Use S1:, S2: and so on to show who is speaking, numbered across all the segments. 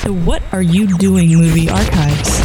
S1: to What Are You Doing Movie Archives.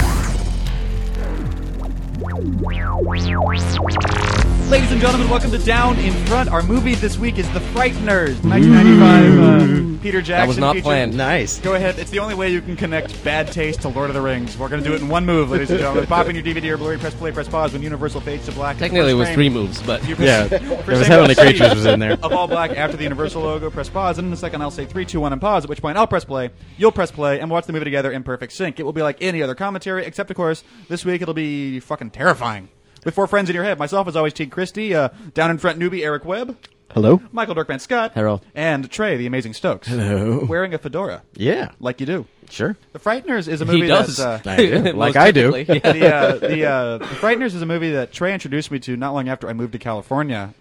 S2: Ladies and gentlemen, welcome to Down in Front. Our movie this week is The Frighteners, 1995. Uh, Peter Jackson.
S3: That was not
S2: featured-
S3: planned.
S4: Nice.
S2: Go ahead. It's the only way you can connect bad taste to Lord of the Rings. We're going to do it in one move, ladies and gentlemen. Pop in your DVD or Blu-ray, press play, press pause. When Universal fades to black,
S3: Technically, it was three moves, but
S4: Yeah,
S2: it
S4: there was Heavenly Creatures was in there.
S2: Of all black, after the Universal logo, press pause, and in a second I'll say three, two, one, and pause. At which point I'll press play, you'll press play, and we'll watch the movie together in perfect sync. It will be like any other commentary, except of course this week it'll be fucking terrifying. With four friends in your head, myself as always, Teague Christie, uh, down in front newbie Eric Webb,
S4: Hello.
S2: Michael Dirkman Scott,
S3: Hello.
S2: and Trey the Amazing Stokes. Hello, wearing a fedora,
S4: Yeah.
S2: like you do.
S4: Sure.
S2: The Frighteners is a movie
S3: he does.
S2: that's. Uh,
S4: I do. Like
S3: Most
S4: I do.
S3: typically, yeah.
S2: the, uh, the, uh, the Frighteners is a movie that Trey introduced me to not long after I moved to California.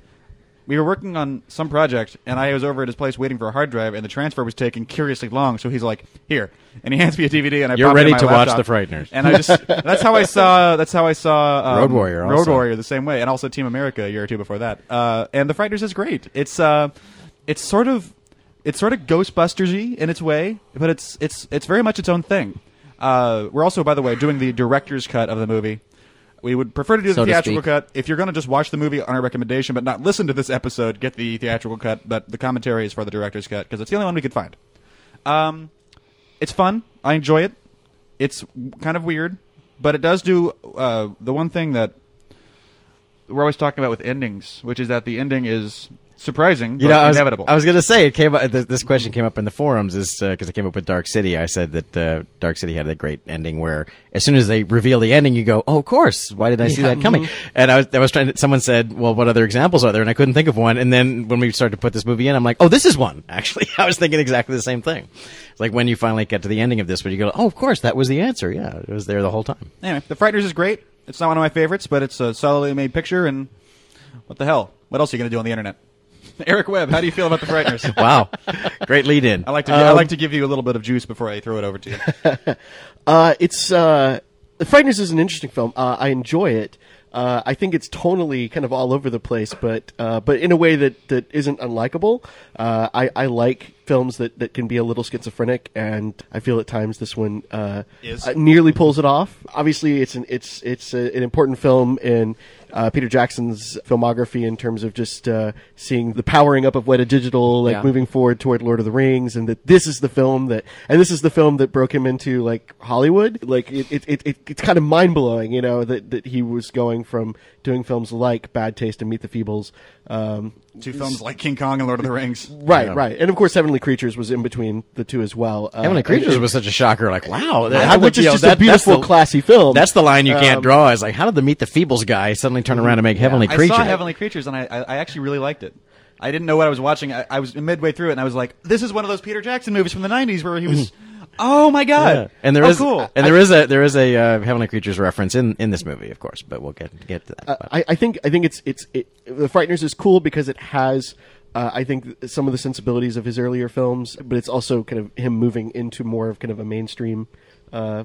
S2: We were working on some project, and I was over at his place waiting for a hard drive, and the transfer was taking curiously long. So he's like, "Here," and he hands me a DVD, and I
S4: You're
S2: pop it in
S4: ready
S2: my
S4: to watch
S2: laptop.
S4: The Frighteners.
S2: and I just that's how I saw that's how I saw um,
S4: Road Warrior
S2: Road
S4: also.
S2: Warrior the same way, and also Team America a year or two before that. Uh, and The Frighteners is great. It's uh, it's sort of it's sort of Ghostbusters-y in its way, but it's it's it's very much its own thing. Uh, we're also, by the way, doing the director's cut of the movie. We would prefer to do the
S3: So to
S2: theatrical
S3: speak.
S2: cut. If you're going to just watch the movie on our recommendation, but not listen to this episode, get the theatrical cut. But the commentary is for the director's cut because it's the only one we could find. Um, it's fun. I enjoy it. It's w- kind of weird, but it does do uh, the one thing that we're always talking about with endings, which is that the ending is surprising,
S4: You
S2: but
S4: know, I was,
S2: inevitable.
S4: I was gonna say it came. Up, th- this question came up in the forums is because it came up with Dark City. I said that uh, Dark City had a great ending where, as soon as they reveal the ending, you go, "Oh, of course! Why did I see that coming?"
S2: Mm-hmm.
S4: And I was, I was trying. to Someone said, "Well, what other examples are there?" And I couldn't think of one. And then when we started to put this movie in, I'm like, "Oh, this is one." Actually, I was thinking exactly the same thing. It's like when you finally get to the ending of this, where you go, "Oh, of course, that was the answer. Yeah, it was there the whole time."
S2: anyway, The Frighteners is great. It's not one of my favorites, but it's a solidly made picture. And what the hell? What else are you going to do on the internet? Eric Webb, how do you feel about The Frighteners?
S4: Wow, great lead in.
S2: I like to I like to give you a little bit of juice before I throw it over to you.
S5: Uh, it's uh, The Frighteners is an interesting film. Uh, I enjoy it. Uh, I think it's tonally kind of all over the place, but uh, but in a way that, that isn't unlikable. Uh, I, I like films that, that can be a little schizophrenic, and I feel at times this one uh,
S2: Is.
S5: uh, nearly pulls it off. Obviously, it's an it's it's a, an important film in uh, Peter Jackson's filmography in terms of just uh, seeing the powering up of Weta Digital, like
S3: Yeah.
S5: moving moving forward toward Lord of the Rings, and that this is the film that, and this is the film that broke him into like Hollywood. Like it, it, it, it it's kind of mind blowing, you know, that that he was going from doing films like Bad Taste and Meet the Feebles, um,
S2: Two films like King Kong and Lord of the Rings.
S5: right,
S4: Yeah.
S5: right, and of course Heavenly Creatures was in between the two as well. Uh,
S4: Heavenly
S5: and-
S4: Creatures
S5: and-
S4: was such a shocker. Like, wow, that-
S5: Uh,
S4: how'd
S5: which
S4: the-
S5: is
S4: you know,
S5: just a
S4: that- that's
S5: beautiful,
S4: the-
S5: classy film.
S4: That's the line you can't
S5: Um,
S4: draw. Is like, how did the Meet the Feebles guy suddenly turn around and make Heavenly
S2: I
S4: Creatures?
S2: saw Heavenly Creatures and I, I, I actually really liked it. I didn't know what I was watching. I, I was midway through it and I was like, "This is one of those Peter Jackson movies from the '90s where he was." oh my god!
S4: Mm-hmm. Yeah. And there
S2: oh,
S4: is,
S2: cool.
S4: and there is a there is a uh, Heavenly Creatures reference in, in this movie, of course. But we'll get get to that. But-
S5: I, I think I think it's it's it, the Frighteners is cool because it has uh, I think some of the sensibilities of his earlier films, but it's also kind of him moving into more of kind of a mainstream uh,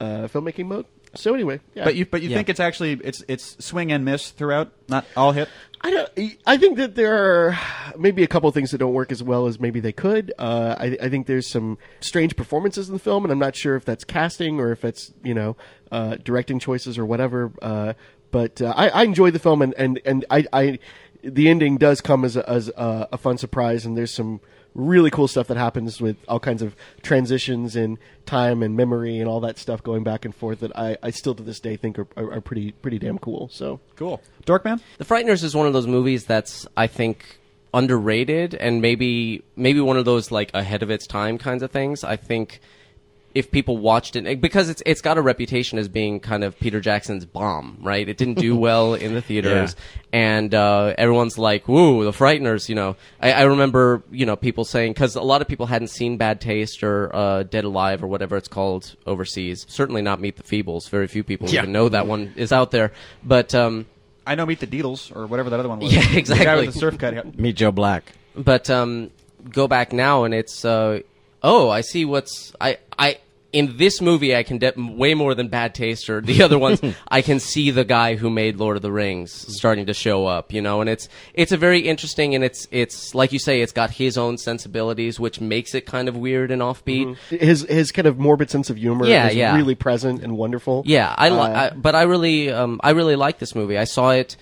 S5: uh, filmmaking mode. So anyway, yeah.
S2: but you but you
S4: Yeah.
S2: think it's actually it's it's swing and miss throughout, not all hit.
S5: I don't. I think that there are maybe a couple of things that don't work as well as maybe they could. Uh, I, I think there's some strange performances in the film, and I'm not sure if that's casting or if it's you know uh, directing choices or whatever. Uh, but uh, I, I enjoyed the film, and and and I, I the ending does come as a, as a, a fun surprise, and there's some really cool stuff that happens with all kinds of transitions in time and memory and all that stuff going back and forth that I, I still to this day think are, are, are pretty pretty damn cool. So
S2: Cool, Dorkman.
S3: The Frighteners is one of those movies that's I think underrated and maybe maybe one of those like ahead of its time kinds of things. I think if people watched it because it's it's got a reputation as being kind of Peter Jackson's bomb, right? It didn't do well in the theaters, and uh, everyone's like, "Woo, The Frighteners!" You know, I, I remember you know people saying because a lot of people hadn't seen Bad Taste or uh, Dead Alive or whatever it's called overseas. Certainly not Meet the Feebles. Very few people
S4: Yeah.
S3: even know that one is out there, but. um
S2: I know Meet the Deedles or whatever that other one was.
S3: Yeah,
S2: The guy with
S3: exactly.
S2: the surf cut. Yeah.
S4: Meet Joe Black.
S3: but um, go back now and it's uh, oh i see what's i i in this movie, I can de- way more than bad taste or the other ones. I can see the guy who made Lord of the Rings starting to show up, you know, and it's it's a very interesting and it's it's like you say, it's got his own sensibilities, which makes it kind of weird and offbeat.
S5: His his kind of morbid sense of humor
S3: Yeah,
S5: is
S3: yeah.
S5: really present and wonderful.
S3: Yeah, I, li-
S5: Uh,
S3: I but I really um I really like this movie. I saw it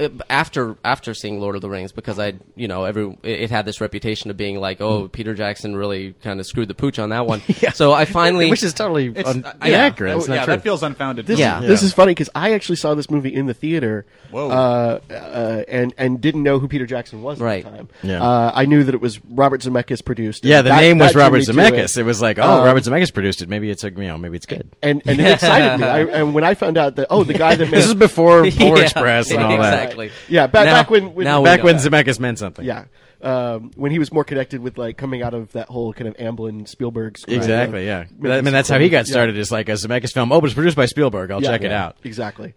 S3: uh, after after seeing Lord of the Rings because I you know every it it had this reputation of being like oh
S4: Mm.
S3: Peter Jackson really kind of screwed the pooch on that one. So I finally
S4: which is totally un-
S2: I-
S4: inaccurate.
S2: Yeah,
S4: It's not
S2: Oh, yeah,
S4: true.
S2: that feels unfounded.
S5: This,
S3: Yeah.
S5: this is funny because I actually saw this movie in the theater,
S2: Whoa.
S5: Uh, uh, and and didn't know who Peter Jackson was
S3: Right.
S5: at the time.
S4: Yeah.
S5: Uh, I knew that it was Robert Zemeckis produced.
S4: yeah, the
S5: That-
S4: name was
S5: that drew
S4: Robert
S5: me to
S4: Zemeckis. It.
S5: it.
S4: was like, oh, Robert Zemeckis produced it. Maybe it's a, you know, maybe it's good.
S5: and and it excited me. I, and when I found out that oh, the guy that made
S4: This is before Polar Express and all
S3: exactly.
S5: Yeah, ba-
S3: Now-
S5: back when- when-
S3: now
S4: that.
S3: we
S4: Back
S3: know
S4: when
S3: that.
S4: Zemeckis meant something.
S5: yeah. Um, when he was more connected with like coming out of that whole kind of Amblin Spielberg school,
S4: Exactly.
S5: uh,
S4: Yeah. That- I mean, that's how he got started. Is like a Zemeckis film. Oh, but it's produced by Spielberg. I'll
S5: Yeah,
S4: check it
S5: yeah,
S4: out.
S5: Exactly.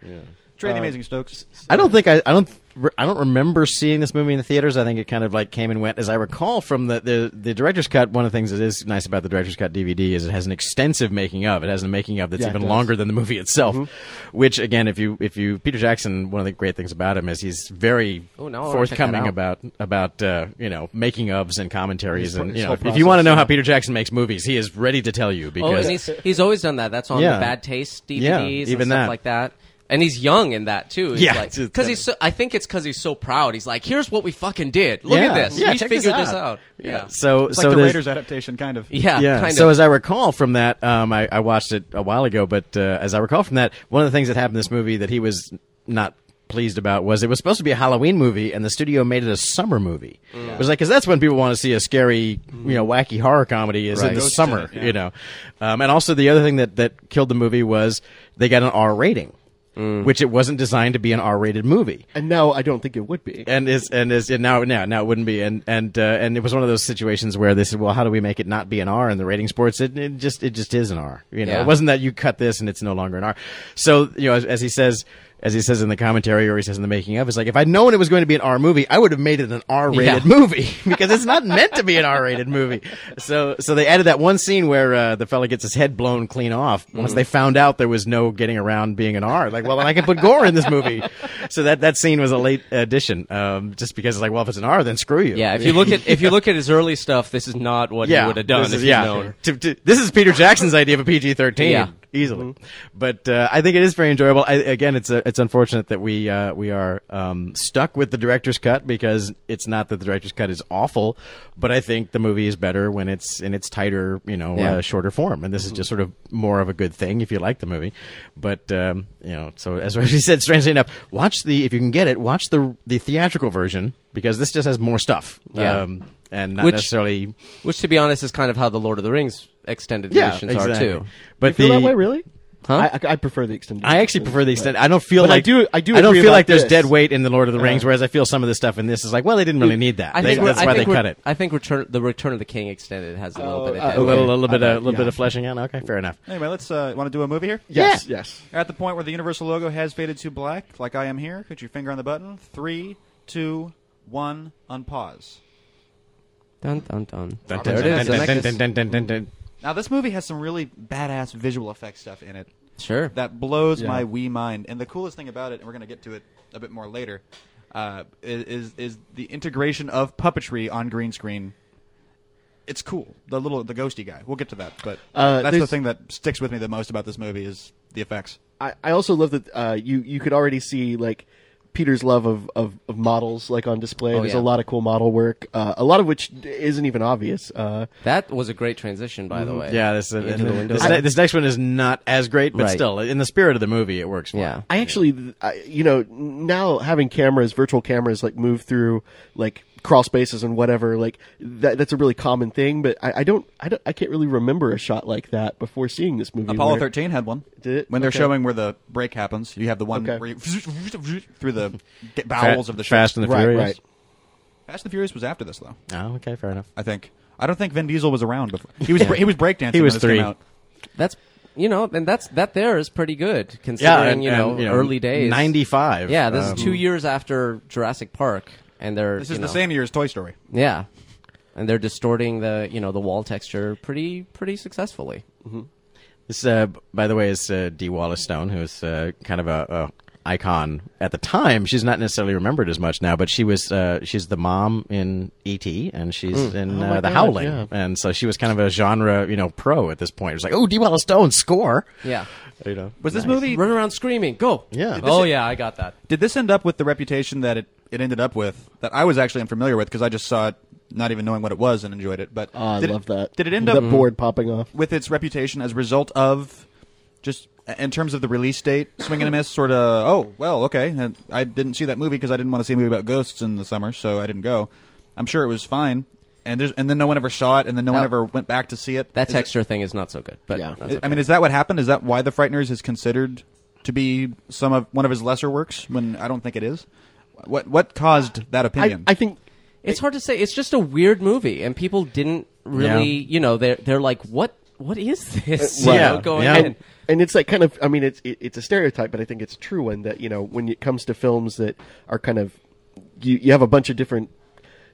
S2: Trey
S4: Uh,
S2: the Amazing Stokes.
S4: I don't think I, I don't I don't remember seeing this movie in the theaters. I think it kind of like came and went. As I recall from the the, the director's cut, one of the things that is nice about the director's cut DVD is it has an extensive making of. It has a making of that's
S5: Yeah, it
S4: even
S5: does. Mm-hmm.
S4: longer than the movie itself. Which again, if you if you Peter Jackson, one of the great things about him is he's very
S3: Oh, now I wanna check that
S4: forthcoming
S3: out.
S4: about about uh, you know making ofs and commentaries
S5: His-
S4: and
S5: his
S4: you know
S5: whole
S4: if you want to
S5: process,
S4: know how
S5: yeah.
S4: Peter Jackson makes movies, he is ready to tell you
S3: Oh,
S4: because
S3: and he's he's always done that. That's on
S4: Yeah.
S3: the bad taste DVDs,
S4: Yeah,
S3: and
S4: even
S3: stuff
S4: that.
S3: like that. And he's young in that too. He's
S4: Yeah,
S3: like,
S4: it's- it's-
S3: cause he's. So, I think it's because he's so proud. He's like, "Here's what we fucking did. Look at
S4: Yeah,
S3: this.
S4: yeah,
S3: we
S4: check
S3: figured
S4: this
S3: this out."
S4: out.
S3: Yeah.
S4: so
S2: It's
S4: so
S2: like the
S4: there's-
S2: Raiders adaptation, kind of.
S3: yeah, Kind
S4: so
S3: of.
S4: as I recall from that, um, I, I watched it a while ago, but uh, as I recall from that, one of the things that happened in this movie that he was not pleased about was it was supposed to be a Halloween movie, and the studio made it a summer movie. It was like because that's when people want to see a scary, you know, wacky horror comedy is in
S3: Right.
S4: the
S3: Ghost
S2: in
S4: summer,
S2: it, yeah.
S4: you know. Um, and also the other thing that that killed the movie was they got an R rating.
S3: Mm.
S4: Which it wasn't designed to be an R-rated movie
S5: And now I don't think it would be.
S4: and is and is and now now now it wouldn't be and and uh, and it was one of those situations where they said, well, how do we make it not be an R in the rating sports? It, it just it just is an R. You know,
S3: Yeah.
S4: it wasn't that you cut this and it's no longer an R. So you know, as, as he says. As he says in the commentary, or he says in the making of, it's like if I'd known it was going to be an R movie, I would have made it an R-rated
S3: Yeah.
S4: movie because it's not meant to be an R-rated movie. So, so they added that one scene where uh, the fella gets his head blown clean off once
S3: Mm.
S4: they found out there was no getting around being an R. Like, well, then I can put gore in this movie. So that that scene was a late addition, um, just because it's like, well, if it's an R, then screw you.
S3: yeah, if you look at if you look at his early stuff, this is not what he would have done
S4: this
S3: if
S4: is,
S3: he'd
S4: yeah.
S3: known.
S4: To- to- this is Peter Jackson's idea of a PG thirteen,
S3: Yeah. Mm-hmm.
S4: easily. But uh, I think it is very enjoyable. I, again, it's a, it's unfortunate that we uh, we are um, stuck with the director's cut because it's not that the director's cut is awful, but I think the movie is better when it's in its tighter, you know,
S3: Yeah. Mm-hmm.
S4: uh, shorter form. And this is just sort of more of a good thing if you like the movie. But um, you know, so as we said, strangely enough, watch the if you can get it, watch the the theatrical version because this just has more stuff.
S3: Yeah.
S4: Um, and not
S3: Which-
S4: necessarily
S3: Which, to be honest, is kind of how the Lord of the Rings extended editions are too.
S4: But
S5: Feel
S4: the
S5: that way, really?
S3: Huh?
S5: I, I- I prefer the extended.
S4: I actually
S5: version,
S4: prefer the extent.
S5: but-
S4: I don't feel
S5: But I
S4: like
S5: do- I do
S4: I don't
S5: agree
S4: feel
S5: about
S4: like there's
S5: this.
S4: dead weight in the Lord of the Rings, whereas I feel some of the stuff in this is like, well, they didn't really need that.
S3: I
S4: They-
S3: think we're-
S4: that's
S3: I
S4: why
S3: think
S4: they
S3: we're-
S4: cut it.
S3: I think Return the Return of the King extended has a little
S5: Oh,
S3: bit of
S5: uh,
S3: dead
S4: A little,
S3: weight.
S4: little bit,
S5: I
S4: a
S5: bet,
S4: little
S5: yeah.
S4: bit of fleshing out. Okay, fair enough.
S2: Anyway, let's uh, want to do a movie here.
S5: Yes, yes.
S2: At the point where the Universal logo has faded to black, like I am here, put your finger on the button. Three, two, one, unpause.
S3: Dun dun dun.
S4: Dun,
S2: There
S4: dun,
S2: it
S4: dun,
S3: is.
S4: dun, dun, dun, dun, dun, dun.
S2: Now, this movie has some really badass visual effects stuff in it
S3: Sure.
S2: that blows
S5: Yeah.
S2: my wee mind. And the coolest thing about it, and we're going to get to it a bit more later, uh, is is the integration of puppetry on green screen. It's cool. The little the ghosty guy. We'll get to that, but
S5: Uh,
S2: that's the
S5: there's-
S2: thing that sticks with me the most about this movie is the effects.
S5: I, I also love that uh, you you could already see like Peter's love of, of, of models like on display.
S3: Oh,
S5: There's a
S3: yeah.
S5: lot of cool model work, uh, a lot of which isn't even obvious. Uh,
S3: That was a great transition, by the way.
S4: Yeah, this, uh,
S3: Into the window.
S4: this, ne- this next one is not as great, but
S3: Right.
S4: still, in the spirit of the movie, it works. well.
S3: Yeah.
S5: I actually, I, you know, now having cameras, virtual cameras, like move through like crawl spaces and whatever, like that, that's a really common thing. But I, I don't, I don't, I can't really remember a shot like that before seeing this movie.
S2: Apollo
S5: where-
S2: 13 had one.
S5: Did it?
S2: When they're
S5: Okay.
S2: showing where the break happens, you have the one
S5: Okay.
S2: where you through the get bowels of the ship.
S4: Fast and the
S5: Right,
S4: Furious.
S5: right.
S2: Fast and the Furious was after this though.
S4: Oh, okay, fair enough.
S2: I think. I don't think Vin Diesel was around before. He was he was breakdancing
S4: He was
S2: when this
S4: three.
S2: came out.
S3: That's you know, and that's that there is pretty good considering
S4: Yeah, and,
S3: you, know,
S4: and, you know,
S3: early days.
S4: '95.
S3: Yeah, this
S4: um,
S3: is two years after Jurassic Park, and they're
S2: This is
S3: you
S2: the
S3: know,
S2: same year as Toy Story.
S3: Yeah, and they're distorting the you know the wall texture pretty pretty successfully.
S4: This, uh, b- by the way, is uh, Dee Wallace Stone, who's uh, kind of a, a icon at the time. She's not necessarily remembered as much now, but she was. Uh, she's the mom in ET, and she's
S3: Mm.
S4: in
S5: Oh
S4: uh,
S5: my
S4: The
S5: God,
S4: Howling,
S5: yeah.
S4: and so she was kind of a genre, you know, pro at this point. It was like, oh, Dee Wallace Stone score.
S3: Yeah.
S4: You know,
S2: Was this movie?
S3: Run around screaming. Go.
S4: Yeah.
S3: Oh yeah, I got that.
S2: Did this end up with the reputation that it, it ended up with? That I was actually unfamiliar with because I just saw it, not even knowing what it was, and enjoyed it. But
S5: Oh, I
S2: did it-
S5: love that.
S2: Did it end
S5: the
S2: up
S5: board popping off?
S2: with its reputation as a result of just in terms of the release date, swing and a miss, sort of, oh, well, okay. And I didn't see that movie because I didn't want to see a movie about ghosts in the summer, so I didn't go. I'm sure it was fine. And there's, and then no one ever saw it, and then no one
S3: Now-
S2: ever went back to see it.
S3: That
S2: Is
S3: texture thing is not so good. But
S5: Yeah.
S2: it-
S3: that's
S2: I
S3: okay.
S2: mean, is that what happened? Is that why The Frighteners is considered to be some of one of his lesser works? When I don't think it is. What what caused that
S5: I,
S2: opinion?
S5: I think
S3: it's hard to say. It's just a weird movie, and people didn't really,
S4: Yeah.
S3: you know, they're they're like, what what is this?
S4: Right.
S3: You know,
S4: Yeah.
S3: going
S4: Yeah.
S3: in.
S5: and, and it's like kind of i mean it's it, it's a stereotype but i think it's true one that you know when it comes to films that are kind of you, you have a bunch of different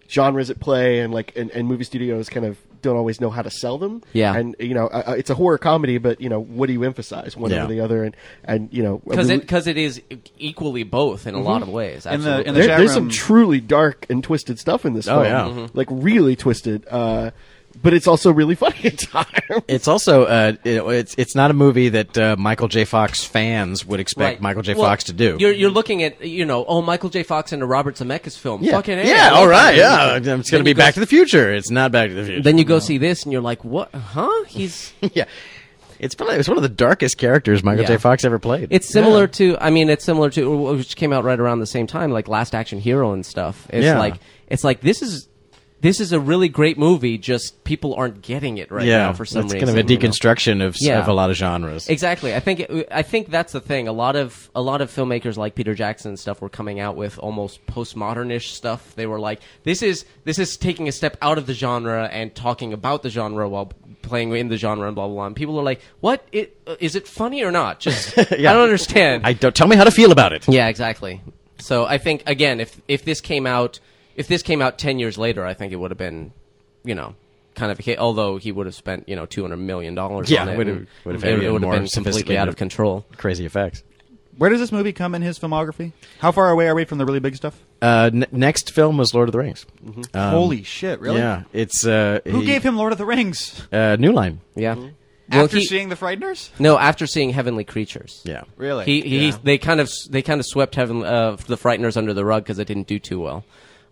S5: genres at play and like and, and movie studios kind of don't always know how to sell them
S3: Yeah.
S5: and you know uh, uh, it's a horror comedy but you know what do you emphasize one
S4: Yeah.
S5: over the other and and you know I
S3: because
S5: mean,
S3: it because it is equally both in a lot of
S4: Mm-hmm.
S3: ways.
S2: In the-
S3: Absolutely.
S2: in the
S5: there-
S2: chat
S5: there's
S2: room-
S5: some truly dark and twisted stuff in this
S4: Oh,
S5: film
S4: yeah.
S2: Mm-hmm.
S4: Mhm.
S5: like really twisted uh but it's also really funny at times
S4: It's also uh, it, it's it's not a movie that uh, Michael J. Fox fans would expect
S3: Right.
S4: Michael J.
S3: Well,
S4: Fox to do.
S3: You're, you're looking at you know, oh, Michael J. Fox and a Robert Zemeckis film.
S4: yeah,
S3: Fucking A, I
S4: yeah,
S3: love
S4: all right,
S3: that.
S4: yeah. It's going to
S3: Then
S4: be
S3: you go-
S4: Back to the Future. It's not Back to the Future.
S3: Then you go see this, and you're like, what? Huh? He's
S4: yeah, it's probably it's one of the darkest characters Michael J.
S3: Yeah.
S4: Fox ever played.
S3: It's similar to, I mean, it's similar to which came out right around the same time, like Last Action Hero and stuff. It's
S4: Yeah.
S3: like it's like this is this is a really great movie. Just people aren't getting it right now for some
S4: it's
S3: reason.
S4: kind of a
S3: you know?
S4: deconstruction of,
S3: Yeah.
S4: of a lot of genres.
S3: Exactly. I think it, I think that's the thing. A lot of a lot of filmmakers like Peter Jackson and stuff were coming out with almost postmodernish stuff. They were like, this is this is taking a step out of the genre and talking about the genre while playing in the genre and blah blah blah. And people are like, what? It, uh, is it funny or not? Just I don't understand.
S4: I don't tell me how to feel about it.
S3: yeah, exactly. So I think again, if if this came out if this came out ten years later, I think it would have been, you know. Kind of a hit, although he would have spent you know two hundred million dollars.
S4: Yeah,
S3: on it,
S4: would have-
S3: and
S4: would have
S3: it-
S4: been
S3: it would have
S4: more
S3: been completely
S4: sophisticated.
S3: out of control.
S4: Crazy effects.
S2: Where does this movie come in his filmography? How far away are we from the really big stuff?
S4: Uh, n- next film was Lord of the Rings.
S3: Mm-hmm.
S2: Holy shit! Really?
S4: Um, Yeah, it's uh,
S2: Who
S4: he-
S2: gave him Lord of the Rings?
S4: uh, New Line?
S3: Yeah.
S2: Mm-hmm. After
S3: he-
S2: seeing The Frighteners?
S3: no, after seeing Heavenly Creatures.
S4: Yeah,
S2: Really?
S3: He, he they kind of they kind of swept heaven uh, the frighteners under the rug because it didn't do too well.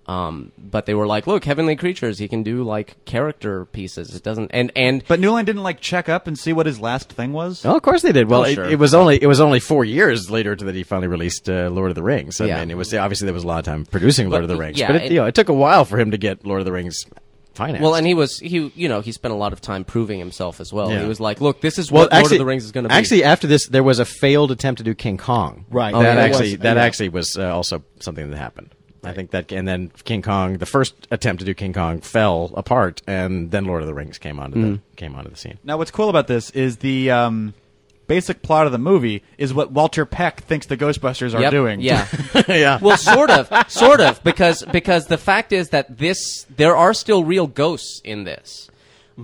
S3: Um, but they were like, look, Heavenly Creatures, he can do like character pieces. It doesn't and and
S2: but Newline didn't like check up and see what his last thing was.
S4: Oh, of course they did. Well,
S3: Oh,
S4: it,
S3: sure.
S4: it was only it was only four years later that he finally released uh, Lord of the Rings. I
S3: Yeah.
S4: mean, it was obviously there was a lot of time producing Lord
S3: But,
S4: of the Rings,
S3: yeah,
S4: but it,
S3: it-
S4: you know, it took a while for him to get Lord of the Rings financed.
S3: well, and he was he you know he spent a lot of time proving himself as well.
S4: Yeah.
S3: He was like, look, this is
S4: Well,
S3: what Lord of the Rings is going to be.
S4: Actually, after this, there was a failed attempt to do King Kong.
S5: Right.
S4: That
S5: Oh, yeah, there
S4: actually,
S5: was.
S4: that
S5: Yeah.
S4: actually was uh, also something that happened. I think that, and then King Kong, the first attempt to do King Kong fell apart, and then Lord of the Rings came onto the
S3: Mm-hmm.
S4: came onto the scene.
S2: Now, what's cool about this is the um, basic plot of the movie is what Walter Peck thinks the Ghostbusters are
S3: Yep.
S2: doing.
S3: Yeah.
S4: yeah.
S3: Well, sort of, sort of, because because the fact is that this there are still real ghosts in this,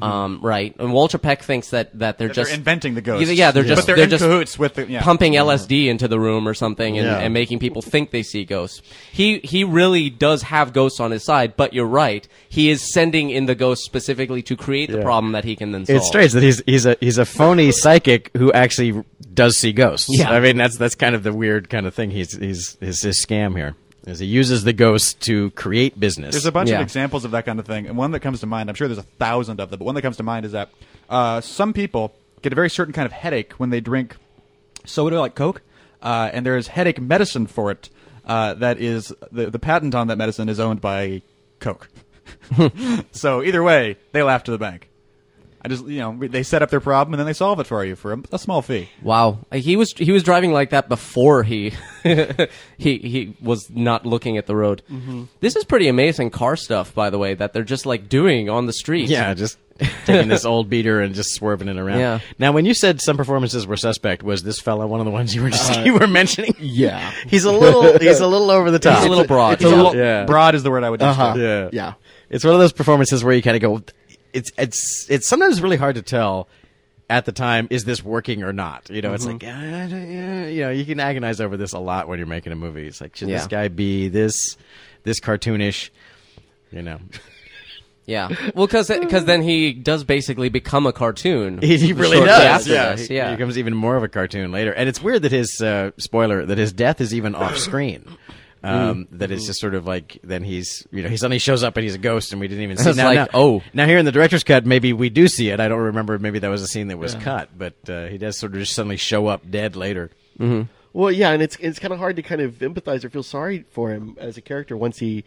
S3: um, right? And Walter Peck thinks that that they're
S2: Mm-hmm. That
S3: just
S2: they're inventing the ghosts.
S3: Yeah, Yeah, they're
S2: But
S3: just
S2: they're in
S3: just
S2: cahoots with the- yeah. Mm-hmm.
S3: pumping LSD into the room or something and,
S4: Yeah.
S3: and making people think they see ghosts. He he really does have ghosts on his side, but you're right, he is sending in the ghosts specifically to create the
S4: Yeah.
S3: problem that he can then solve.
S4: It's strange that he's he's a he's a phony psychic who actually does see ghosts.
S3: Yeah.
S4: I mean that's that's kind of the weird kind of thing. He's he's his, his scam here is he uses the ghosts to create business.
S2: There's a bunch
S3: Yeah.
S2: of examples of that kind of thing, and one that comes to mind. I'm sure there's a thousand of them, but one that comes to mind is that uh, some people get a very certain kind of headache when they drink soda like Coke, uh, and there is headache medicine for it. Uh, that is the the patent on that medicine is owned by Coke. so either way, they laugh to the bank. I just you know they set up their problem and then they solve it for you for a, a small fee.
S3: Wow, he was he was driving like that before he he he was not looking at the road. This is pretty amazing car stuff, by the way, that they're just like doing on the streets.
S4: yeah, just taking this old beater and just swerving it around.
S3: Yeah.
S4: Now, when you said some performances were suspect, was this fella one of the ones you were just,
S3: Uh,
S4: you were mentioning?
S5: yeah.
S4: he's a little he's a little over the top.
S3: He's a little broad.
S5: it's a
S3: yeah.
S5: little-
S4: Yeah.
S2: Broad is the word I would use.
S5: Uh-huh.
S4: Yeah.
S5: Yeah.
S4: It's one of those performances where you kind of go, it's, it's, it's sometimes really hard to tell at the time, is this working or not? You know,
S3: Mm-hmm.
S4: it's like, "Ah, yeah, you know, you can agonize over this a lot when you're making a movie. It's like, should this
S3: Yeah.
S4: guy be this, this cartoonish? You know,
S3: Yeah. Well, because then he does basically become a cartoon.
S4: he, he really
S3: shortly
S4: does.
S3: after
S4: Yeah,
S3: this,
S4: He-
S3: yeah.
S4: he becomes even more of a cartoon later. And it's weird that his uh, spoiler that his death is even off screen.
S3: Mm.
S4: Um, That it's just sort of like then he's you know he suddenly shows up and he's a ghost and we didn't even see
S3: It's
S4: now,
S3: like,
S4: now-
S3: oh.
S4: now here in the director's cut maybe we do see it I don't remember maybe that was a scene that was cut but uh, he does sort of just suddenly show up dead later
S5: Well, yeah, and it's it's kind of hard to kind of empathize or feel sorry for him as a character once he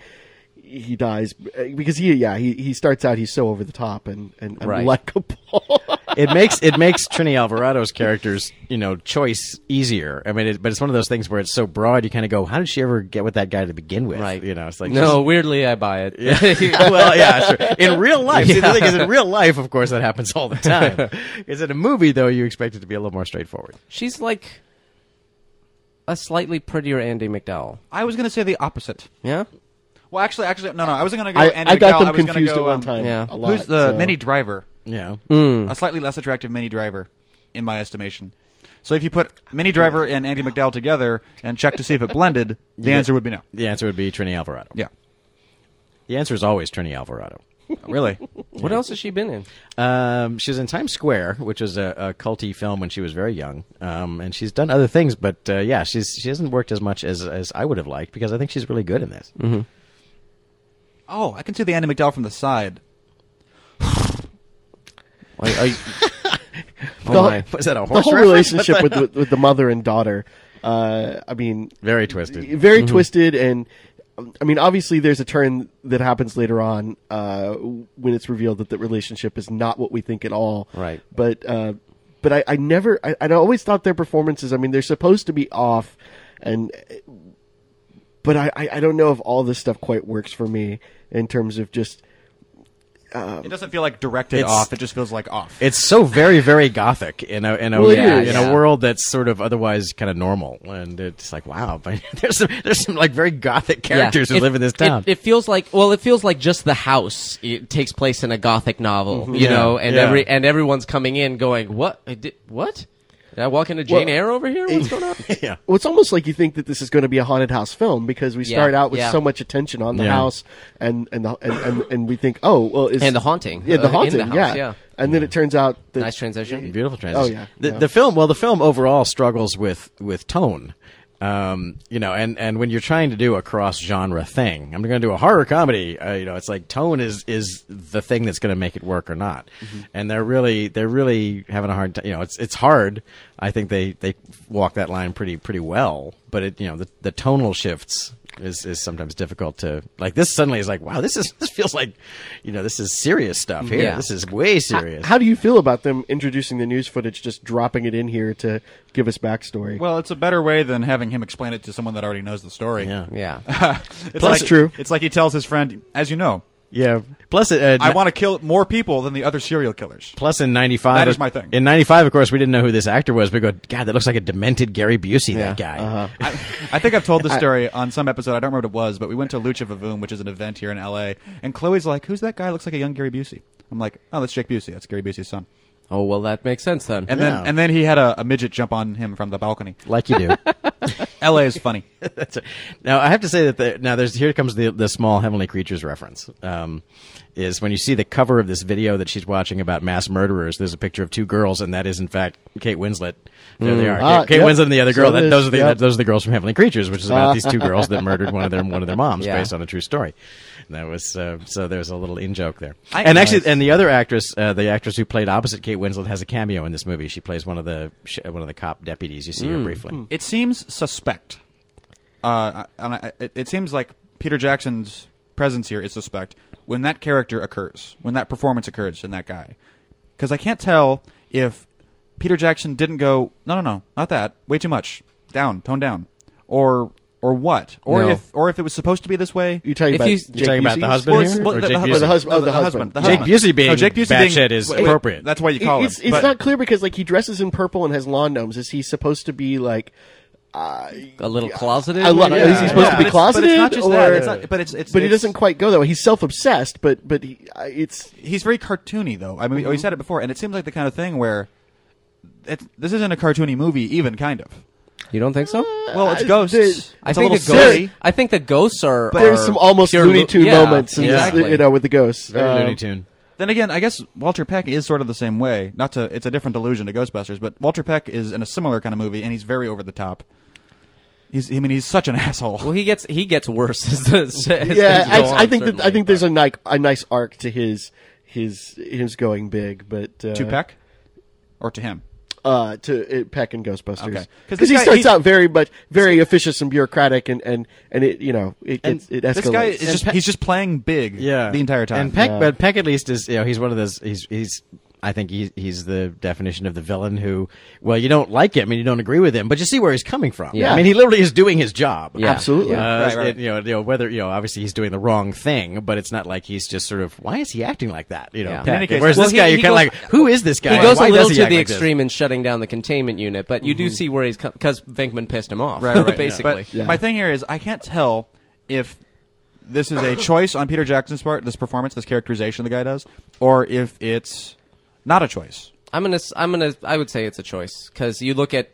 S5: he dies uh, because he yeah he, he starts out he's so over the top and and
S3: Right.
S5: unlikable.
S4: it makes it makes Trini Alvarado's character's you know choice easier. I mean, it, but it's one of those things where it's so broad. You kind of go, how did she ever get with that guy to begin with?
S3: Right.
S4: You know, it's like
S3: no, weirdly, I buy it.
S4: Yeah, well, yeah, sure. In real life, see, the thing is, in real life, of course, that happens all the time. is it a movie though? You expect it to be a little more straightforward.
S3: She's like a slightly prettier Andy McDowell.
S2: I was going to say the opposite.
S3: Yeah.
S2: Well, actually, actually, no, no. I wasn't going to go.
S5: I,
S2: Andy
S5: I
S2: McDowell,
S5: got
S2: I
S5: them
S2: was gonna
S5: confused
S2: go,
S5: at one
S2: um,
S5: time.
S3: yeah.
S5: a lot,
S2: Who's the
S5: so-
S2: mini driver?
S4: Yeah.
S2: A slightly less attractive mini driver, in my estimation. So if you put mini driver and Andy McDowell together and check to see if it blended, the answer would be no.
S4: The answer would be Trini Alvarado.
S2: Yeah.
S4: The answer is always Trini Alvarado.
S2: Oh, Really?
S3: What else has she been in?
S4: Um, she was in Times Square, which was a, a culty film when she was very young, um, and she's done other things. But uh, yeah, she's she hasn't worked as much as, as I would have liked because I think she's really good in this.
S2: Oh, I can see the Andy McDowell from the side.
S3: Are- are you-
S5: The-
S3: oh my.
S4: Was that a
S5: the
S4: horse
S5: whole
S4: reference?
S5: relationship with, with with the mother and daughter. Uh, I mean,
S4: Very twisted. Mm-hmm.
S5: very twisted and um, i mean obviously there's a turn that happens later on uh, when it's revealed that the relationship is not what we think at all
S4: Right.
S5: but uh, but I, I never I, I always thought their performances i mean they're supposed to be off and but I, I i don't know if all this stuff quite works for me in terms of just
S2: It doesn't feel like directed
S4: It's-
S2: off. It just feels like off.
S4: It's so very, very gothic in a in a
S5: Well, it
S4: yeah,
S5: is.
S4: in
S3: Yeah.
S4: a world that's sort of otherwise kind of normal, and it's like wow, but there's some there's some like very gothic characters
S3: Yeah.
S4: who
S3: It-
S4: live in this town.
S3: It, it feels like well, it feels like just the house. It takes place in a gothic novel, you
S4: Yeah.
S3: know, and
S4: Yeah.
S3: every and everyone's coming in going, "What? I did, what? Did I walk into Jane
S5: Well,
S3: Eyre over here? What's going on?"
S4: yeah,
S5: well, it's almost like you think that this is going to be a haunted house film because we
S3: Yeah,
S5: start out with
S3: yeah.
S5: so much attention on the
S4: Yeah.
S5: house and and, the, and and and we think oh well is
S3: And the haunting,
S5: yeah
S3: uh,
S5: the
S3: in the
S5: haunting
S3: house,
S5: yeah.
S3: yeah.
S5: and then it turns out that
S3: Nice transition.
S4: beautiful transition.
S5: Oh, yeah.
S4: the,
S5: Yeah.
S4: the film. Well, the film overall struggles with with tone. Um, you know, and, and when you're trying to do a cross genre thing, I'm going to do a horror comedy. Uh, you know, it's like tone is is the thing that's going to make it work or not.
S5: Mm-hmm.
S4: And they're really they're really having a hard time. You know, it's it's hard. I think they they walk that line pretty pretty well, but it you know the the tonal shifts. Is, is sometimes difficult to like this suddenly is like wow this is this feels like you know this is serious stuff here
S3: Yeah.
S4: this is way serious
S5: How do you feel about them introducing the news footage, just dropping it in here to give us backstory?
S2: well, it's a better way than having him explain it to someone that already knows the story.
S4: yeah
S3: Yeah.
S2: It's
S5: Plus
S2: like,
S5: true.
S2: It's like he tells his friend, as you know,
S4: Yeah. Plus, uh,
S2: I want to kill more people than the other serial killers.
S4: plus in '95.
S2: That is my thing.
S4: In '95, of course, we didn't know who this actor was. We go, God, that looks like a demented Gary Busey. That guy.
S2: I, I think I've told this story on some episode. I don't remember what it was, but we went to Lucha Vavoom, which is an event here in LA. And Chloe's like, "Who's that guy? Looks like a young Gary Busey." I'm like, "Oh, that's Jake Busey. That's Gary Busey's son."
S3: oh well, that makes sense then.
S2: And
S4: Yeah.
S2: then and then he had a, a midget jump on him from the balcony.
S4: Like you do.
S2: LA is funny.
S4: That's it. Now I have to say that the, now there's here comes the the small heavenly creatures reference. Um, is when you see the cover of this video that she's watching about mass murderers. There's a picture of two girls, and that is in fact Kate Winslet. There they are.
S5: Ah,
S4: Kate, Kate
S5: yep.
S4: Winslet and the other
S5: So
S4: girl. that,
S5: it
S4: those
S5: is,
S4: are the
S5: yep.
S4: those are the girls from Heavenly Creatures, which is about these two girls that murdered one of their one of their moms
S3: Yeah.
S4: based on a true story. And that was uh, so there's a little in joke there.
S2: I-
S4: and actually,
S2: Nice.
S4: and the other actress, uh, the actress who played opposite Kate Winslet, has a cameo in this movie. She plays one of the sh- one of the cop deputies. You see
S5: Mm.
S4: her briefly.
S2: It seems suspect. Uh, and I, it, it seems like Peter Jackson's presence here is suspect when that character occurs, when that performance occurs in that guy. Because I can't tell if Peter Jackson didn't go, no, no, no, not that, way too much, down, tone down, or or what, or
S3: No.
S2: if or if it was supposed to be this way.
S5: you talking
S3: If
S5: about
S3: you-
S5: Jake
S4: You're talking about
S5: Busey's?
S4: the husband
S2: Well,
S4: here?
S2: it's- well,
S4: or
S2: the-
S4: Jake
S2: the-
S4: Busey?
S5: Or the hus- oh,
S2: no,
S5: the husband.
S2: the
S4: Jake Busey being
S2: no, Jake Busey
S4: batshit
S2: being,
S4: is
S2: wait, wait,
S4: appropriate.
S2: That's why you call
S5: It's,
S2: him.
S5: it's
S2: but-
S5: not clear because like he dresses in purple and has lawn gnomes. Is he supposed to be like? uh,
S3: a little closeted.
S5: I love.
S3: maybe?
S5: Is he supposed
S2: Yeah,
S5: to
S2: but it's-
S5: be
S2: but
S5: closeted?
S2: it's not just
S5: or,
S2: that, it's not- but it's- it's-
S5: But he
S2: it's-
S5: doesn't quite go that way. He's self obsessed, but but he, I- it's
S2: Mm-hmm. he's very cartoony though. I mean, we we said it before, and it seems like the kind of thing where it, this isn't a cartoony movie, even kind of.
S3: You don't think so?
S2: Well, it's
S5: I-
S2: ghosts.
S5: there's-
S3: I
S2: it's
S3: think
S2: a
S3: the
S2: little
S3: ghosts.
S2: silly.
S3: I think the ghosts are.
S5: There's
S3: are
S5: some almost
S3: pure
S5: Looney
S3: lo-
S5: Tune
S3: yeah,
S5: moments, in this,
S3: exactly.
S5: you know, with the ghosts.
S4: Very
S5: Um,
S4: Looney Tune.
S2: Then again, I guess Walter Peck is sort of the same way. Not to, it's a different delusion to Ghostbusters, but Walter Peck is in a similar kind of movie, and he's very over the top. He's, I mean, he's such an asshole.
S3: Well, he gets he gets worse as the as things
S5: yeah,
S3: go on,
S5: I, I think that I
S3: certainly,
S5: think
S3: but-
S5: there's a nice a nice arc to his his his going big, but uh,
S2: to Peck, or to him.
S5: uh, to uh, Peck and Ghostbusters,
S2: Okay. 'Cause
S5: because
S2: this
S5: he
S2: guy-
S5: starts
S2: he-
S5: out very much very officious and bureaucratic, and and and it you know it
S2: And
S5: gets, it escalates.
S2: this guy is
S5: And
S2: just,
S5: Peck-
S2: he's just playing big
S4: yeah
S2: the entire time.
S4: And Peck,
S5: Yeah.
S4: but Peck at least is you know he's one of those he's he's I think he, he's the definition of the villain who well you don't like him and you don't agree with him but you see where he's coming from.
S3: Yeah.
S4: I mean he literally is doing his job.
S3: Yeah.
S5: absolutely.
S4: Uh,
S2: Right, right.
S4: and, you, know, you know, whether you know, obviously he's doing the wrong thing, but it's not like he's just sort of why is he acting like that? You know,
S3: Yeah. In
S4: Peck.
S2: any case-
S4: whereas
S2: Well,
S4: this
S3: he-
S4: guy,
S3: he
S4: you're kind of
S3: goes-
S4: like, who is this guy?
S3: He goes
S4: Why
S3: a
S4: does
S3: little
S4: he
S3: to
S4: act
S3: the
S4: like this?
S3: extreme in shutting down the containment unit, but you do see where he's because Venkman pissed him off,
S2: Right, right, right.
S3: basically.
S2: But my thing here is I can't tell if this is a choice on Peter Jackson's part, this performance, this characterization the guy does, or if it's not a choice.
S3: I'm gonna, s- I'm gonna, I would say it's a choice because you look at,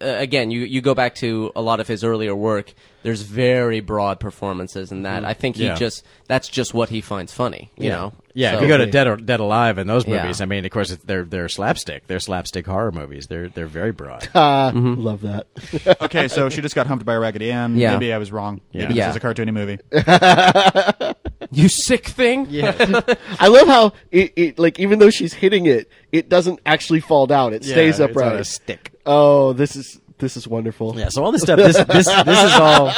S3: uh, again, you you go back to a lot of his earlier work. There's very broad performances in that. I think he
S4: Mm-hmm. Yeah.
S3: just that's just what he finds funny, you
S4: yeah.
S3: know.
S4: Yeah,
S3: So-
S4: if you go to Dead or Dead Alive and those
S3: Yeah.
S4: movies, I mean, of course, it's- they're they're slapstick, they're slapstick horror movies. They're they're very broad.
S5: Uh, Love that.
S2: Okay, so she just got humped by a Raggedy Ann.
S3: Yeah.
S2: Maybe I was wrong. Maybe
S3: Yeah.
S2: this is a cartoony movie.
S3: you sick thing.
S4: yeah,
S5: I love how it, it like even though she's hitting it, it doesn't actually fall down. It stays
S4: Yeah, it's on
S5: upright.
S4: a stick.
S5: Oh, this is this is wonderful.
S4: Yeah, so all this stuff, this this this is all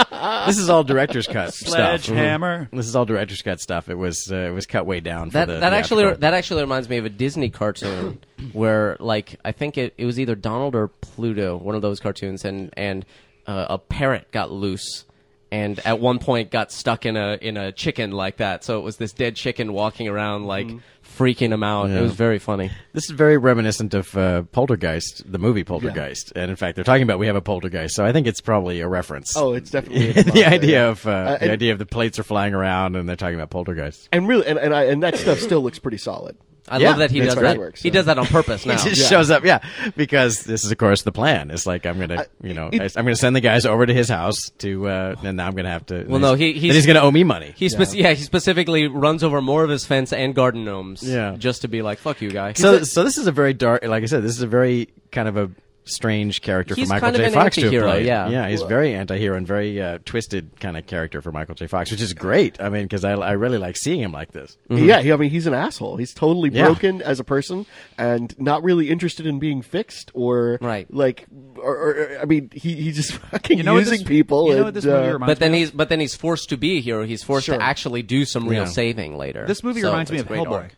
S4: this is all director's cut stuff. Mm-hmm.
S2: Sledgehammer.
S4: This is all director's cut stuff. It was uh, it was cut way down. For
S3: That
S4: the
S3: that actually
S4: theatrical.
S3: that actually reminds me of a Disney cartoon where like I think it, it was either Donald or Pluto, one of those cartoons, and and uh, a parrot got loose. And at one point, got stuck in a in a chicken like that. So it was this dead chicken walking around, like freaking him out.
S4: Yeah.
S3: It was very funny.
S4: This is very reminiscent of uh, Poltergeist, the movie Poltergeist, and in fact, they're talking about we have a poltergeist. So I think it's probably a reference.
S5: Oh, it's definitely a
S4: the
S5: monster, yeah.
S4: idea of uh, the
S5: and-
S4: idea of the plates are flying around, and they're talking about poltergeist.
S5: and really and and, I, and that stuff still looks pretty solid.
S3: I
S4: Yeah,
S3: love that he
S4: that's
S3: does
S5: how it
S3: that.
S5: works,
S3: he
S5: yeah.
S3: does that on purpose now.
S4: It just shows up, yeah, because this is, of course, the plan. It's like I'm gonna, you know, I, am gonna send the guys over to his house to, uh, and now I'm gonna have to.
S3: Well, no, he-
S4: then
S3: he's-
S4: he's gonna owe me money.
S3: He spec- yeah. he specifically runs over more of his fence and garden gnomes.
S4: Yeah.
S3: just to be like, "Fuck you, guy."
S4: so, so this is a very dark. Like I said, this is a very kind of a strange character
S3: He's
S4: for Michael
S3: kind
S4: J.
S3: of an
S4: Fox to have
S3: anti-hero,
S4: played.
S3: yeah.
S4: yeah, he's very anti-hero and very uh, twisted kind of character for Michael J. Fox, which is great. I mean, because I, I really like seeing him like this.
S3: Mm-hmm.
S2: Mm-hmm.
S5: Yeah, he, I mean he's an asshole. He's totally
S4: Yeah.
S5: broken as a person and not really interested in being fixed or
S3: Right.
S5: Like, or, or I mean, he he's just fucking
S2: You know what
S5: using
S2: this,
S5: people.
S2: You know
S5: and,
S2: what this movie
S5: uh,
S2: reminds
S3: but then
S2: me of?
S3: he's but then he's forced to be a hero. He's forced
S5: Sure.
S3: to actually do some real
S4: Yeah.
S3: saving later.
S2: This movie
S3: So
S2: reminds me
S3: it's
S2: of
S3: great
S2: Hellboy.
S3: arc.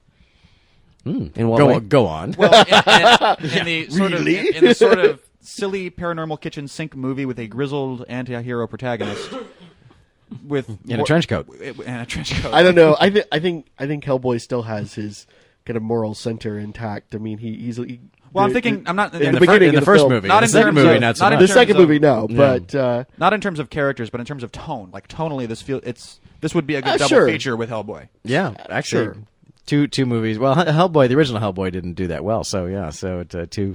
S3: In what
S4: Go
S3: way?
S4: on, go on.
S2: Well, in, in- in the sort
S5: Really?
S2: of in, in the sort of silly paranormal kitchen sink movie with a grizzled anti-hero protagonist with
S4: In a trench coat.
S2: in a trench coat.
S5: I don't know. I think I think I think Hellboy still has his kind of moral center intact. I mean, he he's he,
S2: Well, I'm
S5: the-
S2: thinking-
S5: the-
S2: I'm not-
S5: in,
S2: in
S5: the
S2: the fir-
S5: beginning
S4: in
S5: of
S4: the first
S5: film.
S4: movie.
S2: Not
S4: The
S2: in
S4: second
S2: terms
S4: movie,
S2: of-
S4: not so
S2: not in
S4: much.
S5: The
S2: terms
S5: second
S2: of-
S5: movie, no, but uh,
S2: Not in terms of characters, but in terms of tone. Like tonally, this feel it's this would be a good
S5: Uh,
S2: double
S5: sure.
S2: feature with Hellboy.
S4: Yeah, actually,
S5: sure.
S4: two two movies. Well, Hel- Hellboy, the original Hellboy, didn't do that well. So yeah, so it, uh, two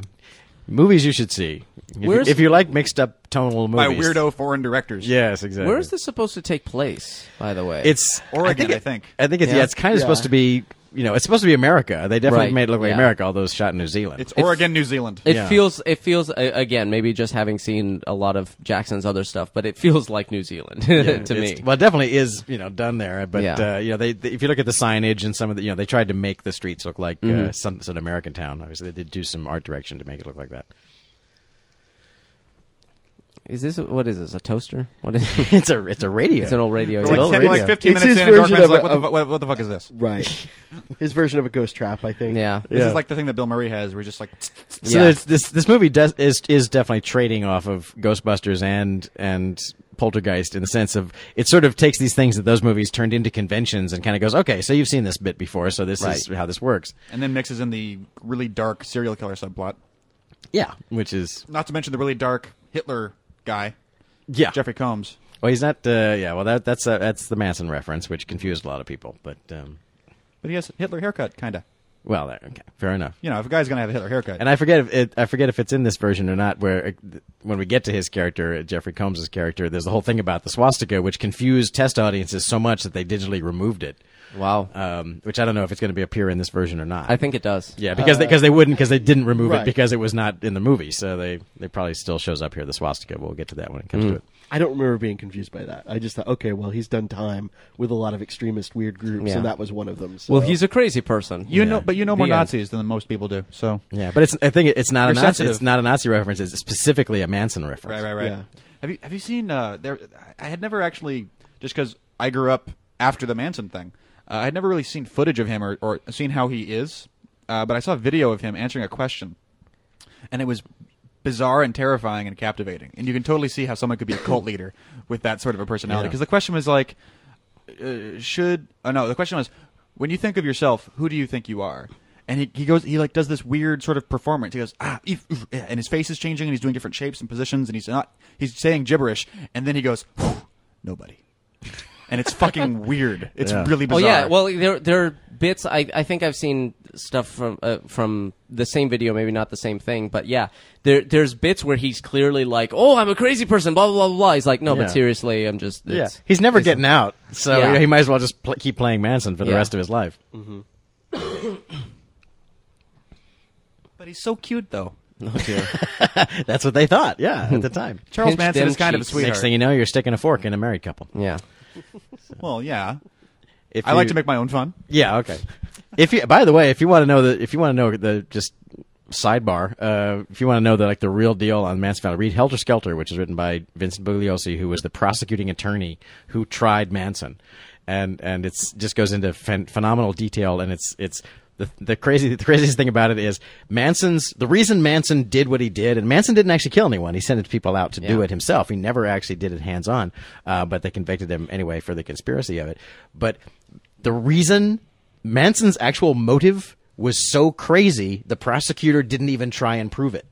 S4: movies you should see if you,
S3: Where's-
S4: if you like mixed up tonal
S2: By
S4: movies.
S2: weirdo foreign directors.
S4: Yes, exactly.
S3: Where is this supposed to take place? By the way,
S4: It's
S2: Oregon,
S4: I think, it-
S2: I think.
S4: I think it's yeah.
S3: Yeah.
S4: it's kind of
S5: Yeah.
S4: supposed to be. You know, it's supposed to be America. They definitely
S3: Right.
S4: made it look like
S3: Yeah.
S4: America, although it's shot in New Zealand.
S2: It's Oregon, New Zealand.
S3: it
S4: yeah.
S3: feels it feels uh, again maybe just having seen a lot of Jackson's other stuff, but it feels like New Zealand to me.
S4: It's- well, it definitely is you know done there, but
S3: Yeah.
S4: uh, you know they, they- if you look at the signage and some of the you know they tried to make the streets look like uh, some sort of American town. Obviously, they did do some art direction to make it look like that.
S3: Is this a- what is this a toaster? What is
S4: it's a it's a radio.
S3: it's an old radio?
S4: It's an
S2: like,
S4: old
S2: ten,
S4: radio.
S2: like 15
S5: It's
S2: minutes
S5: his
S2: in, and
S5: version
S2: Dorkman's
S5: of
S2: like,
S5: a-
S2: what, the,
S5: of-
S2: fu- what, what the fuck is this?
S5: right, his version of a ghost trap. I think.
S3: yeah.
S2: This
S4: Yeah.
S2: is like the thing that Bill Murray has, where he's just like,
S4: So
S3: Yeah.
S4: there's this this movie does is is definitely trading off of Ghostbusters and and Poltergeist in the sense of it sort of takes these things that those movies turned into conventions and kind of goes, okay, so you've seen this bit before, so this is
S3: Right.
S4: how this works.
S2: and then mixes in the really dark serial killer subplot.
S4: Yeah, which is
S2: Not to mention the really dark Hitler guy,
S4: yeah.
S2: Jeffrey Combs.
S4: Well, he's not. Uh, yeah. Well, that that's uh, that's the Manson reference, which confused a lot of people. But um,
S2: But he has a Hitler haircut, kind of.
S4: Well, there- okay, fair enough.
S2: You know, if a guy's gonna have a Hitler haircut,
S4: And I forget if it, I forget if it's in this version or not. Where uh, when we get to his character, uh, Jeffrey Combs' character, there's the whole thing about the swastika, which confused test audiences so much that they digitally removed it.
S3: Wow.
S4: Um, which I don't know if it's going to appear in this version or not.
S3: I think it does.
S4: yeah, because they, cause they wouldn't because they didn't remove
S5: right.
S4: it because it was not in the movie, so they they probably still shows up here the swastika. We'll get to that when it
S3: Mm.
S4: comes to it.
S5: I don't remember being confused by that. I just thought, okay, well, he's done time with a lot of extremist weird groups,
S3: Yeah.
S5: and that was one of them. So.
S3: Well, he's a crazy person.
S2: you know, but you know more
S3: The end.
S2: Nazis than most people do. So
S4: Yeah, but it's I think it's not a
S2: You're
S4: Nazi,
S2: sensitive.
S4: it's not a Nazi reference. It's specifically a Manson reference.
S2: Right, right, right.
S5: Yeah.
S2: Have you have you seen uh, there? I had never actually just because I grew up after the Manson thing. Uh, I had never really seen footage of him or, or seen how he is, uh, but I saw a video of him answering a question, and it was bizarre and terrifying and captivating. And you can totally see how someone could be a cult leader with that sort of a personality.
S4: Yeah.
S2: Because the question was like, uh, should oh no the question was when you think of yourself who do you think you are and he, he goes he like does this weird sort of performance he goes ah eef, oof, eh," and his face is changing and he's doing different shapes and positions and he's not he's saying gibberish and then he goes "Whew, nobody and it's fucking weird it's
S4: Yeah.
S2: really
S3: Oh
S2: bizarre
S3: yeah, well there there are bits. I, I think I've seen stuff from uh, from the same video, maybe not the same thing, but yeah, there there's bits where he's clearly like, "Oh, I'm a crazy person," blah blah blah. blah. He's like, "No,
S4: Yeah.
S3: but seriously, I'm just."
S4: Yeah,
S3: It's,
S4: he's never getting out, so
S3: Yeah.
S4: you know, he might as well just pl- keep playing Manson for the
S3: Yeah.
S4: rest of his life.
S2: but he's so cute though
S3: Oh, dear.
S4: That's what they thought. Yeah, at the time.
S2: charles
S3: Pinch
S2: manson
S3: them
S2: is kind of a
S3: cheeks.
S2: sweetheart
S4: Next thing you know, you're sticking a fork in a married couple.
S3: yeah.
S2: well yeah
S4: If
S2: i like
S4: you-
S2: to make my own fun
S4: Yeah. Okay. if you, by the way, if you want to know the, if you want to know the just sidebar, uh, if you want to know the like the real deal on Manson family, read Helter Skelter, which is written by Vincent Bugliosi, who was the prosecuting attorney who tried Manson, and and it's just goes into phen phenomenal detail, and it's it's. The, the crazy the craziest thing about it is Manson's the reason Manson did what he did and Manson didn't actually kill anyone he sent people out to do
S3: Yeah.
S4: it himself he never actually did it hands on uh, but they convicted him anyway for the conspiracy of it but the reason Manson's actual motive was so crazy, the prosecutor didn't even try and prove it.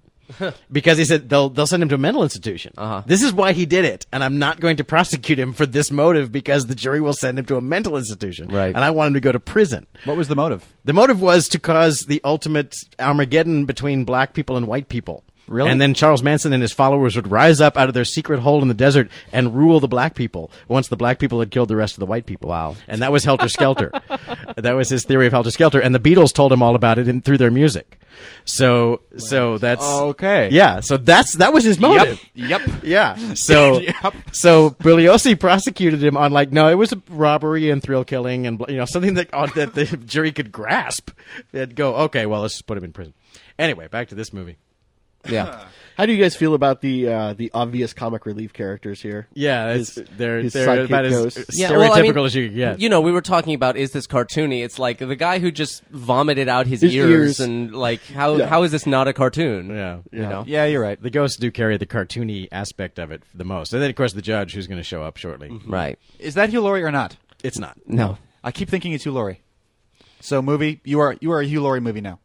S4: because he said they'll they'll send him to a mental institution. Uh-huh. This is why he did it, and I'm not going to prosecute him for this motive because the jury will send him to a mental institution.
S3: Right.
S4: And I want him to go to prison.
S2: what was the motive
S4: The motive was to cause the ultimate Armageddon between black people and white people.
S2: Really?
S4: And then Charles Manson and his followers would rise up out of their secret hole in the desert and rule the black people once the black people had killed the rest of the white people. Wow. And that was Helter Skelter. that was his theory of Helter Skelter. And the Beatles told him all about it in, through their music. So, so that's.
S2: Okay.
S4: Yeah. So that's, that was his motive.
S2: yep
S4: Yeah. So
S2: Yep.
S4: so Bugliosi prosecuted him on like no, it was a robbery and thrill killing and you know something that uh, that the jury could grasp. They'd go, okay, well let's just put him in prison. Anyway, back to this movie.
S3: Yeah.
S5: How do you guys feel about the uh, the obvious comic relief characters here?
S4: Yeah, it's,
S5: His-
S4: they're
S5: his
S4: they're
S5: sidekick
S4: about as
S5: ghosts.
S4: stereotypical
S3: Yeah, well, I mean,
S4: as you can get.
S3: You know, we were talking about is this cartoony? It's like the guy who just vomited out his,
S5: His ears.
S3: and like how
S5: Yeah.
S3: how is this not a cartoon?
S4: yeah.
S3: You know.
S2: yeah you're right
S4: The ghosts do carry the cartoony aspect of it the most, and then of course the judge, who's going to show up shortly.
S3: Right.
S2: is that hugh laurie or not
S4: It's not.
S3: No.
S2: i keep thinking it's hugh laurie so movie you are you are a hugh laurie movie now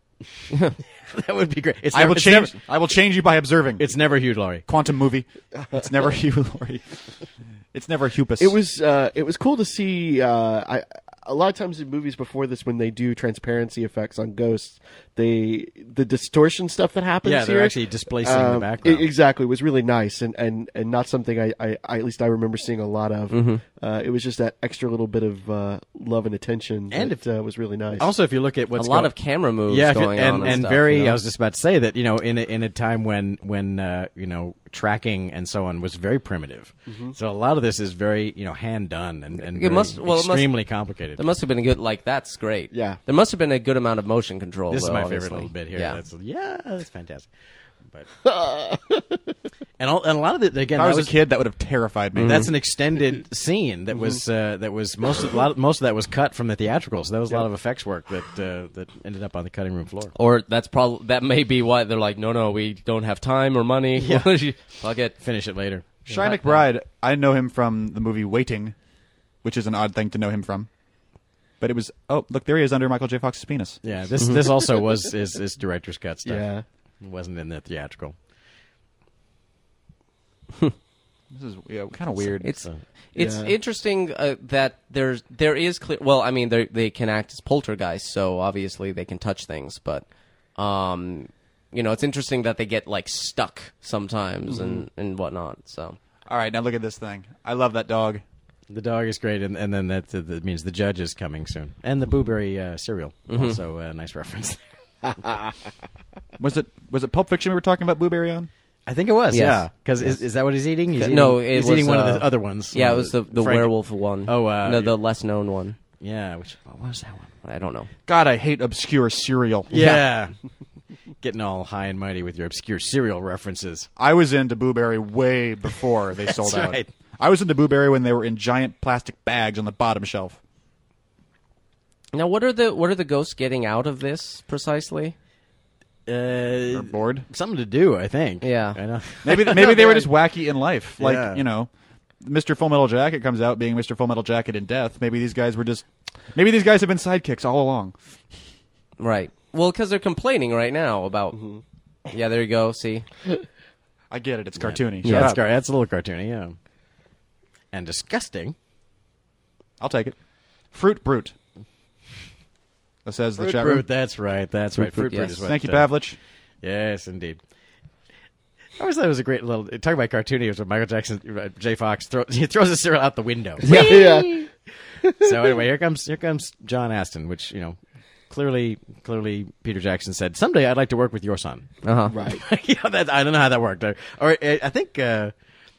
S4: that would be great. It's
S2: I
S4: never-
S2: will
S4: it's
S2: change.
S4: never-
S2: I will change you by observing. It's
S4: It's never Hugh Laurie.
S2: quantum movie. It's never Hugh Laurie. It's never Hupus.
S5: It was uh, it was cool to see. Uh, I a lot of times in movies before this, when they do transparency effects on ghosts, they the distortion stuff that happens.
S4: Yeah, they're
S5: here,
S4: actually displacing the
S5: um,
S4: background.
S5: e- exactly, was really nice and and and not something I, I, I at least I remember seeing a lot of.
S4: Mm-hmm.
S5: Uh, it was just that extra little bit of uh, love and attention,
S4: And
S5: that, uh, was really nice.
S4: Also, if you look at what's
S3: a lot
S4: go-
S3: of camera moves
S4: yeah, if you-
S3: going
S4: and,
S3: on and,
S4: and
S3: stuff,
S4: very.
S3: you know?
S4: I was just about to say that you know, in a, in a time when when uh, you know tracking and so on was very primitive, so a lot of this is very you know hand done and, and
S3: Mm-hmm. It
S4: very
S3: must- well, it must-
S4: extremely complicated.
S3: There must have been a good like that's great.
S5: Yeah.
S3: There must have been a good amount of motion control.
S4: this is
S3: though,
S4: my favorite
S3: obviously.
S4: little bit here.
S3: Yeah.
S4: That's, yeah, that's fantastic. But and, all, and a lot of it again.
S2: If I
S4: that
S2: was,
S4: was Mm-hmm.
S2: a kid, that would have terrified me.
S3: mm-hmm.
S4: That's an extended scene that was uh, that was most of a lot of, most of that was cut from the theatricals. that was a lot of effects work that uh, that ended up on the cutting room floor.
S3: or that's probably that may be why they're like, no, no, we don't have time or money. Fuck it.
S4: Finish it later.
S2: Shy McBride. I know him from the movie Waiting, which is an odd thing to know him from. But it was oh look there he is under Michael J. Fox's penis.
S4: Yeah, this this also was is, is director's cut stuff.
S5: Yeah.
S4: it wasn't in the theatrical.
S2: This is yeah, kind of weird.
S3: It's it's
S5: Yeah.
S3: interesting uh, that there's there is clear. Well, I mean they they can act as poltergeists, so obviously they can touch things. But um, you know, it's interesting that they get like stuck sometimes and
S4: Mm-hmm.
S3: and whatnot. So
S2: all right. Now look at this thing. I love that dog.
S4: The dog is great, and, and then that, that, that means the judge is coming soon, and the blueberry uh, cereal.
S3: Mm-hmm.
S4: Also, a nice reference.
S2: Was it was it Pulp Fiction we were talking about Blueberry on?
S4: I think it was,
S3: Yes.
S4: yeah. Because is, is that what he's eating? He's eating
S3: no, it
S4: he's
S3: was,
S4: eating one of
S3: uh,
S4: the other ones.
S3: Yeah,
S4: Uh,
S3: it was the the
S4: Frank-
S3: werewolf one.
S4: Oh, uh,
S3: no, the
S4: you-
S3: less known one.
S4: Yeah, which what was that one?
S3: I don't know.
S2: God, I hate obscure cereal.
S4: Yeah, getting all high and mighty with your obscure cereal references.
S2: I was into Blueberry way before they sold out.
S4: right.
S2: I was into Blueberry when they were in giant plastic bags on the bottom shelf.
S3: Now, what are the what are the ghosts getting out of this precisely?
S4: Uh,
S2: They're bored.
S4: something to do, I think.
S3: Yeah.
S4: I know.
S2: Maybe maybe they were just wacky in life. Like
S4: Yeah.
S2: you know, Mr. Full Metal Jacket comes out being Mr. Full Metal Jacket in death. Maybe these guys were just. Maybe these guys have been sidekicks all along.
S3: Right. Well, because they're complaining right now about.
S4: Mm-hmm.
S3: Yeah, there you go. See,
S2: I get it. It's cartoony.
S4: Yeah,
S2: Shut
S4: that's,
S2: up.
S4: gar- that's a little cartoony, yeah, and disgusting.
S2: I'll take it. Fruit Brute. That says the
S4: Fruit
S2: chat
S4: Brute,
S2: room.
S4: that's right. That's right. Fruit
S3: Brute,
S4: Brute
S3: yes.
S4: is what.
S2: Thank you,
S4: uh,
S2: Pavlich.
S4: Yes, indeed. I always thought it was a great little. Talking about cartoony, it was when Michael Jackson, uh, Jay Fox, throw, he throws his cereal out the window.
S5: Yeah, yeah.
S4: so anyway, here comes here comes John Aston, which you know, clearly, clearly, Peter Jackson said someday I'd like to work with your son.
S3: uh huh.
S5: Right.
S4: you know, that I don't know how that worked. Or, or uh, I think uh,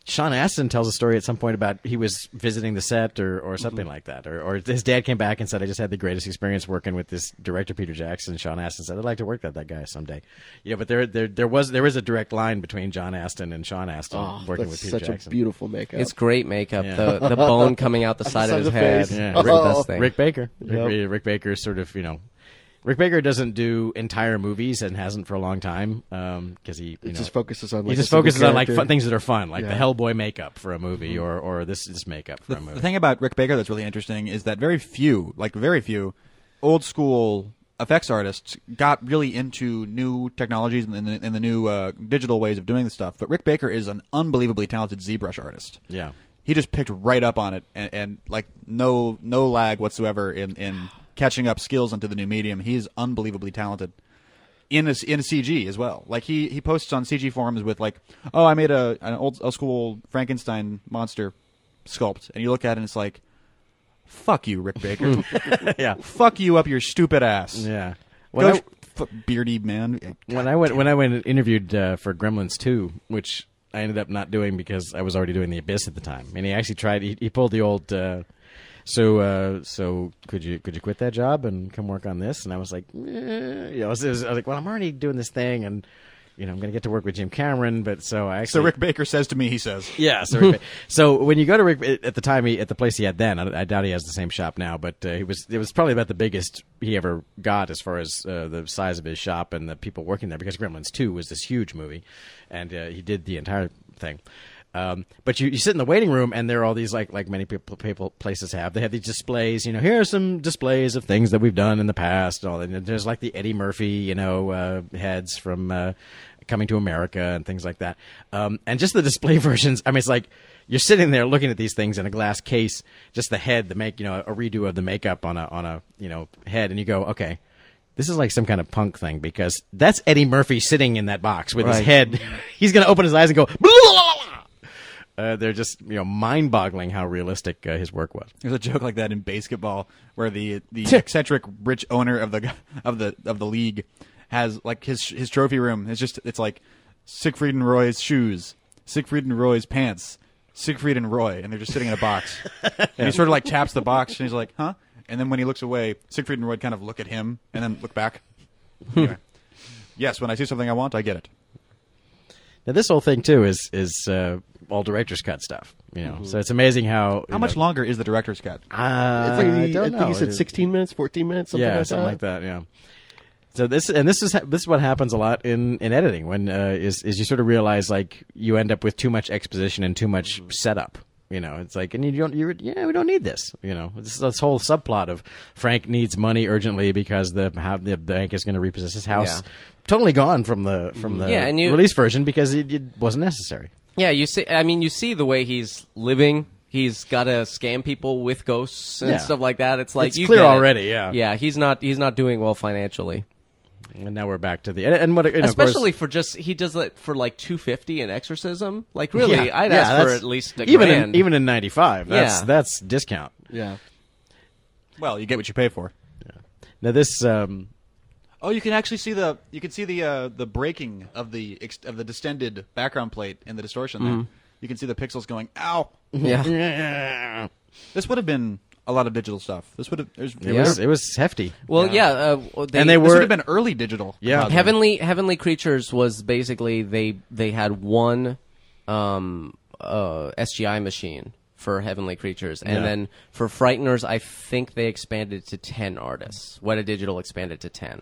S4: Sean Astin tells a story at some point about he was visiting the set or,
S5: Mm-hmm.
S4: or something like that. Or, or his dad came back and said, I just had the greatest experience working with this director, Peter Jackson. Sean Astin said, I'd like to work with that guy someday. You know, but there, there, there was, there is a direct line between John Astin and Sean Astin
S5: Oh,
S4: working with
S5: that's
S4: Peter
S5: such
S4: Jackson.
S5: a beautiful makeup.
S3: It's great makeup.
S4: Yeah.
S3: The the bone coming out the
S5: side
S3: side of his
S5: of the
S3: head. Oh.
S5: face.
S4: Yeah,
S3: It's the
S5: Uh-oh.
S3: best thing.
S4: Rick Baker.
S5: Yep.
S4: Rick, Rick Baker is sort of, you know, Rick Baker doesn't do entire movies and hasn't for a long time because he, you
S5: it
S4: know,
S5: just focuses on. Like,
S4: he
S5: a
S4: just
S5: single
S4: focuses on like
S5: character.
S4: fun, things that are fun, like the
S5: Yeah.
S4: Hellboy makeup for a movie, or or this this makeup for
S2: The,
S4: a movie.
S2: the thing about Rick Baker that's really interesting is that very few, like very few, old school effects artists got really into new technologies and the, and the new uh, digital ways of doing this stuff. But Rick Baker is an unbelievably talented ZBrush artist.
S4: Yeah.
S2: he just picked right up on it, and, and like no no lag whatsoever in in catching up skills into the new medium. He's unbelievably talented. in a, in CG as well. Like he he posts on CG forums with like, oh, I made a an old, old school Frankenstein monster sculpt, and you look at it and it's like, fuck you, Rick Baker,
S4: yeah,
S2: fuck you up your stupid ass,
S4: yeah. When
S2: Go
S4: I,
S2: sh- f- beardy man.
S4: when I went when I went and interviewed uh, for Gremlins two, which I ended up not doing because I was already doing the Abyss at the time, and he actually tried. He, he pulled the old. Uh, so uh, so could you could you quit that job and come work on this? And I was like, eh. you know, I was, I was like, well, I'm already doing this thing, and you know, I'm going to get to work with Jim Cameron, but so I
S2: So
S4: actually
S2: Rick Baker says to me, he says,
S4: Yeah. So, Rick Ba- so when you go to Rick at the time he, at the place he had then, I, I doubt he has the same shop now, but uh, he was it was probably about the biggest he ever got as far as uh, the size of his shop and the people working there because Gremlins Two was this huge movie, and uh, he did the entire thing. Um, but you, you sit in the waiting room and there are all these like like many people, people places have they have these displays you know here are some displays of things that we've done in the past and all that. and there's like the Eddie Murphy you know uh, heads from uh, coming to America and things like that. Um, and just the display versions. I mean, it's like you're sitting there looking at these things in a glass case, just the head, the make, you know, a redo of the makeup on a on a you know head, and you go, okay, this is like some kind of punk thing because that's Eddie Murphy sitting in that box with his
S3: Right.
S4: head. He's gonna open his eyes and go. "Blah-la-la-la-la." Uh, they're just you know mind-boggling how realistic uh, his work was.
S2: There's a joke like that in basketball where the the eccentric rich owner of the of the of the league has like his his trophy room. It's just it's like Siegfried and Roy's shoes, Siegfried and Roy's pants, Siegfried and Roy, and they're just sitting in a box. and he sort of like taps the box and he's like, huh? And then when he looks away, Siegfried and Roy kind of look at him and then look back. Anyway. yes, when I see something I want, I get it.
S4: Now this whole thing too is is uh, all director's cut stuff. You know, so it's amazing how
S2: How much longer is the director's cut?
S4: Uh,
S5: It's like
S4: I
S5: the-
S4: don't
S5: I, think
S4: know.
S5: you said
S4: It-
S5: 16 minutes, 14 minutes, something
S4: yeah,
S5: like
S4: something
S5: that.
S4: like that. Yeah. So this and this is ha- this is what happens a lot in in editing when uh, is is you sort of realize like you end up with too much exposition and too much setup. You know, it's like, and you don't, you yeah, we don't need this. You know, this, this whole subplot of Frank needs money urgently because the how the bank is going to repossess his house.
S3: Yeah.
S4: Totally gone from the from the
S3: Yeah, and you-
S4: release version because it, it wasn't necessary.
S3: Yeah, you see. I mean, you see the way he's living. He's got to scam people with ghosts and
S4: Yeah.
S3: stuff like that. It's like
S4: It's
S3: you
S4: clear
S3: get it.
S4: already, yeah.
S3: yeah. He's not. He's not doing well financially,
S4: And now we're back to the and, and what and of course-
S3: especially for just he does it for like two fifty an exorcism. Like really,
S4: Yeah,
S3: I'd
S4: yeah,
S3: ask for
S4: that's-
S3: at least a
S4: even
S3: grand.
S4: in, even in ninety five. That's
S3: Yeah.
S4: that's discount.
S5: Yeah.
S2: Well, you get what you pay for.
S4: Now this um,
S2: Oh, you can actually see the you can see the uh, the breaking of the ex- of the distended background plate and the distortion. There, you can see the pixels going. Ow!
S3: yeah,
S2: This would have been a lot of digital stuff. This would have. There's,
S4: it
S3: Yeah.
S4: was it was hefty.
S3: well, yeah. uh, well,
S4: And they
S2: This
S4: were-
S2: would have been early digital.
S4: Yeah.
S2: probably.
S3: Heavenly Heavenly Creatures was basically they they had one um uh SGI machine for Heavenly Creatures and
S4: Yeah.
S3: then for Frighteners I think they expanded to 10 artists. Weta Digital expanded to 10.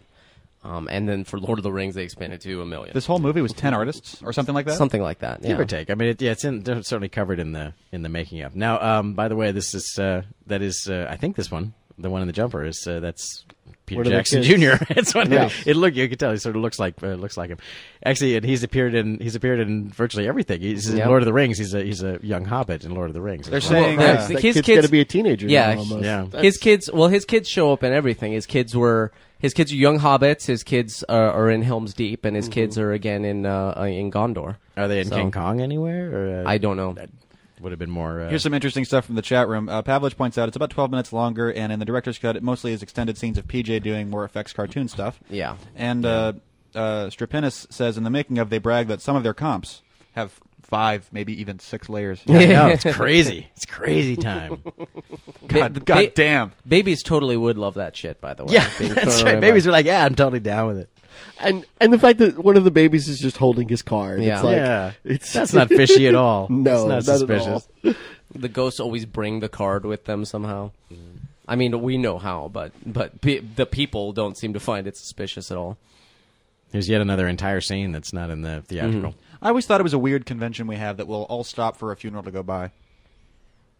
S3: Um and then for Lord of the Rings they expanded to a million.
S2: This whole movie was ten artists or something like that.
S3: Something like that.
S4: give
S3: yeah.
S4: or take. I mean, it, yeah, it's in, it's certainly covered in the in the making of. Now, um, by the way, this is uh, that is uh, I think this one, the one in the jumper, is uh, that's Peter
S5: One of the
S4: Jackson
S5: kids.
S4: Jr. it's one. of the-
S5: Yeah.
S4: It look you can tell he sort of looks like uh, looks like him. Actually, and he's appeared in he's appeared in virtually everything. He's in
S3: Yep.
S4: Lord of the Rings. He's a he's a young hobbit in Lord of the Rings.
S2: They're
S4: Well,
S2: saying
S3: Well,
S2: uh,
S3: that's-
S5: That
S3: His
S5: kid's
S3: kids-
S5: got to be a teenager.
S3: Yeah,
S5: now, almost.
S4: yeah.
S5: That's-
S3: his kids. Well, his kids show up in everything. His kids were his kids are young hobbits. His kids are, are in Helm's Deep, and his
S4: Mm-hmm.
S3: kids are again in uh, uh, in Gondor.
S4: are they in
S3: So-
S4: King Kong anywhere? Or, uh,
S3: I don't know.
S4: would have been more. Uh,
S2: Here's some interesting stuff from the chat room. Uh, Pavlich points out it's about 12 minutes longer, and in the director's cut, it mostly is extended scenes of PJ doing more effects cartoon stuff.
S3: Yeah.
S2: And uh, uh, Strapinis says in the making of, they brag that some of their comps have five, maybe even six layers.
S4: I know, it's crazy. It's crazy time.
S3: God,
S2: God damn.
S3: Babies totally would love that shit, by the way.
S4: yeah,
S3: They
S4: that's
S3: totally
S4: right.
S3: would.
S4: Babies are like, yeah, I'm totally down with it.
S5: And and the fact that one of the babies is just holding his card.
S3: Yeah.
S5: It's like,
S4: yeah,
S5: It's
S4: that's not fishy at all.
S5: No,
S4: it's
S5: not
S4: not
S5: at
S4: suspicious.
S5: all.
S3: the ghosts always bring the card with them somehow. I mean, we know how, but but pe- the people don't seem to find it suspicious at all.
S4: There's yet another entire scene that's not in the theatrical.
S2: I always thought it was a weird convention we have that we'll all stop for a funeral to go by.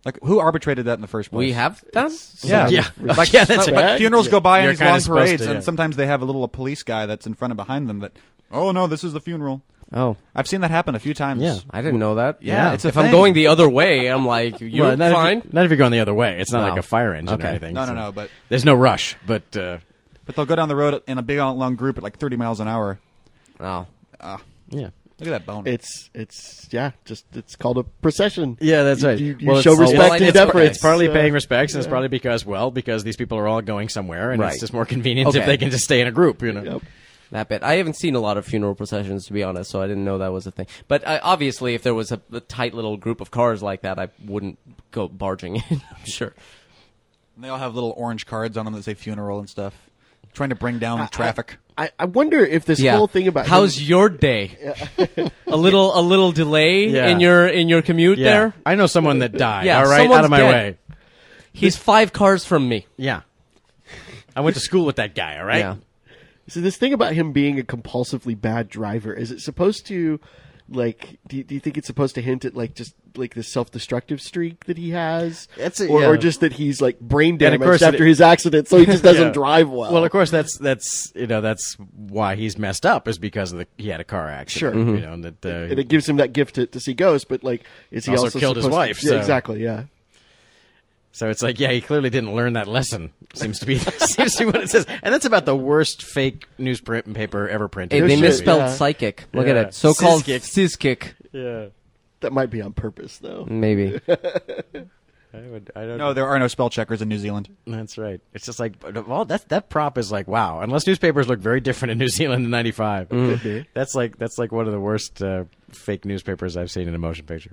S2: Like, who arbitrated that in the first place?
S3: We have them.
S2: Yeah,
S4: Yeah.
S2: Like,
S4: Yeah, that's
S2: like,
S4: right.
S2: funerals go by in
S4: You're
S2: these
S4: kinda
S2: long
S4: supposed
S2: parades,
S4: to, yeah.
S2: and sometimes they have a little police guy that's in front and behind them. That, oh no, this is the funeral.
S3: Oh,
S2: I've seen that happen a few times.
S4: Yeah.
S3: I didn't know that.
S2: Yeah, it's a
S3: if
S2: thing.
S3: I'm going the other way, I'm like, you're
S4: Well, not
S3: fine.
S4: If you, not if you're going the other way. It's not
S3: No.
S4: like a fire engine or
S3: Okay.
S4: anything.
S2: No, no,
S4: so-
S2: no, but-
S4: there's no rush. But uh,
S2: But they'll go down the road in a big long group at like 30 miles an hour.
S3: Oh.
S4: yeah,
S2: Look at that bone.
S5: It's it's yeah, just it's called a procession.
S4: yeah, that's
S5: You-
S4: right.
S5: You, you show respect
S3: well,
S5: and
S3: it's-
S5: deference.
S4: It's partly
S5: uh,
S4: paying respects, and it's probably because well, because these people are all going somewhere, and
S3: Right.
S4: it's just more convenient if
S3: Okay.
S4: they can just stay in a group. You know,
S5: Yep.
S3: That bit. I haven't seen a lot of funeral processions, to be honest, so I didn't know that was a thing. But I, obviously, if there was a, a tight little group of cars like that, I wouldn't go barging in. I'm sure.
S2: And they all have little orange cards on them that say funeral and stuff, trying to bring down traffic.
S5: I, I wonder if this whole thing about
S3: how's
S5: him,
S3: your day? a little, a little delay
S4: Yeah.
S3: in your in your commute.
S4: yeah.
S3: There,
S4: I know someone that died.
S3: Yeah,
S4: all right, out
S3: someone's
S4: of my
S3: dead.
S4: way.
S3: he's five cars from me.
S4: Yeah, I went to school with that guy. All right.
S3: Yeah,
S5: so this thing about him being a compulsively bad driver is it supposed to like do you, do you think it's supposed to hint at like just like the self-destructive streak that he has
S4: That's a-
S5: or, or
S4: yeah.
S5: just that he's like brain
S4: And of course
S5: damaged after
S4: it-
S5: his accident so he just doesn't
S4: Yeah.
S5: drive well
S4: Well, of course, that's that's you know that's why he's messed up is because of the he had a car accident.
S5: Sure.
S4: you know and that uh,
S5: and it gives him that gift to, to see ghosts but like is he
S4: Also
S5: also,
S4: killed his
S5: supposed to-
S4: wife,
S5: yeah,
S4: so-
S5: exactly yeah
S4: So it's like, yeah, he clearly didn't learn that lesson. Seems to be seems to be what it says, and that's about the worst fake newsprint and paper ever printed.
S3: hey, they
S5: shit,
S3: misspelled
S5: yeah.
S3: psychic. Look
S4: Yeah.
S3: at it. So called
S4: Siskick.
S3: siskick.
S4: Yeah,
S5: that might be on purpose though
S4: Mm.
S3: Maybe.
S4: I would. I don't.
S2: No, there are no spell checkers in New Zealand.
S4: that's right. It's just like, well, that that prop is like, wow. Unless newspapers look very different in New Zealand in '95,
S3: Mm-hmm.
S5: be.
S4: that's like that's like one of the worst uh, fake newspapers I've seen in a motion picture.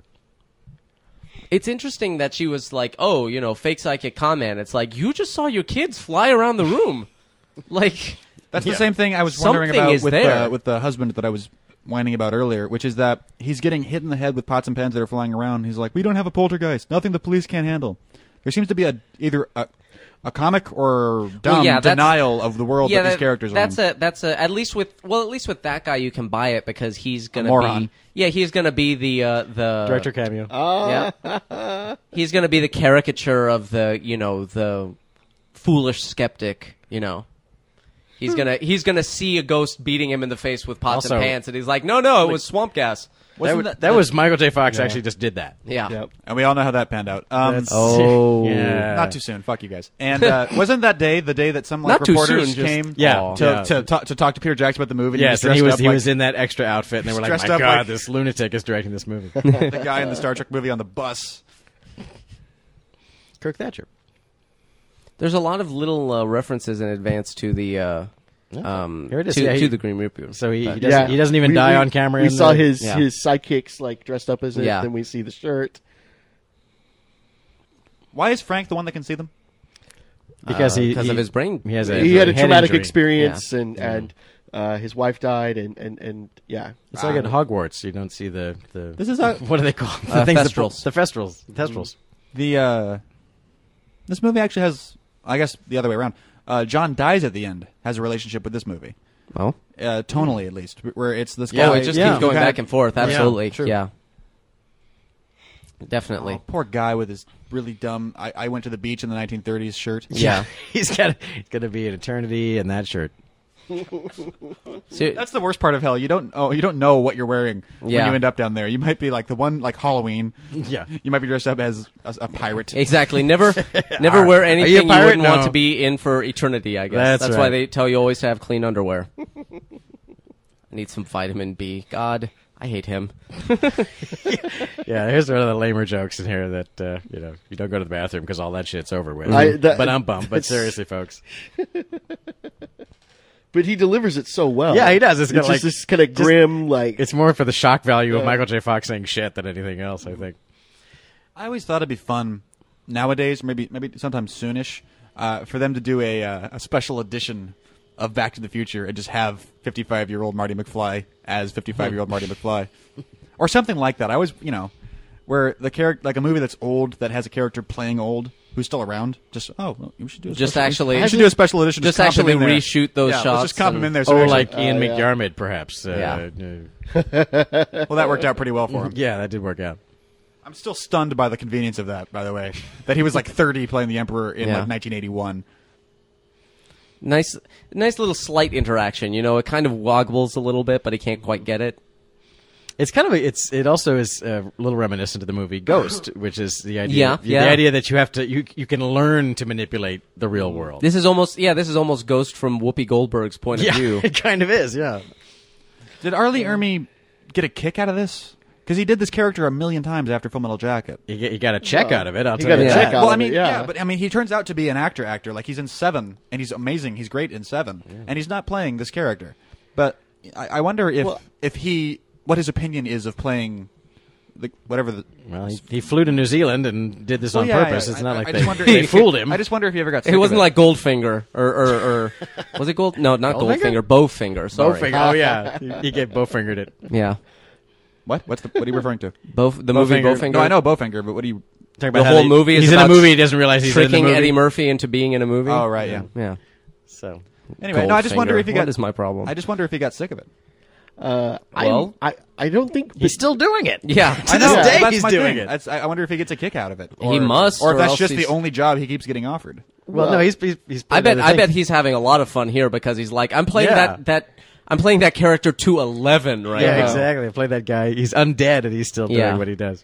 S3: It's interesting that she was like, "Oh, you know, fake psychic comment." It's like you just saw your kids fly around the room, like
S2: That's the same thing I was wondering
S3: Something
S2: about
S3: is
S2: with
S3: there.
S2: the, with the husband that I was whining about earlier, which is that he's getting hit in the head with pots and pans that are flying around. He's like, "We don't have a poltergeist. Nothing the police can't handle." There seems to be a either a, a comic or dumb
S3: Well, yeah, that's-
S2: denial of the world that, these characters
S3: That's
S2: are in.
S3: a that's a at least with well at least with that guy you can buy it because he's gonna
S2: moron.
S3: be yeah he's gonna be the uh, the
S4: Director cameo.
S3: yeah he's gonna be the caricature of the you know the foolish skeptic you know He's gonna he's gonna see a ghost beating him in the face with pots
S4: Hmm. Also-
S3: and pans, and he's like, no, no, it was swamp gas.
S4: That,
S2: Wasn't
S4: was- that was Michael J. Fox actually just did that.
S3: Yeah.
S5: Yep.
S2: And we all know how that panned out. Um,
S5: That's-
S4: Oh,
S2: Yeah. Not too soon. Fuck you guys. And uh, wasn't that day the day that some like
S3: Uh, Not too
S2: reporters
S3: soon, just-
S2: came
S4: Yeah.
S2: to,
S4: Yeah.
S2: To, talk, to talk to Peter Jackson about the movie?
S4: Yes, and
S2: and
S4: he was
S2: dressed
S4: he
S2: up
S4: was in that extra outfit, and they were like,
S2: dressed
S4: "My
S2: up
S4: God,
S2: like-
S4: this lunatic is directing this movie."
S2: like the guy in the Star Trek movie on the bus.
S4: Kirk Thatcher.
S3: There's a lot of little uh, references in advance to the uh, um,
S4: Here it is.
S3: to,
S4: Yeah, he-
S3: to the Green Reaper.
S4: So he, he
S3: But-
S4: doesn't he doesn't even
S5: We-
S4: die
S5: we-
S4: on camera.
S5: We
S4: in
S5: saw
S4: the-
S5: his
S3: yeah.
S5: his sidekicks like dressed up as it.
S3: Yeah.
S5: Then we see the shirt.
S2: Why is Frank the one that can see them?
S4: because he
S3: because
S4: he-
S3: uh, of his brain.
S4: He has a
S5: he had a
S4: head
S5: traumatic
S4: injury. Mm-hmm.
S5: experience, and and uh, his wife died, and and and yeah. Um,
S4: It's like at Hogwarts, you don't see the the.
S2: This is a-
S4: what do they call them? the
S3: Uh,
S4: things that-
S3: Thestrals. Mm.
S4: the Thestrals. The Thestrals.
S2: The uh, this movie actually has, I guess, the other way around. Uh, John dies at the end. Has a relationship with this movie,
S3: Oh,
S2: uh, tonally at least, where it's this.
S3: yeah,
S2: guy-
S3: it just
S4: yeah.
S3: keeps going
S2: Kinda-
S3: back and forth. Absolutely,
S4: true.
S3: yeah, definitely.
S2: Oh, poor guy with his really dumb. I, I went to the beach in the 1930s shirt.
S3: Yeah.
S4: he's got. It's gonna be an eternity in that shirt.
S3: So-
S2: That's the worst part of hell. You don't oh you don't know what you're wearing when
S3: Yeah.
S2: you end up down there. You might be like the one like Halloween.
S4: Yeah.
S2: You might be dressed up as a, a pirate.
S3: Exactly. Never, never wear
S4: you a
S3: anything you,
S4: pirate?
S3: wouldn't
S4: No.
S3: want to be in for eternity. I guess
S4: That's
S3: that's, why
S4: right.
S3: they tell you always to have clean underwear. I need some vitamin B. God, I hate him.
S4: Yeah, here's one of the lamer jokes in here that uh, you know you don't go to the bathroom because all that shit's over with.
S5: I- that-
S4: but I'm bummed. But
S5: that's-
S4: seriously, folks.
S5: But he delivers it so well.
S4: Yeah, he does. It's got,
S5: just
S4: like-
S5: this kind of
S4: just-
S5: grim, like
S4: It's more for the shock value of
S5: Yeah.
S4: Michael J. Fox saying shit than anything else. I think.
S2: I always thought it'd be fun nowadays, maybe maybe sometime soonish, uh, for them to do a uh, a special edition of Back to the Future and just have 55 year old Marty McFly as 55 year old Marty McFly, or something like that. I always you know where the character like a movie that's old that has a character playing old who's still around. Just oh, well, we should do a
S3: Just
S2: special-
S3: actually-
S2: we should do a special edition.
S3: Just
S2: comp him
S3: actually
S2: in there.
S3: reshoot those
S2: yeah, Let's just
S3: shots
S2: comp him
S3: and- oh,
S2: in there. So
S4: Or
S2: actually-
S4: like Ian
S5: yeah.
S4: McDiarmid, perhaps. Uh, Oh, yeah.
S2: well, that worked out pretty well for him.
S4: yeah, that did work out.
S2: I'm still stunned by the convenience of that. By the way, that he was like 30 playing the Emperor in
S3: Yeah.
S2: like 1981.
S3: Nice, nice little slight interaction. You know, it kind of wobbles a little bit, but he can't quite get it.
S4: It's kind of a, it's it also is a little reminiscent of the movie Ghost, which is the idea
S3: Yeah,
S4: the,
S3: yeah.
S4: idea that you have to you you can learn to manipulate the real world.
S3: This is almost, yeah, this is almost Ghost from Whoopi Goldberg's point of
S4: yeah,
S3: view.
S4: it kind of is. Yeah,
S2: Did Arlie Ermy get a kick out of this? Because he did this character a million times after Full Metal Jacket.
S4: you, get- you got a check out of it. I'll
S5: he
S4: tell
S5: got
S4: you
S5: a
S4: that.
S5: check out
S2: Well, I
S5: of
S2: mean,
S5: it,
S2: yeah.
S5: yeah.
S2: but I mean, he turns out to be an actor. Actor, like he's in Seven, and he's amazing. He's great in Seven, and he's not playing this character. But I, I wonder if
S5: Well-
S2: if he what his opinion is of playing the whatever the.
S4: Well, he, he flew to New Zealand and did this
S2: Well,
S4: on
S2: Oh, yeah,
S4: purpose.
S2: yeah,
S4: It's not
S2: I-
S4: like
S2: I
S4: they,
S2: just wonder-
S4: they fooled him.
S2: I just wonder if he ever got. Sick
S3: It
S2: of
S3: wasn't like Goldfinger or or, or was it Gold? No, not
S4: Goldfinger?
S3: Goldfinger. Bowfinger. Sorry.
S4: Bowfinger. Oh yeah, he, he get bowfingered it.
S3: Yeah.
S2: what? What's the, what are you referring to?
S3: Bow, the movie
S4: Bowfinger.
S3: Bowfinger.
S2: No, I know Bowfinger, but what do you?
S4: Talking
S3: The
S4: about how
S3: whole
S4: they-
S3: movie is
S4: he's in a
S3: about
S4: movie. He doesn't realize he's in the
S3: Tricking
S4: movie.
S3: Eddie Murphy into being in a movie.
S2: Oh right, yeah.
S3: Yeah.
S4: So
S2: Anyway, no, I just wonder
S3: Goldfinger.
S2: if he got.
S3: What is my problem?
S2: I just wonder if he got sick of it.
S5: uh,
S3: Well-
S5: I, I I don't think
S4: he's still doing it.
S3: yeah.
S4: To this
S5: know,
S4: day,
S2: that's
S4: he's
S2: my
S4: doing
S2: thing.
S4: it.
S2: That's- I I wonder if he gets a kick out of it.
S3: He must,
S2: or if
S3: or
S2: that's
S3: else
S2: just the
S3: he's-
S2: only job he keeps getting offered.
S4: Well, no, he's he's. he's
S3: I bet.
S4: another
S3: I
S4: thing.
S3: bet he's having a lot of fun here because he's like, I'm playing
S4: Yeah.
S3: that that I'm playing that character to eleven right
S4: Yeah,
S3: now.
S4: exactly. I play that guy. He's undead, and he's still doing
S3: Yeah.
S4: what he does.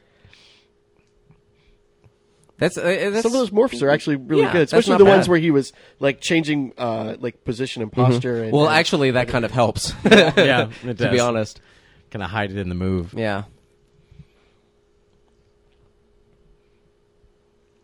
S3: That's, uh, that's
S5: some of those morphs are actually really
S3: Yeah,
S5: good,
S3: that's
S5: especially
S3: not
S5: the
S3: bad.
S5: ones where he was like changing uh, like position and
S4: Mm-hmm.
S5: posture. And, uh,
S3: Well,
S5: and-
S3: actually, that kind of helps.
S4: Yeah, it
S3: to be honest.
S4: kind of hide it in the move.
S3: Yeah.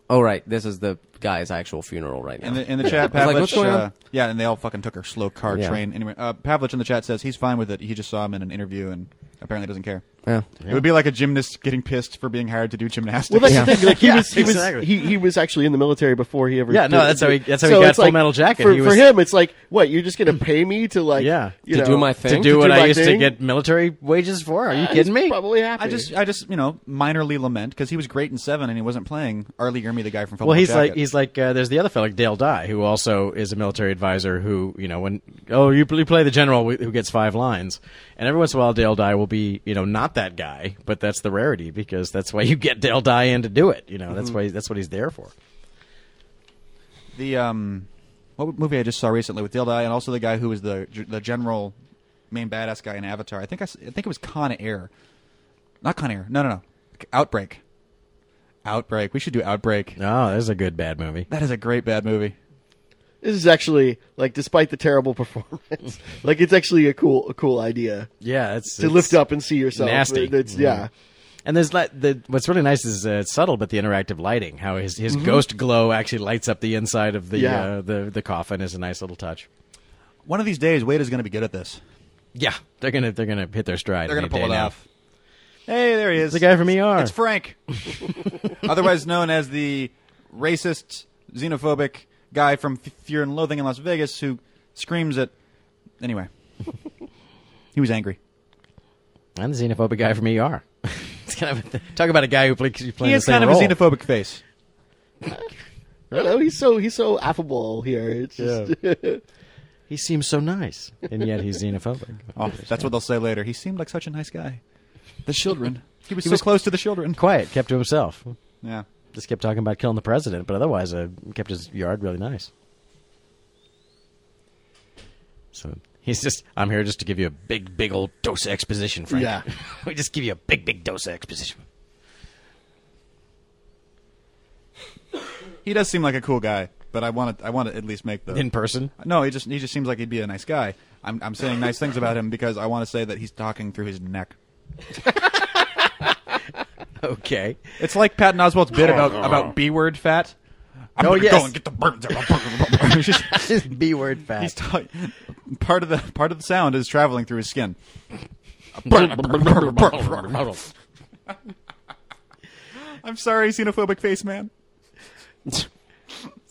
S3: Oh right, this is the guy's actual funeral right now.
S2: In the, in the chat,
S3: I was
S2: Pavlich.
S3: like, "What's going
S2: uh,
S3: on?"
S2: yeah, and they all fucking took her slow car
S3: Yeah.
S2: train. Anyway, uh, Pavlich in the chat says he's fine with it. He just saw him in an interview and apparently doesn't care.
S3: yeah.
S2: It would be like a gymnast getting pissed for being hired to do gymnastics.
S5: well, that's the thing. Like, he
S4: Yeah,
S5: was, he, was
S4: exactly.
S5: he, he was actually in the military before he ever.
S4: Yeah, no,
S5: did-
S4: that's how he- that's how he
S5: so
S4: got
S5: it's
S4: Full
S5: like,
S4: Metal Jacket.
S5: For,
S4: He
S5: for
S4: was-
S5: him, it's like, what? You're just gonna pay me to like,
S4: Yeah.
S5: you
S3: To
S5: know,
S3: do my thing?
S4: To do what
S5: do
S4: I
S5: my
S4: used to
S5: thing?
S4: get military wages for? Are you
S5: He's
S4: kidding me?
S5: Probably happy.
S2: I just, I just, you know, minorly lament because he was great in seven and he wasn't playing Arlie Ermy, the guy from. Full
S4: Well,
S2: Metal
S4: he's like
S2: Jacket.
S4: he's like uh, there's the other fellow, like Dale Dye, who also is a military advisor. Who you know when oh you, you play the general wh- who gets five lines, and every once in a while Dale Dye will be you know not that guy, but that's the rarity because that's why you get Dale Dye in to do it. You know that's why that's what he's there for.
S2: the um, what movie I just saw recently with Dilda and also the guy who was the the general main badass guy in Avatar. I think I, s- I think it was Con Air, not Con Air. No, no, no. Outbreak. Outbreak. We should do Outbreak.
S4: Oh, there's a good bad movie.
S2: That is a great bad movie.
S5: This is actually like, despite the terrible performance, like it's actually a cool, a cool idea
S4: Yeah, it's
S5: to lift up and see yourself.
S4: nasty.
S5: It's- yeah.
S4: And there's li- the what's really nice is uh, it's subtle, but the interactive lighting, how his his
S2: Mm-hmm.
S4: ghost glow actually lights up the inside of the
S5: Yeah.
S4: uh, the the coffin, is a nice little touch.
S2: One of these days, Wade is going to be good at this.
S4: Yeah, they're gonna they're gonna hit their stride.
S2: They're going
S4: any
S2: to pull
S4: day
S2: it
S4: now.
S2: off. Hey, there he is.
S4: The guy from ER.
S2: It's Frank, otherwise known as the racist, xenophobic guy from F- Fear and Loathing in Las Vegas who screams at. Anyway, he was angry.
S4: and the xenophobic guy from ER. it's kind of a th- talk about a guy who plays
S2: he
S4: playing the
S2: has
S4: same
S2: kind of
S4: role.
S2: a xenophobic face.
S4: Mm-hmm.
S5: I don't know. He's so he's so affable here. It's just
S4: He seems so nice, and yet he's xenophobic.
S2: Oh, that's what they'll say later. He seemed like such a nice guy. The children. He was
S4: He
S2: so
S4: was-
S2: close to the children.
S4: Quiet, kept to himself.
S2: Yeah.
S4: Just kept talking about killing the president, but otherwise, uh, kept his yard really nice. So he's just, I'm here just to give you a big, big old dose of exposition, Frank.
S5: Yeah.
S4: we just give you a big, big dose of exposition.
S2: He does seem like a cool guy, but I want to. I want to at least make the
S4: In person?
S2: No, he just he just seems like he'd be a nice guy. I'm I'm saying nice things about him because I want to say that he's talking through his neck.
S4: Okay.
S2: It's like Patton Oswald's bit about about B word fat. I'm
S4: Oh,
S2: gonna
S4: yes.
S2: go and get the birds. He's just-
S4: Just B word fat.
S2: he's talk- part of the part of the sound is traveling through his skin. I'm sorry, xenophobic face man.
S4: It's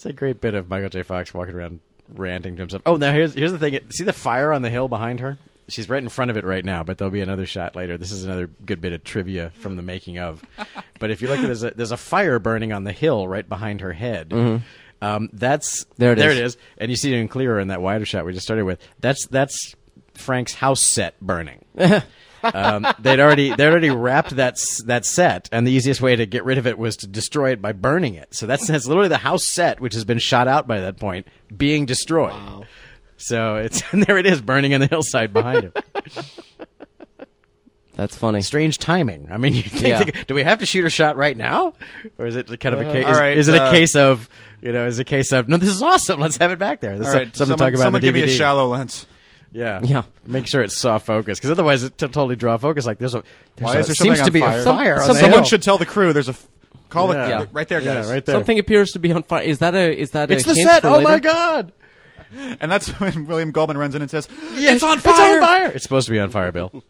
S4: a great bit of Michael J. Fox walking around ranting to himself. Oh, now here's here's the thing. See the fire on the hill behind her? She's right in front of it right now, but there'll be another shot later. This is another good bit of trivia from the making of. But if you look, there's a, there's a fire burning on the hill right behind her head. Um, that's
S3: Mm-hmm. There it
S4: there
S3: is.
S4: it is, and you see it even clearer in that wider shot we just started with. That's that's Frank's house set burning. um, they'd already they'd already wrapped that s- that set, and the easiest way to get rid of it was to destroy it by burning it. So that's that's literally the house set, which has been shot out by that point, being destroyed. So it's and there it is, burning in the hillside behind him.
S3: That's funny.
S4: Strange timing. I mean, you think,
S3: Yeah.
S4: do we have to shoot a shot right now, or is it kind of a case?
S2: all
S4: Is,
S2: right,
S4: is it a
S2: uh,
S4: case of you know? Is it a case of no? This is awesome. Let's have it back there. This
S2: All
S4: is
S2: right, someone,
S4: something to talk about.
S2: someone
S4: in the
S2: give me a
S4: DVD.
S2: shallow lens.
S4: Yeah,
S3: Yeah.
S4: Make sure it's soft focus, because otherwise it t- totally draw focus. Like there's a there's
S2: Why
S4: a-
S2: is there
S4: seems
S2: something
S4: to
S2: on fire?
S4: be a fire. on
S3: Some-
S4: the
S3: someone
S2: Someone
S4: hill.
S2: should tell the crew. There's a f- call.
S4: Yeah.
S2: The, right there, guys.
S4: Yeah, right there.
S3: Something appears to be on fire. Is that a is that
S4: It's
S3: a
S4: the
S3: hint
S4: set.
S3: for
S4: Oh
S3: later?
S4: my god!
S2: And that's when William Goldman runs in and says,
S4: Yes,
S2: "It's on
S4: It's
S2: fire!"
S4: on fire. It's supposed to be on fire, Bill.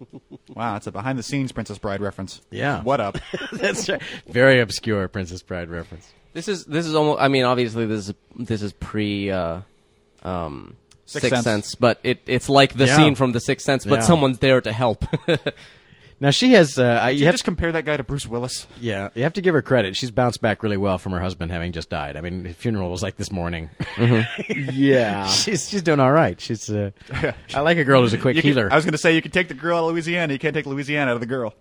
S2: Wow, it's a behind-the-scenes Princess Bride reference.
S4: Yeah.
S2: What up?
S4: That's right. Very obscure Princess Bride reference.
S3: This is this is almost. I mean, obviously this is this is pre. Uh, um,
S2: Sixth Sense.
S3: but it, it's like the
S4: Yeah.
S3: scene from The Sixth Sense, but
S4: Yeah.
S3: someone's there to help.
S4: Now she has. Uh, I-
S2: you
S4: you have
S2: just compare that guy to Bruce Willis.
S4: Yeah, you have to give her credit. She's bounced back really well from her husband having just died. I mean, his funeral was like this morning.
S5: yeah.
S4: she's she's doing all right. She's. Uh, I like a girl who's a quick
S2: You can-
S4: healer.
S2: I was going to say you can take the girl out of Louisiana. You can't take Louisiana out of the girl.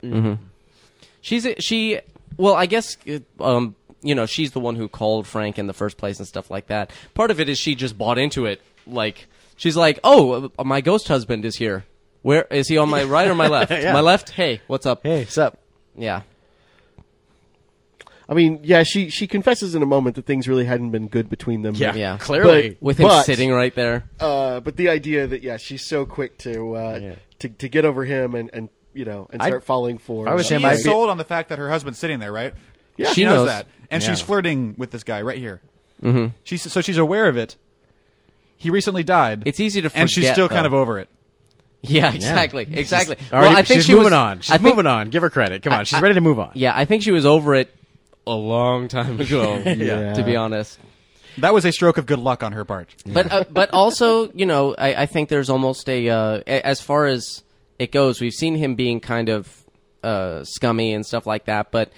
S3: She's a, she. Well, I guess uh, um, you know she's the one who called Frank in the first place and stuff like that. Part of it is she just bought into it. Like she's like, oh, uh, my ghost husband is here. Where is he on my right or my left?
S4: Yeah.
S3: My left. Hey, what's up?
S4: hey, what's up?
S3: Yeah.
S5: I mean, yeah. She she confesses in a moment that things really hadn't been good between them.
S4: Yeah,
S3: Yeah.
S4: clearly.
S5: But-
S3: With him
S5: But-
S3: sitting right there.
S5: Uh, but the idea that yeah, she's so quick to uh,
S4: Yeah.
S5: to to get over him and and you know and
S4: I-
S5: start falling for.
S4: I was
S2: She
S4: him,
S5: Yeah.
S4: I'd
S2: is
S4: be-
S2: sold on the fact that her husband's sitting there, right?
S5: Yeah.
S2: she
S3: She
S2: knows,
S3: knows.
S2: that, and
S4: Yeah.
S2: she's flirting with this guy right here. Mm-hmm. She's so she's aware of it. He recently died.
S3: It's easy to
S2: and she's
S3: forget,
S2: still kind of
S3: though.
S2: over it.
S3: Yeah. Exactly. Exactly.
S4: All right,
S3: well, I think
S4: she's
S3: she
S4: moving
S3: was,
S4: on. She's
S3: I think-
S4: moving on. Give her credit. Come on, she's ready to move on.
S3: Yeah, I think she was over it a long time ago.
S5: Yeah.
S3: To be honest.
S2: That was a stroke of good luck on her part.
S3: but uh, but also you know I, I think there's almost a uh, a- as far as it goes we've seen him being kind of uh, scummy and stuff like that but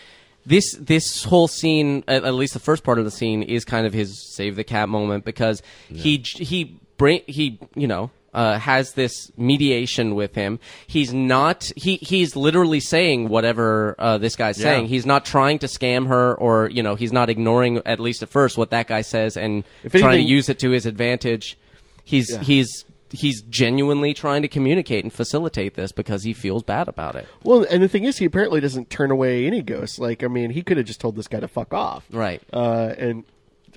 S3: this this whole scene at, at least the first part of the scene is kind of his save the cat moment because he j- he bring he you know uh, has this mediation with him. He's not. He he's literally saying whatever uh, this guy's
S2: Yeah.
S3: saying. He's not trying to scam her, or you know, he's not ignoring at least at first what that guy says and
S5: If
S3: trying to
S5: anything-
S3: use it to his advantage. He's he's he's genuinely trying to communicate and facilitate this because he feels bad about it.
S5: Well, and the thing is, he apparently doesn't turn away any ghosts. Like, I mean, he could have just told this guy to fuck off,
S3: Right.
S5: Uh, and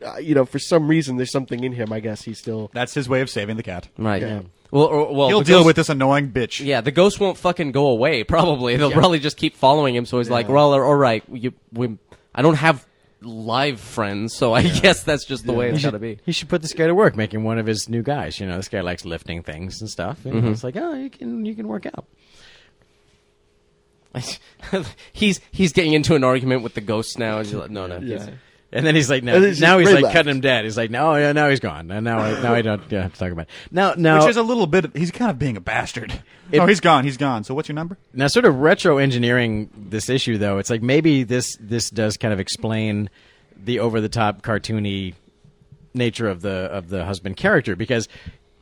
S5: uh, you know, for some reason, there's something in him. I guess he's still.
S2: That's his way of saving the cat.
S3: Right. Well, or, well,
S2: He'll
S3: the
S2: deal
S3: ghost-
S2: with this annoying bitch.
S3: Yeah, the ghost won't fucking go away. Probably they'll probably just keep following him. So he's like, "Well, all right, you, we, I don't have live friends, so I guess that's just the way it's got to be."
S4: He should put this guy to work, making one of his new guys. You know, this guy likes lifting things and stuff. And it's like, oh, you can you can work out.
S3: he's he's getting into an argument with the ghost now. And he's like, "No, no, he's-
S4: And then he's like, no,
S5: And it's just
S4: now he's like
S5: relax.
S4: cutting him dead. He's like, no, yeah, now he's gone. And now I, now I don't yeah, have to talk about it. Now, now,
S2: Which is a little bit. He's kind of being a bastard. oh, he's gone. He's gone. So what's your number?
S4: Now, sort of retro engineering this issue, though, it's like maybe this this does kind of explain the over the top cartoony nature of the of the husband character because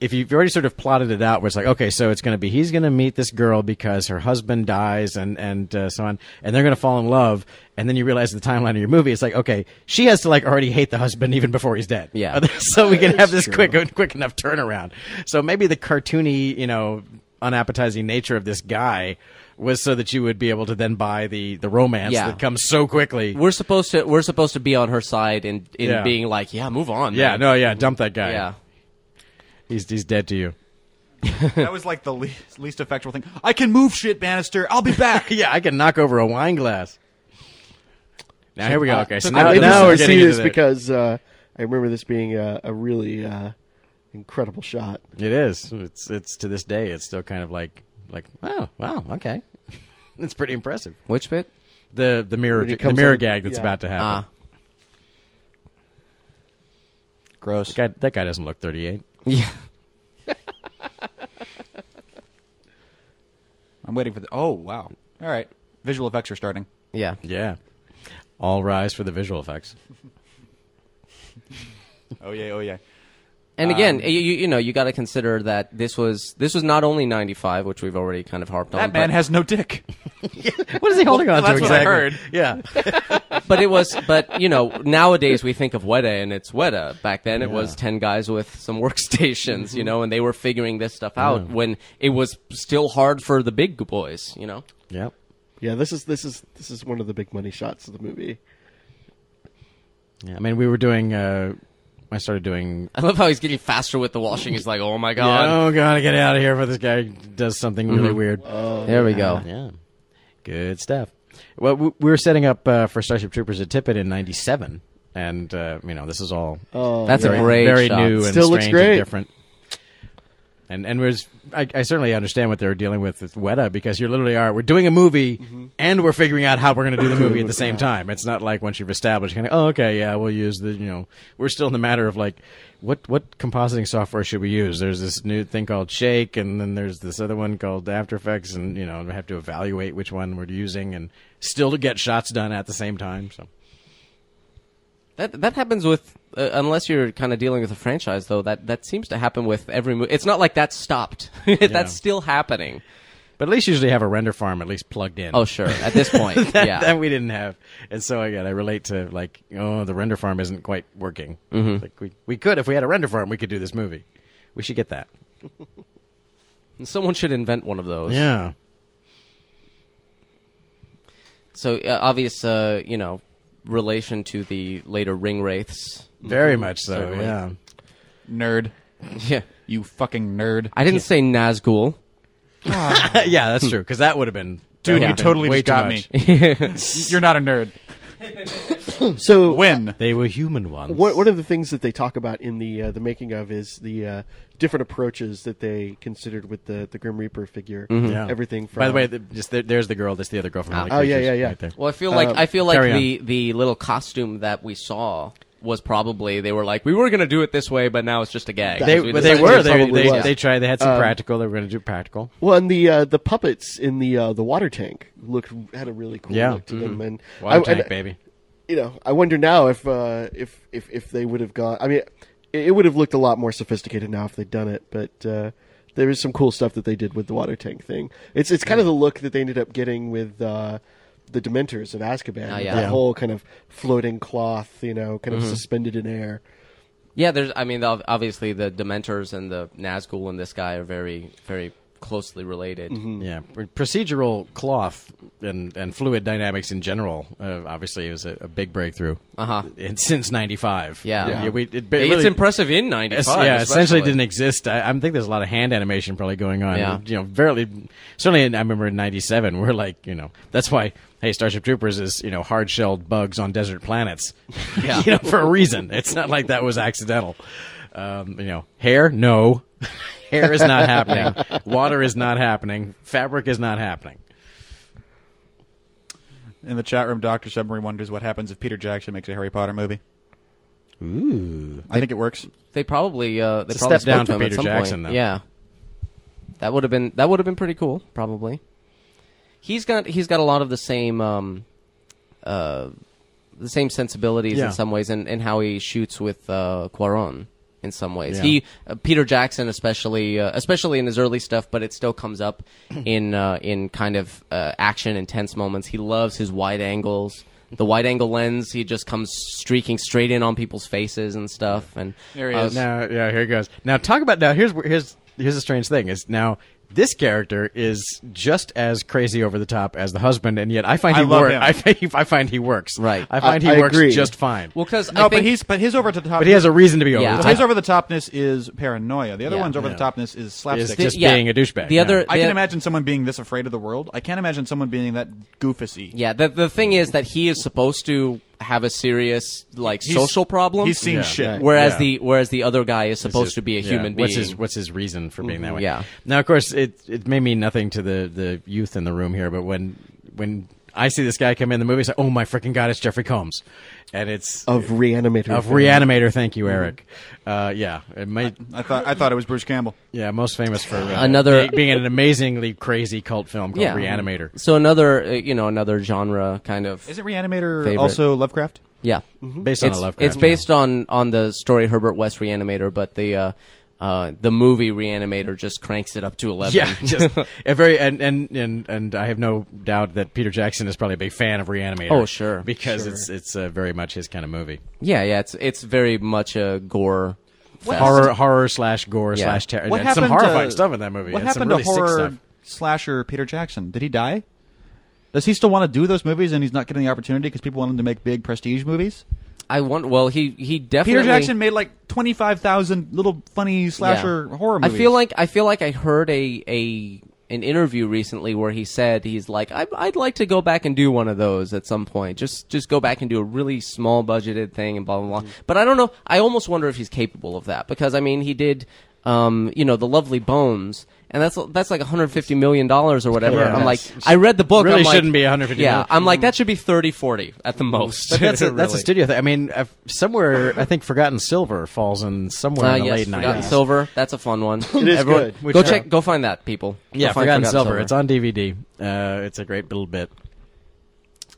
S4: if you've already sort of plotted it out, where it's like, okay, so it's going to be he's going to meet this girl because her husband dies and and uh, so on, and they're going to fall in love, and then you realize the timeline of your movie, it's like, okay, she has to like already hate the husband even before he's dead,
S3: Yeah.
S4: so we can have this quick quick enough turnaround. So maybe the cartoony, you know, unappetizing nature of this guy was so that you would be able to then buy the the romance
S3: Yeah.
S4: that comes so quickly.
S3: we're supposed to we're supposed to be on her side in in
S4: Yeah.
S3: being like, yeah, move on."
S4: yeah,
S3: man."
S4: no, yeah, dump that guy.
S3: yeah.
S4: he's he's dead to you.
S2: that was like the le- least effectual thing. I can move shit, Bannister. I'll be back.
S4: yeah, I can knock over a wine glass. Now here we
S5: Uh,
S4: go. Okay, so
S5: I'm
S4: now,
S5: interested
S4: now
S5: to
S4: we're getting
S5: see
S4: into
S5: this
S4: the-
S5: because uh, I remember this being a, a really uh, incredible shot.
S4: it is. It's it's to this day. It's still kind of like like oh wow okay, it's pretty impressive.
S3: Which bit?
S4: The the mirror
S5: When it
S4: the
S5: comes
S4: mirror
S5: up-
S4: gag that's
S5: yeah.
S4: about to happen.
S3: Ah,
S4: Gross. That guy, that guy doesn't look 38.
S3: yeah.
S2: I'm waiting for the. Oh wow. All right. Visual effects are starting.
S3: Yeah.
S4: Yeah. All rise for the visual effects.
S2: Oh yeah. Oh yeah.
S3: And
S2: Um,
S3: again, you, you you know you got to consider that this was this was not only ninety five, which we've already kind of harped on.
S2: That man
S3: but-
S2: has no dick.
S4: What is he holding on
S2: that's
S4: to
S2: what I
S4: exactly?
S2: heard.
S4: Yeah.
S3: but it was but you know nowadays we think of weta and it's weta back then it was 10 guys with some workstations
S2: Mm-hmm.
S3: you know and they were figuring this stuff
S2: Mm.
S3: out when it was still hard for the big boys you know
S4: yeah.
S5: Yeah, this is this is this is one of the big money shots of the movie.
S4: Yeah. I mean, we were doing, uh, I started doing.
S3: i love how he's getting faster with the washing he's like oh my god
S4: Oh, God, get out of here before this guy does something really weird.
S3: there we go
S4: Yeah. Good stuff. Well, we, we were setting up uh, for Starship Troopers at Tippett in 97. And, uh, you know, this is all
S5: Oh,
S3: that's
S4: very,
S3: a great
S4: very
S3: shot.
S4: new and
S5: Still looks
S4: strange
S5: great.
S4: and different. And and was I, I certainly understand what they're dealing with with Weta because you literally are we're doing a movie and we're figuring out how we're going to do the movie at the same time. It's not like once you've established kind of oh okay yeah we'll use the you know we're still in the matter of like what what compositing software should we use? There's this new thing called Shake and then there's this other one called After Effects and you know we have to evaluate which one we're using and still to get shots done at the same time. So
S3: That that happens with uh, unless you're kind of dealing with a franchise though. That that seems to happen with every movie. It's not like that's stopped. that's still happening.
S4: but at least usually have a render farm at least plugged in.
S3: Oh sure, at this point,
S4: that,
S3: yeah.
S4: that we didn't have. And so again, I relate to like, oh, the render farm isn't quite working. It's Like we, we could if we had a render farm, we could do this movie. We should get that.
S3: Someone should invent one of those.
S4: Yeah.
S3: So uh, obvious, uh, you know, relation to the later ring wraiths.
S4: Very much so.
S3: Certainly.
S4: Yeah.
S2: Nerd.
S3: Yeah,
S2: You fucking nerd.
S3: I didn't say Nazgul.
S4: yeah, that's true. Because that would have been
S2: Dude, you
S4: that would've been
S2: totally
S4: way
S2: just
S4: too
S2: got
S4: much.
S2: me. You're not a nerd.
S5: So
S2: When?
S4: They were human ones.
S5: What, one of the things that they talk about in the uh, the making of is the uh, different approaches that they considered with the, the Grim Reaper figure.
S4: Yeah.
S5: Everything from
S4: By the way, the, just there, there's the girl. That's the other girl from. Holy
S5: Oh, yeah,
S4: Creatures
S5: yeah, yeah.
S4: Right there.
S3: Well, I feel like
S5: Um,
S3: I feel like
S4: Uh, carry
S3: the the little costume that we saw was probably they were like we were gonna do it this way, but now it's just a gag.
S4: they,
S3: So we
S4: but
S3: decided
S4: they
S3: to
S4: were.
S3: just-
S4: They,
S5: probably
S4: they,
S5: was.
S4: they tried. They had
S5: Um,
S4: some practical. They were going to do practical.
S5: well, and the uh, the puppets in the uh, the water tank looked had a really cool
S4: Yeah.
S5: look to them. And
S4: Water
S5: I,
S4: tank,
S5: and,
S4: baby.
S5: You know, I wonder now if uh, if if if they would have gone. I mean, it, it would have looked a lot more sophisticated now if they'd done it. But uh, there is some cool stuff that they did with the water tank thing. It's it's kind of the look that they ended up getting with uh, the Dementors of Azkaban.
S3: Ah, yeah.
S5: That
S3: Yeah.
S5: whole kind of floating cloth, you know, kind
S4: Mm-hmm.
S5: of suspended in air.
S3: Yeah, there's. I mean, ob- obviously the Dementors and the Nazgul and this guy are very, very closely related.
S4: Yeah, pr- procedural cloth and, and fluid dynamics in general. Uh, obviously, was a, a big breakthrough.
S3: Uh-huh.
S4: And since '95,
S3: Yeah. Yeah.
S4: we, it, ba-
S3: It's
S4: really-
S3: impressive in '95.
S4: es- yeah, essentially didn't exist. I, I think there's a lot of hand animation probably going on.
S3: Yeah.
S4: you know, barely. Certainly, I remember in '97, we're like, you know, that's why. Hey, Starship Troopers is you know hard shelled bugs on desert planets.
S3: Yeah.
S4: you know, for a reason. It's not like that was accidental. Um, you know, hair, no. hair is not happening. Water is not happening. Fabric is not happening.
S2: In the chat room, Doctor Submarine wonders what happens if Peter Jackson makes a Harry Potter movie. Ooh, I think it works.
S3: They probably. Uh, they
S4: It's a
S3: probably
S4: step down
S3: spoke to
S4: from
S3: him at
S4: Peter
S3: some
S4: Jackson,
S3: point.
S4: though.
S3: Yeah, that would have been that would have been pretty cool. Probably. He's got he's got a lot of the same um, uh, the same sensibilities
S4: Yeah.
S3: in some ways, and, and how he shoots with uh, Quaron in some ways.
S4: Yeah.
S3: He uh, Peter Jackson, especially uh, especially in his early stuff, but it still comes up in uh, in kind of uh, action intense moments. He loves his wide angles. The wide angle lens, he just comes streaking straight in on people's faces and stuff. And
S2: There he
S3: I
S2: is.
S3: was-
S4: Now, yeah, here it goes. Now, talk about now. Here's where- here's here's a strange thing. Is now this character is just as crazy over the top as the husband, and yet I find
S2: I
S4: he
S2: love
S4: works.
S2: him.
S4: I, think- I find he works.
S3: Right.
S4: I find
S5: I-
S4: he
S5: I
S4: works
S5: agree.
S4: just fine.
S3: Well, because
S2: No,
S3: I think
S2: but he's but his over to the top.
S4: but he has a reason to be over
S3: Yeah.
S4: the
S2: his
S4: top.
S2: over the topness is paranoia. The other
S3: Yeah.
S2: one's over
S4: Yeah.
S2: the topness is slapstick.
S4: Is just being a douchebag,
S3: The
S4: yeah.
S3: other,
S2: I
S3: the-
S2: can imagine someone being this afraid of the world. I can't imagine someone being that goofusy.
S3: Yeah, the the thing is that he is supposed to have a serious like
S2: He's-
S3: social problem.
S2: He's seen
S4: Yeah.
S2: shit.
S4: Yeah.
S3: whereas
S4: Yeah.
S3: the whereas the other guy is supposed
S4: It's
S3: to be a
S4: just-
S3: human
S4: yeah.
S3: being. Mm-hmm.
S4: What's his What's his reason for being that way?
S3: Yeah.
S4: Now, of course, it it may mean nothing to the the youth in the room here, but when when I see this guy come in the movie, it's like, oh my freaking god, it's Jeffrey Combs, and it's
S2: Oh,
S5: Of reanimator.
S4: of
S5: fame.
S4: Reanimator. Thank you, Eric.
S3: Mm-hmm.
S4: Uh, yeah, it might.
S2: I thought I thought it was Bruce Campbell.
S4: Yeah, most famous for uh,
S3: Another-
S4: be- being an amazingly crazy cult film called
S3: yeah,
S4: Reanimator.
S3: So another, uh, you know, another genre kind of.
S2: Is it Mm-hmm. Reanimator
S3: Favorite.
S2: also Lovecraft?
S3: Yeah,
S4: Based on
S3: it's,
S4: a Lovecraft.
S3: it's based on on the story Herbert West Reanimator, but the uh, uh, the movie Reanimator just cranks it up to eleven.
S4: Yeah, just a very and, and and and I have no doubt that Peter Jackson is probably a big fan of Reanimator.
S3: Oh, sure,
S4: because it's it's uh, very much his kind of movie.
S3: yeah, yeah. It's it's very much a gore. fest.
S4: horror horror slash gore
S3: Yeah.
S4: slash terror.
S2: What
S4: and some
S2: happened to-
S4: horrifying stuff in that movie.
S2: What
S4: and
S2: happened
S4: some really
S2: to horror
S4: sick stuff.
S2: slasher Peter Jackson? Did he die? Does he still want to do those movies and he's not getting the opportunity because people want him to make big prestige movies?
S3: I want. Well, he he definitely.
S2: Peter Jackson made like 25,000 little funny slasher
S3: Yeah.
S2: horror movies.
S3: I feel like I feel like I heard a a an interview recently where he said he's like I, I'd like to go back and do one of those at some point. Just just go back and do a really small budgeted thing and blah blah blah.
S4: Mm-hmm.
S3: But I don't know. I almost wonder if he's capable of that because I mean he did um you know the Lovely Bones. And that's that's like 150 million dollars or whatever.
S4: Yeah.
S3: I'm like,
S4: That's-
S3: I read the book.
S4: really
S3: I'm like-
S4: shouldn't be 150
S3: Yeah,
S4: million. Mm-hmm.
S3: I'm like that should be 30, 40 at the most.
S4: But that's a, that's a
S3: Really.
S4: studio thing. I mean, uh, somewhere I think Forgotten Silver falls in somewhere
S3: Uh,
S4: in the
S3: yes,
S4: late
S3: Forgotten
S4: nineties.
S3: Silver. That's a fun one.
S5: It is good.
S4: Which-
S3: go
S4: Yeah.
S3: check. Go find that, people. Go
S4: Yeah,
S3: find
S4: Forgotten, Silver. It's on DVD. Uh, it's a great little bit.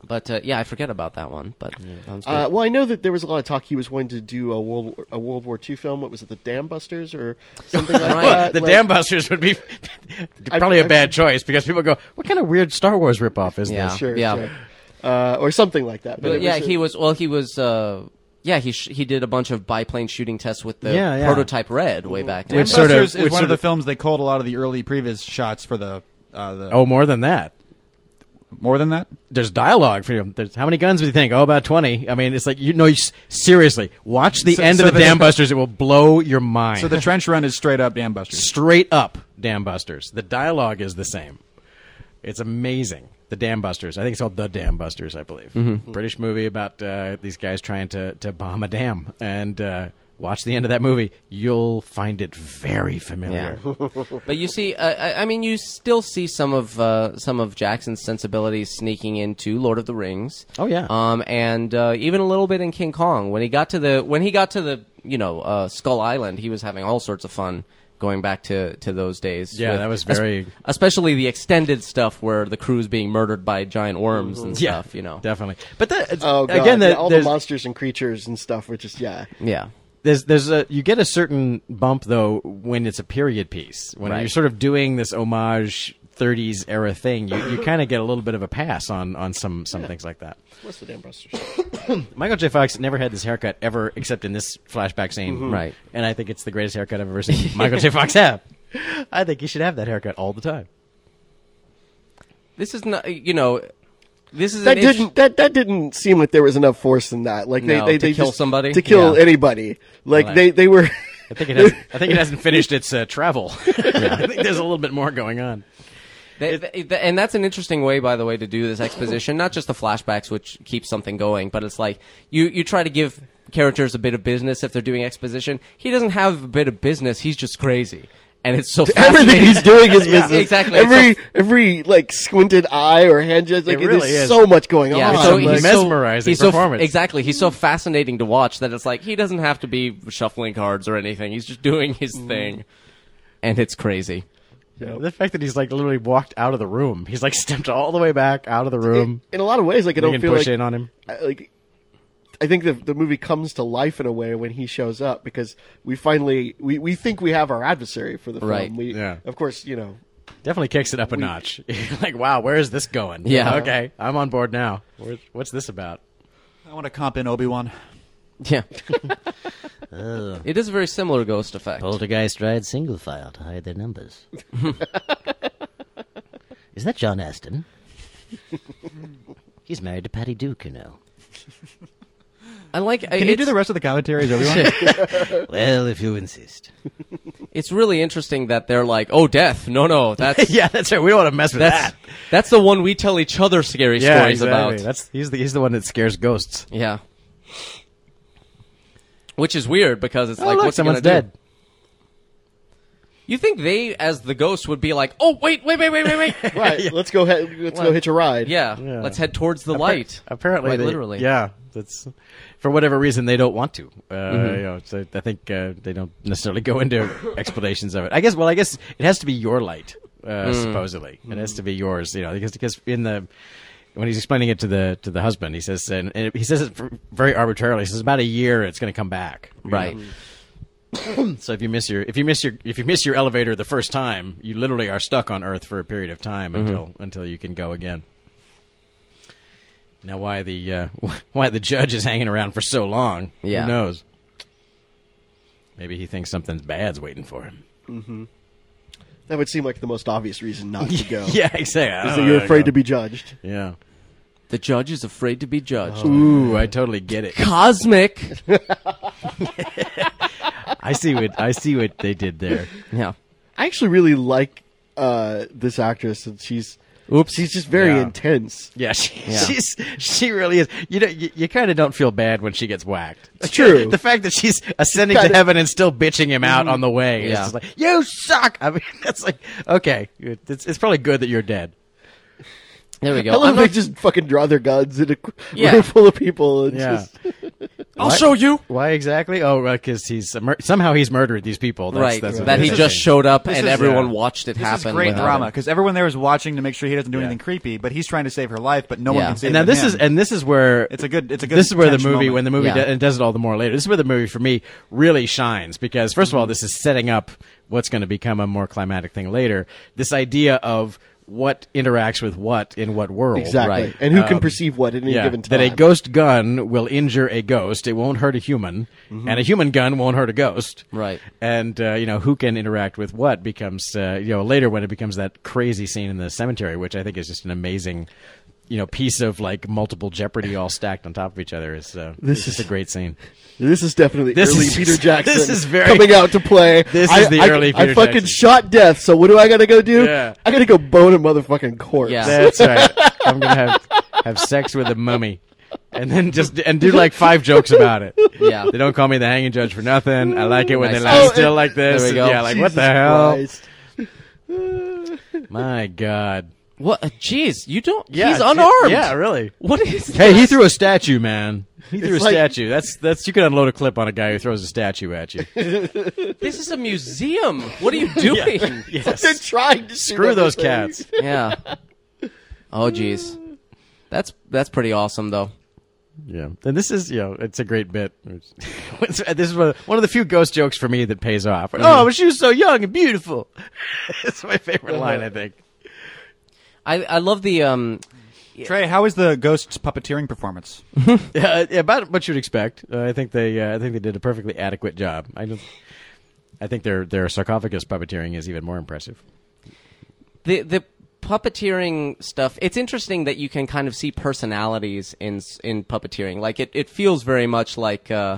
S3: But uh, yeah, I forget about that one. But sounds good.
S5: Uh, well, I know that there was a lot of talk he was wanting to do a World War, a World War II film. What was it, the Dam Busters or something like
S3: Right.
S5: that?
S4: the
S5: Like-
S4: Dam Busters would be probably a bad choice because people go, "What kind of weird Star Wars ripoff is
S3: Yeah.
S4: this?"
S5: Sure,
S3: Yeah.
S5: sure. Uh, or something like that. But,
S3: but
S5: it
S3: yeah,
S5: was a-
S3: he was. Well, he was. Uh, yeah, he sh- he did a bunch of biplane shooting tests with the
S4: Yeah, yeah.
S3: prototype Red way back.
S2: Which
S4: sort of-
S2: is one
S4: which sort
S2: of the
S4: of-
S2: films they called a lot of the early previous shots for the. Uh, the
S4: Oh, more than that.
S2: More than that?
S4: There's dialogue for you. There's, how many guns do you think? Oh, about twenty. I mean, it's like you know. You, s- seriously, watch the
S2: So-
S4: end
S2: so
S4: of the,
S2: the-
S4: Dam Busters. It will blow your mind.
S2: So the trench run is straight up Dan Busters.
S4: straight up Dam Busters. The dialogue is the same. It's amazing. The Dam Busters. I think it's called The Dam Busters, I believe.
S5: Mm-hmm.
S4: British movie about uh, these guys trying to, to bomb a dam. And uh, watch the end of that movie. You'll find it very familiar.
S3: But you see, uh, I, I mean, you still see some of uh, some of Jackson's sensibilities sneaking into Lord of the Rings.
S4: Oh, yeah.
S3: um, and uh, even a little bit in King Kong. When he got to the when he got to the you know uh, Skull Island, he was having all sorts of fun going back to to those days.
S4: Yeah, that was very-
S3: es- especially the extended stuff where the crew's being murdered by giant worms and
S4: Mm-hmm. Yeah,
S3: stuff. You know,
S4: Definitely. But that,
S5: Oh, God.
S4: again,
S5: yeah,
S4: that
S5: all the
S4: there's-
S5: monsters and creatures and stuff were just, yeah.
S3: yeah.
S4: there's there's a you get a certain bump though when it's a period piece when
S3: Right.
S4: you're sort of doing this homage 30s era thing you, you kind of get a little bit of a pass on on some some things like that
S5: What's the damn Buster?
S4: Michael J. Fox never had this haircut ever, except in this flashback scene,
S3: Right.
S4: And I think it's the greatest haircut I've ever seen Michael J. Fox have. I think he should have that haircut all the time.
S3: This is not, you know, this is
S5: That
S3: an issue-
S5: didn't that that didn't seem like there was enough force in that. Like they,
S3: No,
S5: they,
S3: to
S5: they
S3: kill
S5: just-
S3: somebody?
S5: to kill
S4: Yeah.
S5: anybody. Like
S4: Well,
S5: they they were.
S4: I think it. Has, I think it hasn't finished its uh, travel. I think there's a little bit more going on.
S3: They, they- they- and that's an interesting way, by the way, to do this exposition. Not just the flashbacks, which keep something going, but it's like you, you try to give characters a bit of business if they're doing exposition. He doesn't have a bit of business. He's just crazy, and it's so
S5: Everything
S3: fascinating.
S5: he's doing is
S3: Yeah,
S5: business.
S3: exactly. It's
S5: Every
S3: so-
S5: every like squinted eye or hand gesture. Like,
S4: It really
S5: there's
S4: is.
S5: so much going
S3: yeah,
S5: on.
S4: it's
S3: so
S5: Oh, Like,
S3: he's
S4: mesmerizing
S3: so, he's so f-
S4: performance.
S3: exactly, he's so fascinating to watch that it's like he doesn't have to be shuffling cards or anything. He's just doing his thing, and it's crazy.
S4: The fact that he's like literally walked out of the room. He's like stepped all the way back out of the room.
S5: in a lot of ways, like
S4: They
S5: I don't
S4: can
S5: feel
S4: push
S5: like
S4: in on him.
S5: I- like I think the the movie comes to life in a way when he shows up because we finally we, we think we have our adversary for the film.
S3: Right.
S5: We
S4: Yeah.
S5: of course, you know,
S4: Definitely kicks it up a notch. like, wow, where is this going?
S3: Yeah.
S4: Okay, I'm on board now. Where, what's this about?
S2: I want to comp in Obi Wan.
S3: Yeah, it is a very similar ghost effect.
S6: Poltergeist tried single file to hide their numbers. Is that John Aston? He's married to Patty Duke, you know.
S3: I like.
S2: Can you do the rest of the commentaries, Obi Wan?
S6: Well, if you insist.
S3: It's really interesting that they're like, "Oh, death! No, no, that's
S4: yeah, that's right. We don't want to mess with
S3: that's
S4: that.
S3: that's the one we tell each other scary stories about."
S4: That's he's the he's the one that scares ghosts.
S3: yeah, which is weird because it's
S4: Oh,
S3: like,
S4: look,
S3: what's he
S4: someone's
S3: gonna
S4: dead.
S3: Do? You think they, as the ghost, would be like, "Oh, wait, wait, wait, wait, wait, wait!"
S5: right, let's go he- let's go hitch a ride.
S3: yeah,
S4: Yeah.
S3: let's head towards the
S4: Appar-
S3: light.
S4: Apparently,
S3: Quite
S4: they-
S3: literally.
S4: Yeah, that's for whatever reason they don't want to. Uh,
S3: Mm-hmm.
S4: you know, so I think uh, they don't necessarily go into explanations of it. I guess. Well, I guess it has to be your light. Uh,
S3: Mm-hmm.
S4: Supposedly, it has to be yours. You know, because because in the when he's explaining it to the to the husband, he says and, and he says it v- very arbitrarily. He says about a year, it's going to come back. you know?
S3: Right.
S4: So if you miss your if you miss your if you miss your elevator the first time, you literally are stuck on Earth for a period of time until until you can go again. Now, why the uh, why the judge is hanging around for so long?
S3: Yeah.
S4: Who knows? Maybe he thinks something bad's waiting for him.
S5: That would seem like the most obvious reason not to go.
S4: Yeah, exactly.
S5: Is that you're afraid to be judged.
S4: Yeah.
S3: The judge is afraid to be judged.
S4: Ooh, I totally get it.
S3: Cosmic.
S4: I see what I see what they did there.
S3: yeah.
S5: I actually really like uh, this actress and she's
S3: Oops.
S5: she's just very
S4: Yeah.
S5: intense.
S4: Yeah, she,
S3: Yeah.
S4: she's she really is. You know, you, you kind of don't feel bad when she gets whacked.
S5: It's true.
S4: the fact that she's Mm-hmm. ascending to
S5: Kinda-
S4: heaven and still bitching him out on the way. It's
S3: Yeah.
S4: just like you suck. I mean, that's like okay. It's, it's probably good that you're dead.
S3: There we go.
S5: I love
S3: I'm
S5: they
S3: not-
S5: just fucking draw their guns in a
S3: Yeah.
S5: room full of people. And
S4: Yeah.
S5: just,
S3: I'll show you.
S4: Why exactly? Oh, because he's mur- somehow he's murdered these people. That's,
S3: right.
S4: That's what
S3: that
S4: it
S3: he
S4: is.
S3: just showed up and
S2: is-
S3: everyone
S4: yeah.
S3: watched it
S2: This
S3: happen.
S2: is great
S3: without
S2: drama
S3: him.
S2: because everyone there is watching to make sure he doesn't do
S4: Yeah.
S2: anything creepy, but he's trying to save her life, but no
S3: Yeah.
S2: one can save.
S4: And now
S2: it
S4: this
S2: him.
S4: is and this is where
S2: It's a good- it's a good
S4: This is where the
S2: tension
S4: movie
S2: moment.
S4: when the movie
S3: Yeah.
S4: do- and does it all the more later. This is where the movie for me really shines because first
S2: Mm-hmm.
S4: of all, this is setting up what's going to become a more climatic thing later. This idea of what interacts with what in what world,
S5: exactly.
S3: Right.
S5: And who can perceive what at any
S4: Um, Yeah,
S5: given time.
S4: that a ghost gun will injure a ghost. It won't hurt a human, and a human gun won't hurt a ghost.
S3: Mm-hmm. Right.
S4: And uh, you know who can interact with what becomes uh, you know later when it becomes that crazy scene in the cemetery, which I think is just an amazing you know piece of like multiple jeopardy all stacked on top of each other. Is uh,
S5: This
S4: it's just
S5: is-
S4: a great scene.
S5: This is definitely
S4: This
S5: early
S4: is-
S5: Peter Jackson.
S4: this is very-
S5: coming out to play.
S4: This
S5: I-
S4: is the
S5: I-
S4: early
S5: I
S4: Peter
S5: fucking
S4: Jackson.
S5: shot death. So what do I gotta go do?
S4: Yeah.
S5: I gotta go bone a motherfucking corpse.
S3: Yeah.
S4: That's right. I'm gonna have have sex with a mummy. And then just and do like five jokes about it.
S3: Yeah.
S4: they don't call me the hanging judge for nothing. I like it when they
S3: Nice.
S4: lie
S5: Oh,
S4: still
S5: and-
S4: like this.
S3: There we go.
S4: Yeah, like what the
S5: Jesus
S4: hell?
S5: Christ.
S4: My God.
S3: What? uh, Jeez, you don't. he's unarmed.
S4: Yeah, really.
S3: What is?
S4: Hey, he threw a statue, man. He threw
S5: It's
S4: a
S5: like-
S4: statue. That's that's you could unload a clip on a guy who throws a statue at you.
S3: This is a museum. What are you doing?
S5: They're trying to shoot
S4: Screw those cats.
S5: everything.
S3: yeah. Oh, jeez. That's that's pretty awesome though.
S4: Yeah, and this is you know it's a great bit. It's- this is one of- one of the few ghost jokes for me that pays off. Oh, she was so young and beautiful. it's my favorite line, I think.
S3: I, I love the um
S2: Trey, how is the ghost's puppeteering performance?
S4: Yeah, yeah, about what you'd expect. Uh, I think they, uh, I think they did a perfectly adequate job. I don't. I think their their sarcophagus puppeteering is even more impressive.
S3: the the puppeteering stuff it's interesting that you can kind of see personalities in s- in puppeteering like it, it feels very much like uh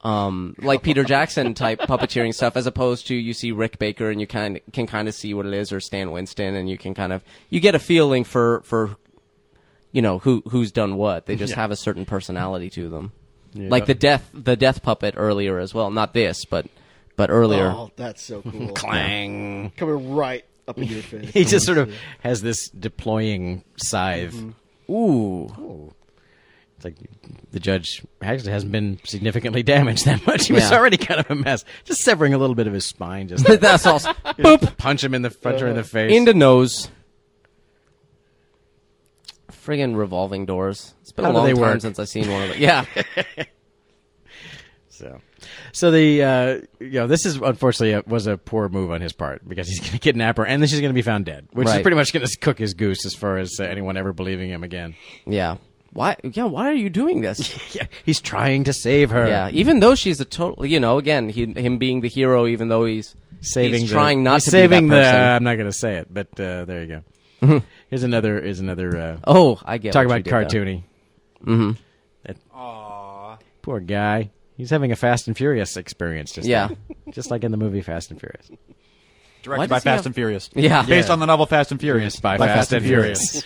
S3: um like peter jackson type puppeteering stuff as opposed to you see rick baker and you kind can kind of see what it is or stan winston and you can kind of you get a feeling for for you know who who's done what they just have a certain personality to them like the death the death puppet earlier as well not this but but earlier
S5: Oh, that's so cool.
S4: Clang.
S5: Coming right up in your face.
S4: He just sort of has this deploying scythe.
S3: Mm-hmm. ooh
S4: It's like the judge actually hasn't been significantly damaged that much. He was
S3: Yeah.
S4: already kind of a mess. Just severing a little bit of his spine. Just
S3: that's all boop
S4: punch him in the punch her in the face.
S3: Uh, in the nose. Friggin' revolving doors. It's been
S4: How
S3: a
S4: do
S3: long
S4: they
S3: time
S4: work?
S3: since I've seen one of them. Yeah.
S4: So, so the uh, you know this is unfortunately a, was a poor move on his part because he's going to kidnap her and then she's going to be found dead, which is
S3: Right.
S4: pretty much going to cook his goose as far as uh, anyone ever believing him again.
S3: yeah. Why? Yeah. Why are you doing this?
S4: Yeah, he's trying to save her.
S3: yeah. Even though she's a total, you know, again, he, him being the hero, even though he's
S4: saving
S3: he's
S4: the-
S3: trying not
S4: he's
S3: to
S4: saving
S3: be that person. Mm-hmm.
S4: the. uh, I'm not going to say it, but uh, there you go. here's another. Here's another. Uh,
S3: oh, I get.
S4: talk
S3: what
S4: about
S3: you did there.
S4: cartoony. Mm-hmm. That, poor guy. He's having a Fast and Furious experience. Just
S3: Yeah.
S4: like- just like in the movie Fast and Furious.
S2: Directed by
S3: Why does he
S2: Fast
S3: have-
S2: and Furious.
S3: Yeah.
S2: Based
S4: Yeah.
S2: on the novel Fast and Furious.
S4: by, Fast, and Furious.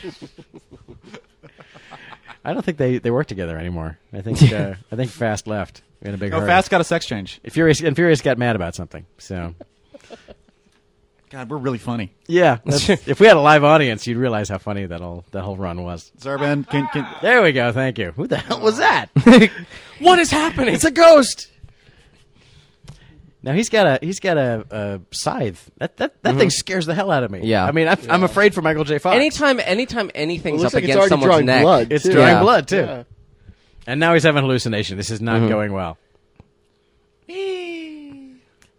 S4: I don't think they, they work together anymore. I think uh, I think Fast left in a big
S2: No,
S4: hurry.
S2: Oh, Fast got a sex change.
S4: And Furious and Furious got mad about something. So
S2: God, we're really funny.
S4: yeah, that's- if we had a live audience, you'd realize how funny that whole that whole run was.
S2: Zerban, can, can,
S4: There we go. Thank you. Who the hell was that?
S3: What is happening?
S4: it's a ghost. Now he's got a he's got a, a scythe. That that, that thing scares the hell out of me.
S3: Mm-hmm. Yeah.
S4: I mean I'm, I'm afraid for Michael J. Fox.
S3: anytime, anytime anything's
S5: Well, it looks
S3: up
S5: like it's
S3: against
S5: already
S3: someone's
S5: drawing
S3: neck.
S5: blood.
S4: it's
S5: too.
S4: drawing
S3: Yeah. Mm-hmm.
S4: blood too.
S5: Yeah.
S4: And now he's having hallucination. This is not going well.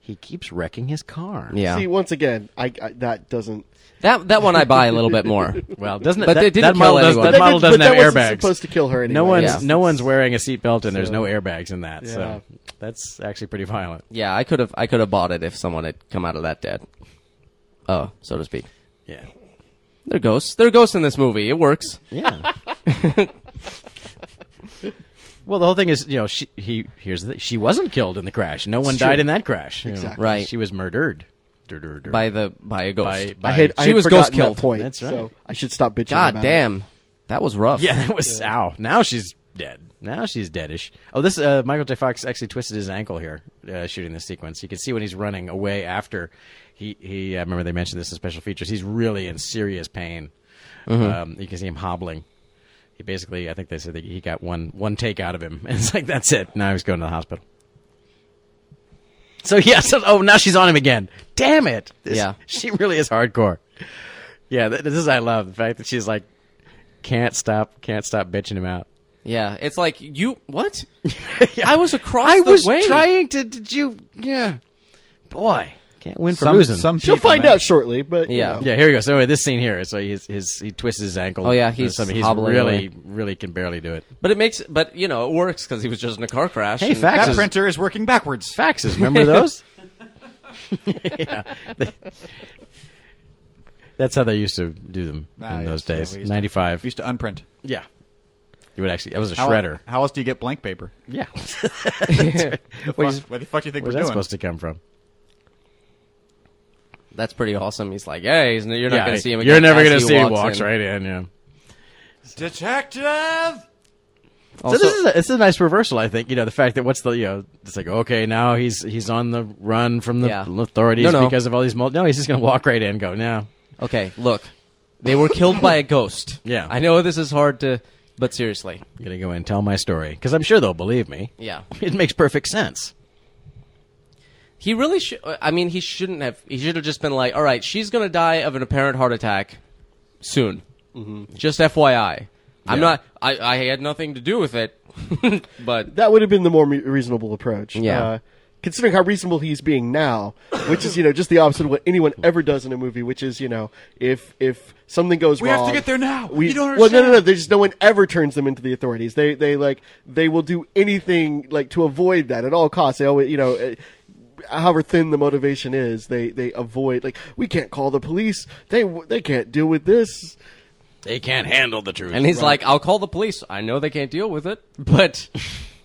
S4: He keeps wrecking his car.
S3: Yeah.
S5: See, once again, I, I that doesn't.
S3: That that one I buy a little bit more.
S4: Well, doesn't it?
S3: But
S4: that,
S3: they didn't
S4: that model
S3: kill
S4: does,
S3: anyone.
S4: that
S3: But
S4: model
S5: that-
S4: doesn't
S5: but that
S4: have
S5: wasn't
S4: airbags.
S5: supposed to kill her
S4: No
S5: anyway.
S4: one's
S3: Yeah.
S4: no one's wearing a seatbelt, and there's no airbags in that. So
S5: Yeah.
S4: that's actually pretty violent.
S3: Yeah, I could have I could have bought it if someone had come out of that dead. Oh, so to speak.
S4: Yeah.
S3: They're ghosts. They're ghosts in this movie. It works.
S4: Yeah. well, the whole thing is, you know, she he here's the, she wasn't killed in the crash. No one died in that crash. you know.
S5: Exactly.
S3: Right.
S4: She was murdered. Dur, dur, dur.
S3: By the by a ghost.
S4: by, by
S5: I had, I
S3: She
S5: had
S3: was
S5: forgotten
S3: ghost killed.
S5: That point,
S4: That's right.
S5: So I should stop bitching.
S3: God
S5: about
S3: damn. That was rough.
S4: Yeah, that was ow. Now she's dead. Now she's deadish. Oh, this uh, Michael J. Fox actually twisted his ankle here uh, shooting this sequence. You can see when he's running away after he he. I remember they mentioned this in special features. He's really in serious pain. Um, you can see him hobbling. He basically, I think they said that he got one one take out of him, and it's like that's it. Now he's going to the hospital. So yeah, so, oh now she's on him again. Damn it! This-
S3: Yeah.
S4: she really is hardcore. Yeah, th- this is I love the fact that she's like can't stop can't stop bitching him out.
S3: Yeah. It's like you what? I was across
S4: I
S3: the
S4: was
S3: way.
S4: trying to. Did you? Yeah, boy, can't win for
S2: some,
S4: losing.
S2: some
S5: She'll
S2: people,
S5: find
S2: man.
S5: out shortly, but
S3: Yeah.
S5: You know.
S4: yeah, here we go. So anyway, this scene here, so his his he twists his ankle.
S3: Oh, yeah,
S4: or
S3: he's
S4: something. he's
S3: hobbling
S4: really
S3: away.
S4: really can barely do it.
S3: But it makes but you know, it works cuz he was just in a car crash.
S4: Hey,
S3: and-
S4: fact-
S2: That
S4: Faxes.
S2: printer is working backwards.
S4: Faxes, remember those? yeah. That's how they used to do them
S2: Ah,
S4: in
S2: yes,
S4: those
S2: yeah,
S4: days.
S2: we used to-
S4: Ninety five.
S2: We used to unprint.
S4: Yeah. You would actually. That was a
S2: How-
S4: shredder.
S2: How else do you get blank paper?
S4: Yeah.
S2: Fuck,
S4: Where's-
S2: Where the fuck do you think
S4: Where's
S2: we're
S4: that
S2: doing?
S4: supposed to come from?
S3: That's pretty awesome. He's like, "Hey, he's, you're not
S4: Yeah,
S3: going to see him again."
S4: You're never
S3: as
S4: gonna
S3: he
S4: see him.
S3: walks
S4: Walks
S3: in.
S4: right in. Yeah.
S2: Detective.
S3: Also,
S4: so this is a, it's a nice reversal, I think. You know, the fact that what's the you know, it's like okay, now he's he's on the run from the
S3: Yeah.
S4: authorities
S3: No, no.
S4: because of all these. Mul- no, he's just gonna walk right in. and Go no.
S3: Okay, look. They were killed by a ghost.
S4: Yeah.
S3: I know this is hard to but seriously.
S4: I'm gonna go in and tell my story because I'm sure they'll believe me.
S3: Yeah.
S4: It makes perfect sense.
S3: He really should. I mean, he shouldn't have. He should have just been like, "All
S2: Mm-hmm.
S3: right, she's gonna die of an apparent heart attack soon." Just FYI, I'm not. I, I had nothing to do with it, but
S5: That would have been the more re- reasonable approach.
S3: Yeah.
S5: Uh, considering how reasonable he's being now, which is, you know, just the opposite of what anyone ever does in a movie, which is, you know, if if something goes
S2: We have
S5: wrong.
S2: to get there now.
S5: We,
S2: You don't
S5: Well, no, no, no.
S2: understand.
S5: There's no one ever turns them into the authorities. They, they, like, they will do anything, like, to avoid that at all costs. They always, you know. uh, However thin the motivation is, they they avoid like we can't call the police. They w- they can't deal with this.
S4: They can't handle the truth.
S3: and he's like, I'll call the police. I know they can't deal with it, but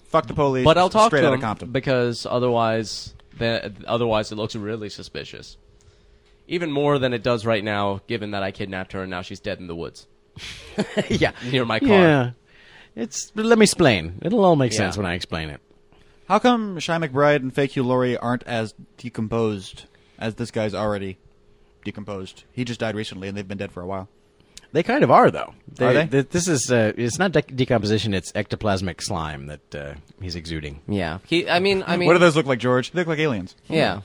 S2: Fuck the police.
S3: but I'll talk
S2: straight
S3: to
S2: out of
S3: them
S2: Compton.
S3: because otherwise, that otherwise it looks really suspicious. Even more than it does right now, given that I kidnapped her and now she's dead in the woods
S4: yeah,
S3: near my car.
S4: yeah. It's but let me explain. It'll all make
S3: Yeah.
S4: sense when I explain it.
S2: How come Shy McBride and Fake Hugh Laurie aren't as decomposed as this guy's already decomposed? He just died recently, and they've been dead for a while.
S4: They kind of are though. They,
S2: Are they?
S4: th- this is uh, it's not dec decomposition. It's ectoplasmic slime that uh, he's exuding.
S3: Yeah. He. I mean. I mean.
S2: What do those look like, George? They look like aliens.
S3: Yeah.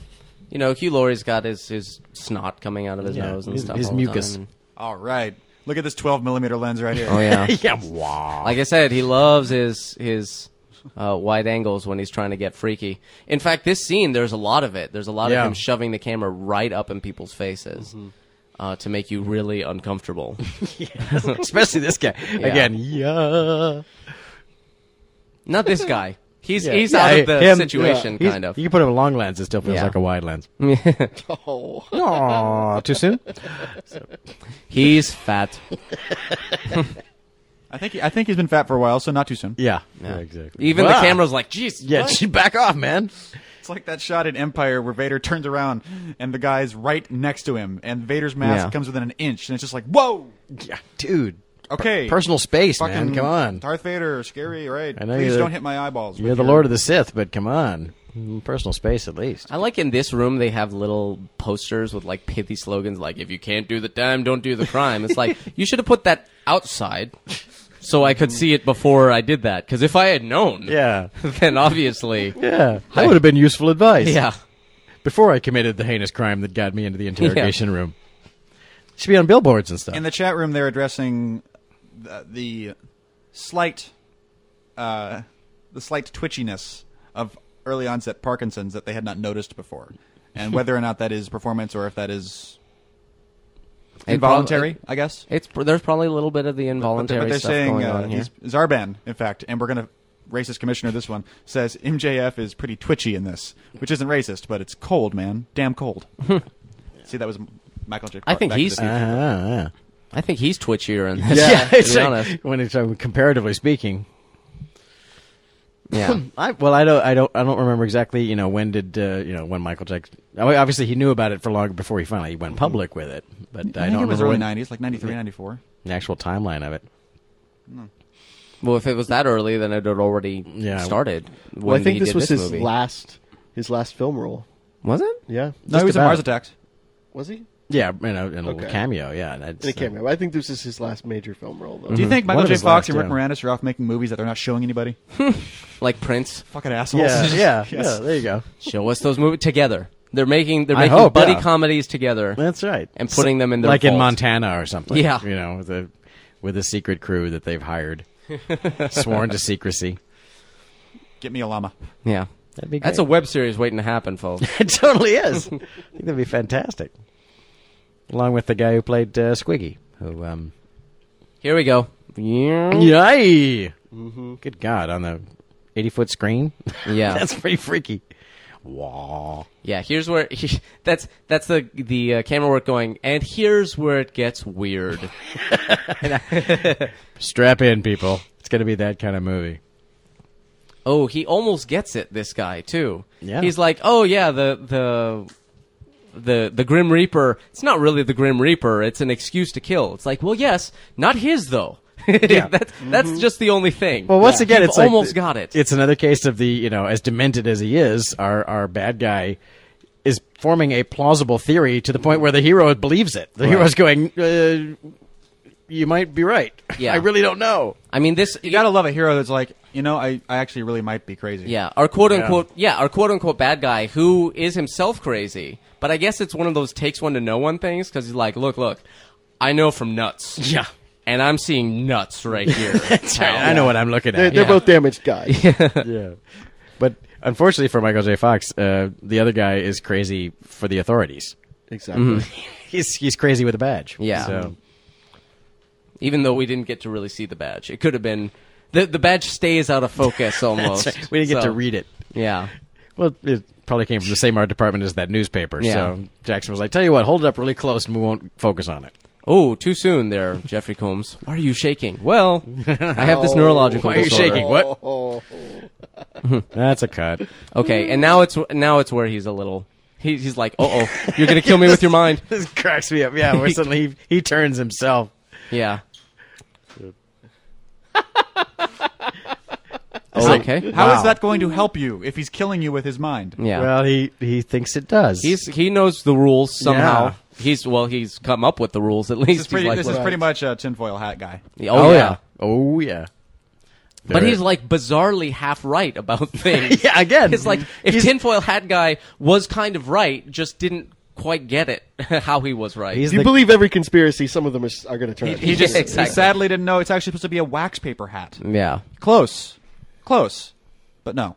S3: You know, Hugh Laurie's got his, his snot coming out of his
S4: Yeah,
S3: nose and
S4: his-
S3: stuff.
S4: his
S3: all the
S4: mucus.
S3: time.
S2: All right, look at this 12 millimeter lens right here.
S3: Oh yeah.
S4: yeah, wow.
S3: like I said, he loves his his uh, wide angles when he's trying to get freaky. In fact, this scene there's a lot of it. There's a lot
S4: Yeah.
S3: of him shoving the camera right up in people's faces uh, to make you really uncomfortable.
S4: Especially this guy. Again, yeah.
S3: Not this guy. He's
S4: Yeah.
S3: he's
S4: Yeah,
S3: out of the
S4: him-
S3: situation,
S4: yeah. He's-
S3: kind of.
S4: You can put him a long lens; it still feels
S3: Yeah.
S4: like a wide lens.
S5: Oh,
S4: Aw, too soon.
S3: He's fat.
S2: I think he, I think he's been fat for a while, so not too soon.
S4: Yeah, yeah, exactly.
S3: Even
S4: Wow.
S3: the camera's like, jeez.
S4: Yeah,
S3: what?"
S4: she back off, man.
S2: It's like that shot in Empire where Vader turns around and the guy's right next to him, and Vader's mask
S3: Yeah.
S2: comes within an inch, and it's just like, whoa.
S4: Yeah, dude.
S2: Okay,
S4: Personal space,
S2: Fucking
S4: man. Come on.
S2: Darth Vader, scary, right?
S4: I know
S2: Please
S4: you're-
S2: don't hit my eyeballs.
S4: You're
S2: with
S4: the
S2: your-
S4: Lord of the Sith, but come on, personal space at least.
S3: I like in this room they have little posters with like pithy slogans like "If you can't do the time, don't do the crime." It's like you should have put that outside so I could see it before I did that. Because if I had known,
S4: Yeah,
S3: then obviously,
S4: yeah. That would have been useful advice.
S3: yeah,
S4: before I committed the heinous crime that got me into the interrogation room. Should be on billboards and stuff.
S2: In the chat room, they're addressing the, the slight, uh, the slight twitchiness of early onset Parkinson's that they had not noticed before, and whether or not that is performance or if that is involuntary, I guess.
S3: It's there's probably a little bit of the involuntary
S2: but they're
S3: stuff
S2: saying
S3: going
S2: uh,
S3: on here.
S2: he's- Zarban, in fact, and we're gonna racist commissioner this one says MJF is pretty twitchy in this, which isn't racist, but it's cold, man, damn cold. See, that was Michael J.
S3: I think
S2: Back to
S3: he's-
S2: the future.
S4: Ah,
S3: I think he's twitchier in this.
S4: yeah,
S3: to
S4: it's
S3: be
S4: like-
S3: honest.
S4: when it's uh, comparatively speaking.
S3: Yeah.
S4: I, well, I don't, I don't, I don't remember exactly. You know, when did uh, you know when Michael Jackson? I mean, Obviously, he knew about it for long before he finally went public with it. But
S2: I,
S4: I, don't
S2: think it was
S4: remember
S2: early
S4: when-
S2: '90s, like '93, '94.
S4: the actual timeline of it.
S3: Well, if it was that early, then it had already
S4: Yeah.
S3: started. When
S5: well, I think
S3: he
S5: this
S3: did
S5: was
S3: this
S5: his
S3: movie.
S5: last his last film role.
S3: Was it?
S5: Yeah,
S2: No,
S4: Just
S2: he was in
S4: about.
S2: Mars Attacks.
S5: was he?
S4: Yeah, in a, in a little
S5: Okay.
S4: cameo. Yeah, and that's,
S5: In a cameo. I think this is his last major film role, though.
S2: Do you
S3: Mm-hmm.
S2: think Michael
S4: Mm-hmm. of
S2: J.
S4: his
S2: Fox and
S4: last,
S2: Rick
S4: yeah.
S2: Moranis are off making movies that they're not showing anybody?
S3: Like Prince,
S2: Fucking
S4: Yeah,
S2: assholes.
S4: yeah,
S2: Yes.
S4: yeah. There you go.
S3: show us those movies together. They're making they're
S4: I
S3: making
S4: hope,
S3: buddy
S4: yeah.
S3: comedies together.
S4: That's right.
S3: And putting them in their
S4: like in
S3: vault.
S4: Montana or something.
S3: Yeah.
S4: you know, with a with a secret crew that they've hired, sworn to secrecy.
S2: Get me a llama.
S3: Yeah.
S4: That'd be
S3: That's a web series waiting to happen, folks.
S4: it totally is. I think that'd be fantastic. Along with the guy who played uh, Squiggy, who um,
S3: Here we go. Yeah.
S4: yay! Good God, on the eighty-foot screen. that's pretty freaky. Wow.
S3: Yeah, here's where that's that's the the uh, camera work going and here's where it gets weird.
S4: Strap in, people. It's gonna be that kind of movie.
S3: oh, he almost gets it this guy too.
S4: Yeah.
S3: He's like, "Oh yeah, the the the the Grim Reaper. It's not really the Grim Reaper. It's an excuse to kill." It's like, "Well, yes, not his though." yeah. that's that's just the only thing.
S4: Well, once
S3: Yeah.
S4: again,
S3: You've
S4: it's like
S3: almost
S4: the-
S3: got it.
S4: It's another case of the you know, as demented as he is, our our bad guy is forming a plausible theory to the point where the hero believes it. The hero's going, uh, "You might be right.
S3: Yeah.
S4: I really don't know."
S3: I mean, this
S2: You gotta love a hero that's like, you know, I, I actually really might be crazy.
S3: Yeah, our quote unquote, yeah. our quote unquote bad guy who is himself crazy. But I guess it's one of those takes one to know one things because he's like, look, look, I know from nuts.
S4: Yeah.
S3: and I'm seeing nuts right here.
S4: That's right. I know what I'm looking
S5: They're,
S4: at.
S5: they're both damaged guys.
S4: yeah. But unfortunately for Michael J. Fox, uh, the other guy is crazy for the authorities.
S3: Mm-hmm.
S5: Exactly.
S4: He's he's crazy with a badge.
S3: Yeah.
S4: So
S3: Even though we didn't get to really see the badge, it could have been the the badge stays out of focus almost.
S4: we didn't get
S3: So,
S4: to read it.
S3: Yeah,
S4: Well, it probably came from the same art department as that newspaper.
S3: Yeah.
S4: So Jackson was like, "Tell you what, hold it up really close, and we won't focus on it."
S3: Oh, too soon there, Jeffrey Combs. Why are you shaking? Well, I have this neurological
S4: Why are you
S3: disorder.
S4: shaking? What?
S5: Oh.
S4: That's a cut.
S3: Okay, and now it's now it's where he's a little. He, he's like, "Uh oh, you're gonna kill me with your mind."
S4: This cracks me up. Yeah, where suddenly he, he turns himself.
S3: Yeah. oh, okay.
S2: How is
S4: Wow.
S2: that going to help you if he's killing you with his mind?
S3: Yeah.
S4: Well, he he thinks it does.
S3: he's he knows the rules somehow. He's well, he's come up with the rules at least.
S2: This is pretty,
S3: he's like,
S2: this is pretty much a tinfoil hat guy.
S3: oh, yeah.
S4: Oh yeah.
S3: But
S4: There-
S3: he's like bizarrely half right about things.
S4: Yeah, again.
S3: It's like if
S4: He's-
S3: tinfoil hat guy was kind of right, just didn't quite get it how he was right.
S4: He's
S5: you
S4: the-
S5: believe every conspiracy, some of them are, are going to turn. out to
S2: He
S5: be
S2: just
S3: Yeah,
S5: true.
S2: he
S3: exactly.
S2: sadly didn't know it's actually supposed to be a wax paper hat.
S3: yeah.
S2: Close, close, but no.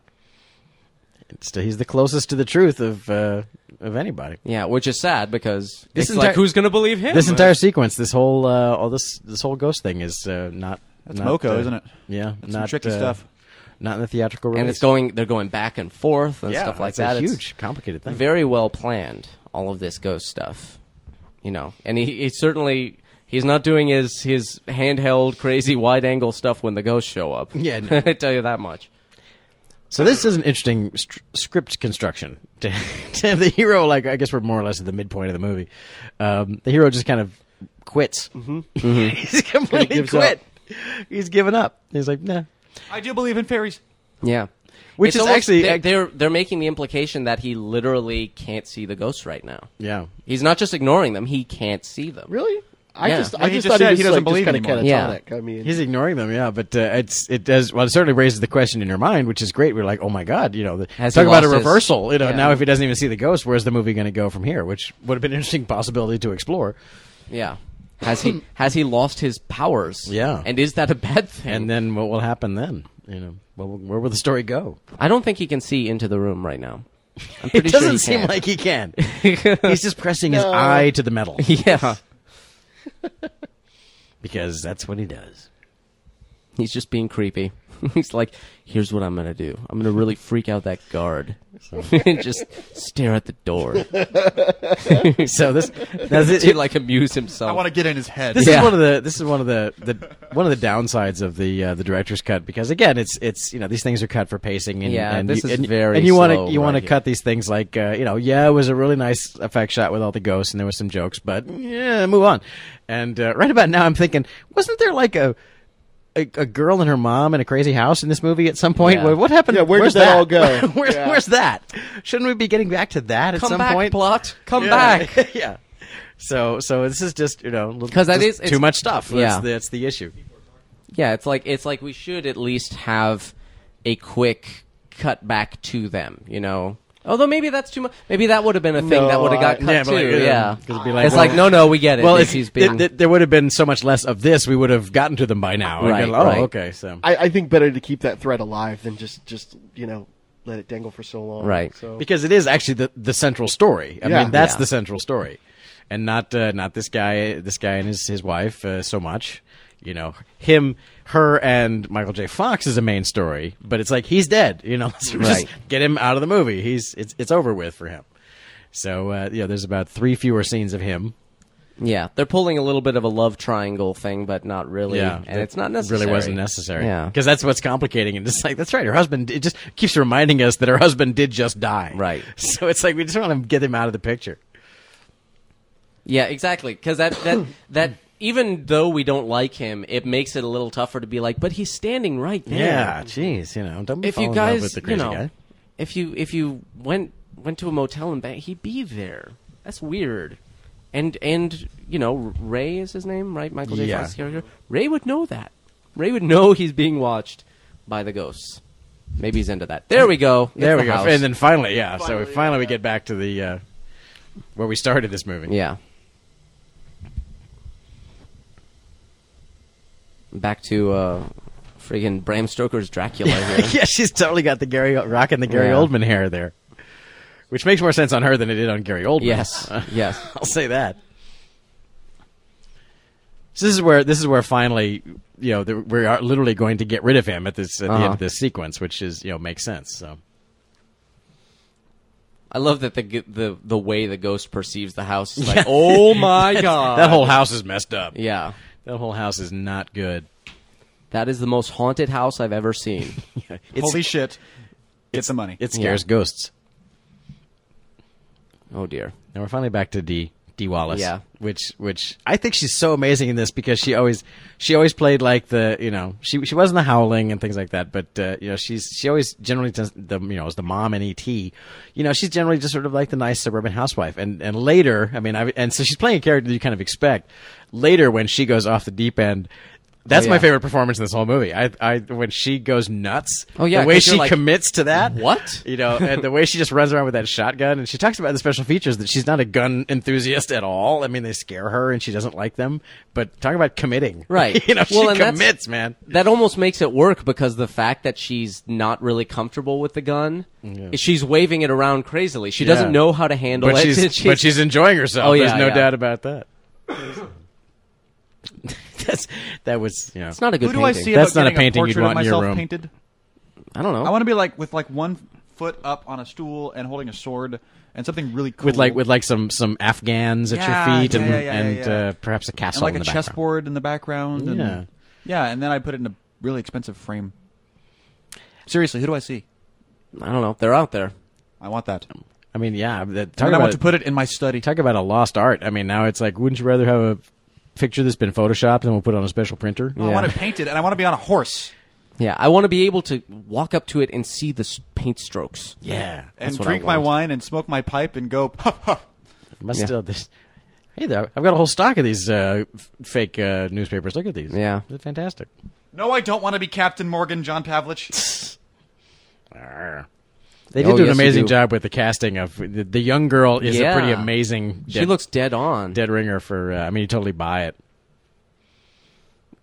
S4: Still, he's the closest to the truth of uh, of anybody.
S3: Yeah, which is sad because
S4: This
S3: it's like
S4: entire-
S3: who's going to believe him?
S4: This entire sequence, this whole uh, all this this whole ghost thing is uh, not. That's
S2: Moco, isn't it?
S4: Yeah, uh,
S2: That's some tricky stuff.
S4: Not in the theatrical release,
S3: and it's going they're going back and forth and
S4: yeah,
S3: stuff like
S4: it's
S3: that.
S4: A
S3: It's
S4: huge, complicated thing.
S3: very well planned all of this ghost stuff. You know, and he, he certainly he's not doing his his handheld crazy wide angle stuff when the ghosts show up.
S4: Yeah, no.
S3: I tell you that much.
S4: So this is an interesting st- script construction. To, to have the hero, like I guess we're more or less at the midpoint of the movie. Um, the hero just kind of quits. Mm-hmm. he's completely
S5: gives
S4: quit. He's given up. He's like, nah.
S2: I do believe in fairies.
S3: Yeah.
S4: Which
S3: It's
S4: is
S3: almost-
S4: actually-
S3: they're, they're they're making the implication that he literally can't see the ghosts right now.
S4: Yeah.
S3: He's not just ignoring them; he can't see them.
S5: really. I
S3: Yeah.
S5: just,
S2: Well,
S5: I
S2: he
S5: just
S2: just
S5: thought he,
S2: said
S5: was
S2: he doesn't
S5: like,
S2: believe
S5: just
S2: anymore.
S5: Kind of
S3: Yeah.
S5: catatonic. I mean,
S4: He's ignoring them, yeah, but uh, it's it does well. It certainly raises the question in your mind, which is great. We're like, oh my god, you know, the,
S3: Has
S4: talk
S3: he
S4: about a
S3: lost his-
S4: reversal. you know,
S3: Yeah.
S4: now if he doesn't even see the ghost, where's the movie going to go from here? Which would have been an interesting possibility to explore.
S3: Yeah. Has he has he lost his powers?
S4: Yeah.
S3: And is that a bad thing?
S4: And then what will happen then? You know, what will, where will the story go?
S3: I don't think he can see into the room right now. I'm
S4: It
S3: pretty sure
S4: doesn't
S3: he
S4: seem
S3: can't.
S4: like he can. He's just pressing his eye to the metal
S3: yeah.
S4: because that's what he does.
S3: He's just being creepy. He's like, here's what I'm gonna do. I'm gonna really freak out that guard. and just stare at the door.
S4: So this, that's it.
S3: to like amuse himself.
S2: I want to get in his head.
S4: This
S3: Yeah.
S4: is one of the this is one of the, the one of the downsides of the uh, the director's cut because again it's it's you know these things are cut for pacing and
S3: Yeah,
S4: and
S3: this
S4: you,
S3: is
S4: and,
S3: very
S4: and you wanna-
S3: slow
S4: you want
S3: right
S4: to
S3: here.
S4: cut these things like uh, you know yeah it was a really nice effect shot with all the ghosts and there was some jokes but yeah move on and uh, right about now I'm thinking wasn't there like a a, a girl and her mom in a crazy house in this movie at some point
S3: Yeah.
S4: Well, what happened
S5: Yeah, where did
S4: where's
S5: that all go?
S4: where's,
S5: Yeah.
S4: where's that shouldn't we be getting back to that at
S3: come
S4: some
S3: back,
S4: point
S3: plot. Come
S4: yeah.
S3: back.
S4: yeah. So so this is just you know
S3: 'Cause that
S4: just
S3: is- it's-
S4: too much stuff.
S3: Yeah.
S4: that's, the, that's the issue.
S3: Yeah, it's like it's like we should at least have a quick cut back to them, you know. Although maybe that's too much. Maybe that would have been a thing
S5: No,
S3: that would have got
S5: I-
S3: cut
S4: yeah, but
S3: too.
S4: like, yeah,
S3: yeah,
S4: 'cause it'd be like,
S3: it's
S4: well-
S3: like no, no, we get it.
S4: Well,
S3: It's-
S4: if
S3: he's being
S4: th- th- there would have been so much less of this. We would have gotten to them by now. And
S3: Right,
S4: been like, oh,
S3: right.
S4: okay. So
S5: I, I think better to keep that thread alive than just, just you know, let it dangle for so long.
S3: Right.
S5: So
S4: because it is actually the the central story. I
S5: Yeah.
S4: mean, that's
S3: Yeah.
S4: the central story, and not uh, not this guy, this guy and his his wife uh, so much. You know, him, her, and Michael J. Fox is a main story, but it's like he's dead. You know, so just
S3: Right.
S4: get him out of the movie. He's it's it's over with for him. So uh, yeah, there's about three fewer scenes of him.
S3: yeah, they're pulling a little bit of a love triangle thing, but not really. and
S4: that
S3: it's not necessary.
S4: Really wasn't necessary.
S3: Yeah.
S4: because that's what's complicating. And it's like that's right. Her husband. It just keeps reminding us that her husband did just die.
S3: Right.
S4: So it's like we just want to get him out of the picture.
S3: Yeah, exactly. Because that that that even though we don't like him, it makes it a little tougher to be like, but he's standing right there.
S4: Yeah, jeez, you know, don't be
S3: if you
S4: falling in love with
S3: guys,
S4: the
S3: you
S4: crazy
S3: know,
S4: guy.
S3: if you if you went went to a motel and bang, he'd be there. That's weird. And and you know, Ray is his name, right? Michael J.
S4: Yeah.
S3: Fox's character. Ray would know that. Ray would know he's being watched by the ghosts. Maybe he's into that. There we go. It's
S4: There we
S3: the
S4: go,
S3: house.
S4: and then finally, yeah. so finally, we get back to the uh, where we started this movie.
S3: yeah. back to uh, friggin' Bram Stoker's Dracula. Here.
S4: yeah, she's totally got the Gary rocking the Gary
S3: Yeah.
S4: Oldman hair there, which makes more sense on her than it did on Gary Oldman.
S3: Yes, yes.
S4: I'll say that. So this is where this is where finally, you know, the, we are literally going to get rid of him at this at the end
S3: Uh-huh.
S4: of this sequence, which is you know makes sense. So
S3: I love that the g- the the way the ghost perceives the house is like, oh my god,
S4: that whole house is messed up.
S3: yeah,
S4: That whole house is not good.
S3: that is the most haunted house I've ever seen.
S4: It's-
S2: Holy shit! Get some money.
S4: It scares
S3: Yeah.
S4: ghosts.
S3: oh dear,
S4: Now we're finally back to D. D. Wallace.
S3: Yeah.
S4: Which which I think she's so amazing in this because she always she always played like the you know she she wasn't the howling and things like that but uh, you know she's she always generally does the you know as the mom in ET you know she's generally just sort of like the nice suburban housewife and and later I mean I and so she's playing a character that you kind of expect later when she goes off the deep end. That's
S3: Oh,
S4: my
S3: yeah.
S4: favorite performance in this whole movie. I, I, when she goes nuts,
S3: Oh, yeah,
S4: the way
S3: 'cause you're
S4: she
S3: like,
S4: commits to that,
S3: "What?"
S4: you know, and the way she just runs around with that shotgun, and she talks about the special features that she's not a gun enthusiast at all. I mean, they scare her, and she doesn't like them. But talking about committing,
S3: Right.
S4: you know,
S3: Well,
S4: she
S3: and that's-
S4: commits, man.
S3: that almost makes it work because the fact that she's not really comfortable with the gun, she's waving it around crazily. She
S4: Yeah.
S3: doesn't know how to handle
S4: But
S3: it.
S4: she's, but she's enjoying herself.
S3: Oh, yeah,
S4: There's no
S3: yeah.
S4: doubt about that. That's that was you know.
S3: it's not a good.
S2: Who do I
S3: painting.
S2: see?
S4: That's
S2: about
S4: not a
S2: getting
S4: painting you'd
S2: portrait of
S4: want in your
S2: myself
S4: room.
S2: Painted.
S3: I don't know.
S2: I want to be like with like one foot up on a stool and holding a sword and something really cool
S4: with like with like some some Afghans at
S2: Yeah,
S4: your feet
S2: yeah,
S4: and
S2: yeah, yeah,
S4: and
S2: yeah.
S4: Uh, perhaps a castle
S2: and like
S4: in
S2: a
S4: the background.
S2: chessboard in the background. And,
S4: Yeah.
S2: yeah, and then I put it in a really expensive frame. Seriously, who do I see?
S3: I don't know. They're out there.
S2: I want that.
S4: I mean, yeah, that, talk
S2: And I
S4: about
S2: want to
S4: it-
S2: put it in my study.
S4: Talk about a lost art. I mean, now it's like, wouldn't you rather have a picture that's been photoshopped and we'll put it on a special printer?
S2: I
S3: Yeah.
S2: want it painted, and I want to be on a horse
S3: Yeah, I want to be able to walk up to it and see the s- paint strokes.
S4: Yeah.
S2: and
S3: That's what I
S2: drink my
S3: want.
S2: wine and smoke my pipe and go. Huh, huh.
S4: Must
S3: Yeah.
S4: still this. Hey there, I've got a whole stock of these uh, f- fake uh, newspapers. Look at these.
S3: Yeah.
S4: They're fantastic.
S2: No, I don't want to be Captain Morgan, John Pavlich.
S4: They did
S3: Oh,
S4: do an
S3: yes, you
S4: amazing
S3: do.
S4: job with the casting of the, the young girl is a
S3: Yeah.
S4: pretty amazing.
S3: She
S4: dead-
S3: looks dead on.
S4: dead ringer for. Uh, I mean, you totally buy it.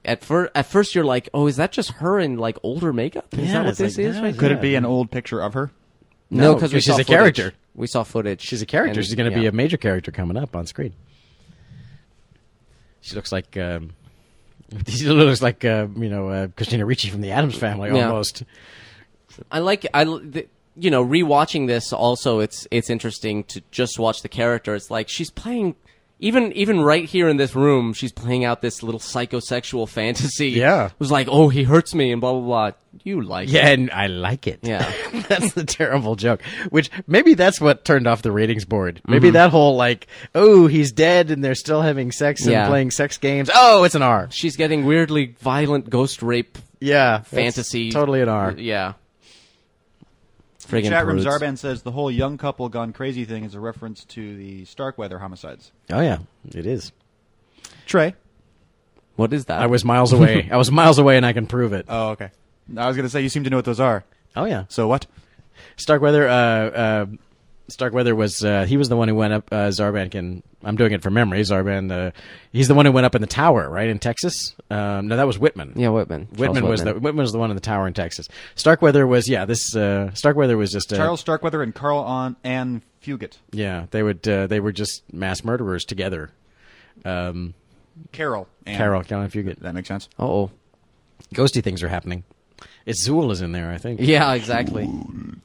S3: At first, at first you're like, "Oh, is that just her in like older makeup? Is
S4: Yeah,
S3: that what
S4: it's
S3: this
S4: like,
S3: is?"
S4: no,
S3: right
S4: it's
S2: Could
S3: there?
S2: it be an old picture of her?
S3: No,
S4: No,
S3: because we
S4: she's
S3: saw
S4: a
S3: footage.
S4: character.
S3: We saw footage.
S4: She's a character.
S3: And-
S4: She's going to be
S3: yeah.
S4: a major character coming up on screen. She looks like. Um, she looks like uh, you know uh, Christina Ricci from the Adams Family
S3: Yeah.
S4: almost.
S3: I like I l- the, you know rewatching this also it's it's interesting to just watch the character. It's like she's playing even even right here in this room she's playing out this little psychosexual fantasy.
S4: Yeah.
S3: It was like, "Oh, he hurts me" and blah blah blah. You like
S4: Yeah, and I like it.
S3: Yeah.
S4: that's the terrible joke. Which maybe that's what turned off the ratings board. Maybe
S3: Mm-hmm.
S4: that whole like, oh, he's dead, and they're still having sex and
S3: Yeah.
S4: playing sex games. Oh, it's an R.
S3: She's getting weirdly violent ghost rape
S4: Yeah, that's
S3: fantasy.
S4: totally an R.
S3: Yeah. Friggin'
S2: Chat room
S3: prudes.
S2: Zarban says the whole young couple gone crazy thing is a reference to the Starkweather homicides.
S4: Oh yeah, it is.
S2: Trey.
S3: What is that?
S4: I was miles away. I was miles away, and I can prove it.
S2: Oh, okay. I was gonna say you seem to know what those are.
S4: oh yeah,
S2: So what?
S4: Starkweather. Uh, uh, Starkweather was uh, he was the one who went up. Uh, Zarban can. I'm doing it from memory. Zarban. Uh, he's the one who went up in the tower, right in Texas. Um, no, that was Whitman.
S3: yeah, Whitman. Charles
S4: Whitman was the Whitman was the one in the tower in Texas. Starkweather was yeah. This uh, Starkweather was just a,
S2: Charles Starkweather and Carl on Ann Fugit.
S4: Yeah, they would uh, they were just mass murderers together. Um,
S2: Carol. Ann.
S4: Carol, Carol, if you get
S2: That makes sense.
S3: Oh.
S4: ghosty things are happening. It's Zool is in there, I think.
S3: Yeah, exactly.
S4: Mm.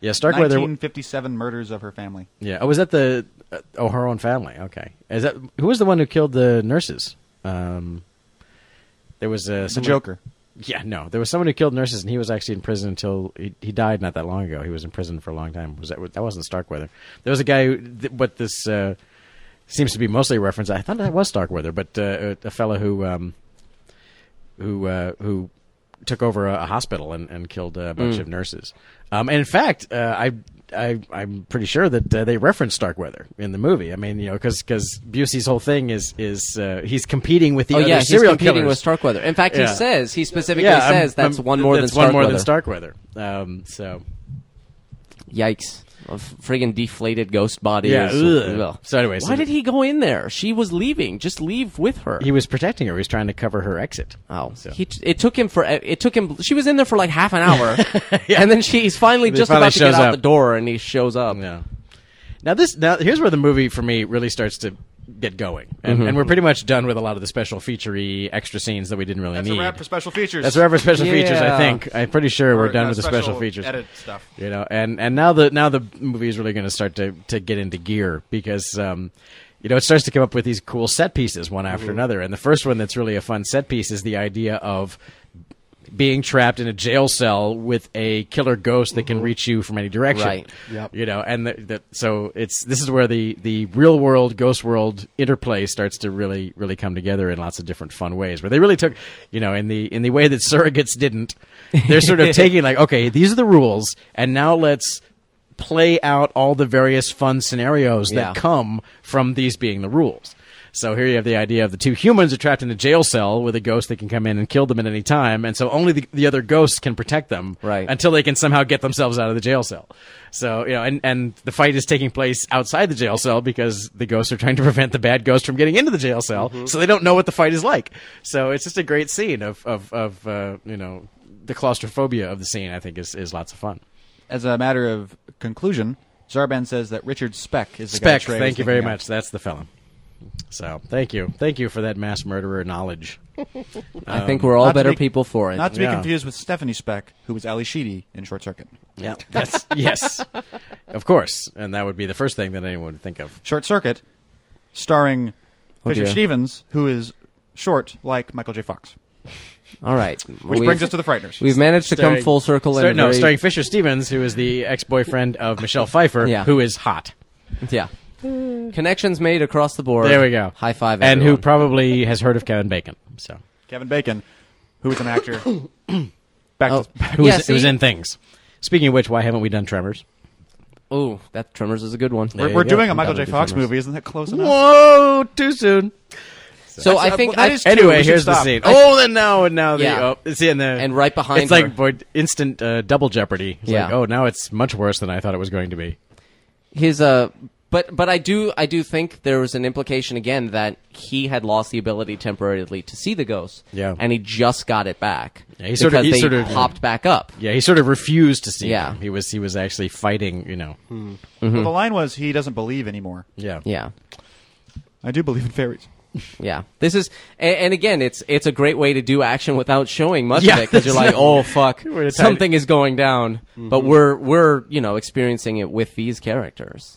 S4: yeah. Starkweather.
S2: 1957 murders of her family.
S4: Yeah. Oh, was that the uh, oh her own family? Okay. Is that who was the one who killed the nurses? Um, there was uh,
S2: The
S4: someone-
S2: Joker.
S4: Yeah, no. There was someone who killed nurses, and he was actually in prison until he, he died not that long ago. He was in prison for a long time. Was that that wasn't Starkweather? There was a guy. Who, th- what this uh, seems to be mostly a reference. I thought that was Starkweather, but uh, a, a fellow who um, who uh, who took over a, a hospital and, and killed a bunch
S3: Mm.
S4: of nurses. Um, and in fact, uh, I. I, I'm pretty sure that uh, they referenced Starkweather in the movie. I mean, you know, because Busey's whole thing is is uh, he's competing with the
S3: oh
S4: other
S3: yeah, he's
S4: serial
S3: competing
S4: killers.
S3: with Starkweather. In fact,
S4: Yeah.
S3: he says he specifically
S4: I'm-
S3: says that's
S4: I'm-
S3: one more
S4: that's
S3: than Starkweather.
S4: one more than Starkweather. Um, so
S3: Yikes! a f- friggin' deflated ghost body.
S4: Yeah,
S3: or
S4: ugh.
S3: something. Ugh.
S4: So anyway, so
S3: why
S4: the-
S3: did he go in there? She was leaving. Just leave with her.
S4: He was protecting her. He was trying to cover her exit.
S3: Oh, he t- it took him for it took him. She was in there for like half an hour, and then she's finally
S4: He
S3: just
S4: finally
S3: about to get
S4: shows
S3: out
S4: up.
S3: the door, and he shows up.
S4: Yeah. Now this now here's where the movie for me really starts to get going, and,
S3: Mm-hmm.
S4: and we're pretty much done with a lot of the special featurey extra scenes that we didn't really
S2: That's
S4: need.
S2: a wrap for special features.
S4: That's a wrap for special features. I
S3: Yeah.
S4: think I'm pretty sure we're
S2: Or,
S4: done
S2: uh,
S4: with the special features.
S2: Edit stuff.
S4: You know, and and now the now the movie is really going to start to to get into gear because um, you know it starts to come up with these cool set pieces one after another. And the first one that's really a fun set piece is the idea of being trapped in a jail cell with a killer ghost that can reach you from any direction.
S3: Right.
S5: Yep.
S4: You know, and the, the, so it's this is where the the real world ghost world interplay starts to really really come together in lots of different fun ways. Where they really took, you know, in the in the way that surrogates didn't. They're sort of taking like, okay, these are the rules, and now let's play out all the various fun scenarios
S3: Yeah.
S4: that come from these being the rules. So here you have the idea of the two humans are trapped in a jail cell with a ghost that can come in and kill them at any time, and so only the, the other ghosts can protect them
S3: Right.
S4: until they can somehow get themselves out of the jail cell. So you know, and and the fight is taking place outside the jail cell because the ghosts are trying to prevent the bad ghost from getting into the jail cell, so they don't know what the fight is like. So it's just a great scene of of of uh, you know the claustrophobia of the scene. I think is is lots of fun.
S2: As a matter of conclusion, Zarban says that Richard Speck is the guy
S4: Specs,
S2: Trey was
S4: thank you very
S2: thinking of.
S4: much. That's the fellow. So thank you, thank you for that mass murderer knowledge.
S3: I think
S4: Um,
S3: we're all
S2: not to
S3: better
S2: be-
S3: people for it.
S2: Not to
S4: Yeah.
S2: be confused with Stephanie Speck, who was Ali Sheedy in Short Circuit.
S4: Yeah. That's, yes. Of course. And that would be the first thing that anyone would think of.
S2: Short Circuit, starring Fisher
S3: dear.
S2: Stevens, who is short like Michael J. Fox,
S3: all right,
S2: which
S3: We've-
S2: brings us to the Frighteners.
S3: We've managed to come full circle.
S4: Star-
S3: in a
S4: no,
S3: very-
S4: starring Fisher Stevens, who is the ex-boyfriend of Michelle Pfeiffer,
S3: Yeah.
S4: who is hot.
S3: yeah, connections made across the board.
S4: There we go.
S3: High five,
S4: And who
S3: everyone.
S4: probably has heard of Kevin Bacon. So
S2: Kevin Bacon, who is an actor. Back
S3: Oh.
S2: to, back
S4: who
S3: Yeah,
S4: was, who was
S3: see?
S4: in things. Speaking of which, why haven't we done Tremors?
S3: Ooh, that Tremors is a good one.
S2: we're
S4: you
S2: we're
S4: go.
S2: doing a
S4: I'm
S2: Michael
S4: done
S2: J.
S4: with
S2: Fox
S4: Tremors.
S2: movie. Isn't that close enough?
S4: Whoa, too soon.
S3: So I
S2: uh,
S3: think
S2: well, that
S3: I-
S2: is- Dude,
S4: Anyway,
S2: we should
S4: here's the
S2: stop.
S4: scene.
S3: I-
S4: oh, and now and now the
S3: Yeah.
S4: oh, see and the
S3: And right behind
S4: It's like boy,
S3: her.
S4: instant uh, double jeopardy. It's
S3: Yeah.
S4: like, oh, now it's much worse than I thought it was going to be.
S3: his uh but but I do I do think there was an implication again that he had lost the ability temporarily to see the ghost.
S4: Yeah.
S3: And he just got it back.
S4: Yeah, he sort of-
S3: because
S4: he
S3: they
S4: sort of-
S3: hopped back up.
S4: Yeah, he sort of refused to see.
S3: Yeah. Hmm.
S4: him. he was he was actually fighting. You know.
S3: Mm-hmm.
S2: Well, the line was, he doesn't believe anymore.
S4: Yeah.
S3: Yeah.
S2: I do believe in fairies.
S3: Yeah. This is and, and again it's it's a great way to do action without showing much
S4: Yeah.
S3: of it cuz you're like, "Oh fuck,
S4: We're tied-
S3: something is going down."
S2: Mm-hmm.
S3: But we're we're, you know, experiencing it with these characters.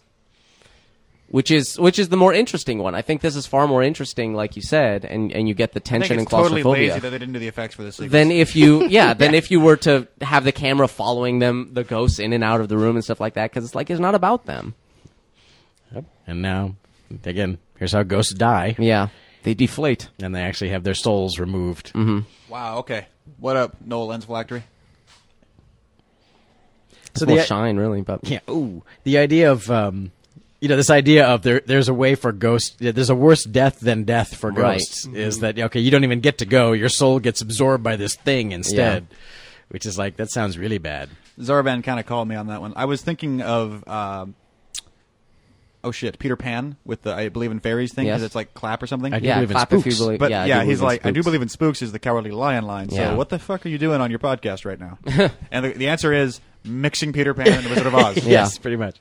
S3: Which is which is the more interesting one. I think this is far more interesting like you said and and you get the
S2: I think
S3: tension and
S2: it's totally
S3: claustrophobia.
S2: lazy that they didn't do the effects for this. sequence.
S3: Then if you yeah then if you were to have the camera following them the ghosts in and out of the room and stuff like that because it's like it's not about them
S4: And now, again, here's how ghosts die,
S3: yeah they deflate
S4: and they actually have their souls removed.
S2: wow, okay. What up, Noel Lens Flactory?
S3: so
S4: the-
S3: more shine really but
S4: Yeah. Ooh, the idea of um, you know, this idea of there, there's a way for ghosts. There's a worse death than death for
S3: Right.
S4: ghosts. Is that okay? You don't even get to go. Your soul gets absorbed by this thing instead, which is like that sounds really bad.
S2: Zarban kind of called me on that one. I was thinking of, um oh shit, Peter Pan with the I believe in fairies thing because
S3: Yes.
S2: it's like clap or something.
S4: I do
S3: Yeah,
S4: believe in
S3: clap if you
S4: spooks.
S3: believe-
S2: But
S3: yeah, I
S2: yeah,
S3: do believe
S2: he's
S3: in
S2: like, I do
S3: spooks.
S2: believe in spooks is the cowardly lion line. So
S3: Yeah.
S2: what the fuck are you doing on your podcast right now? and the, the answer is mixing Peter Pan and the Wizard of Oz.
S3: Yeah.
S4: Yes, pretty much.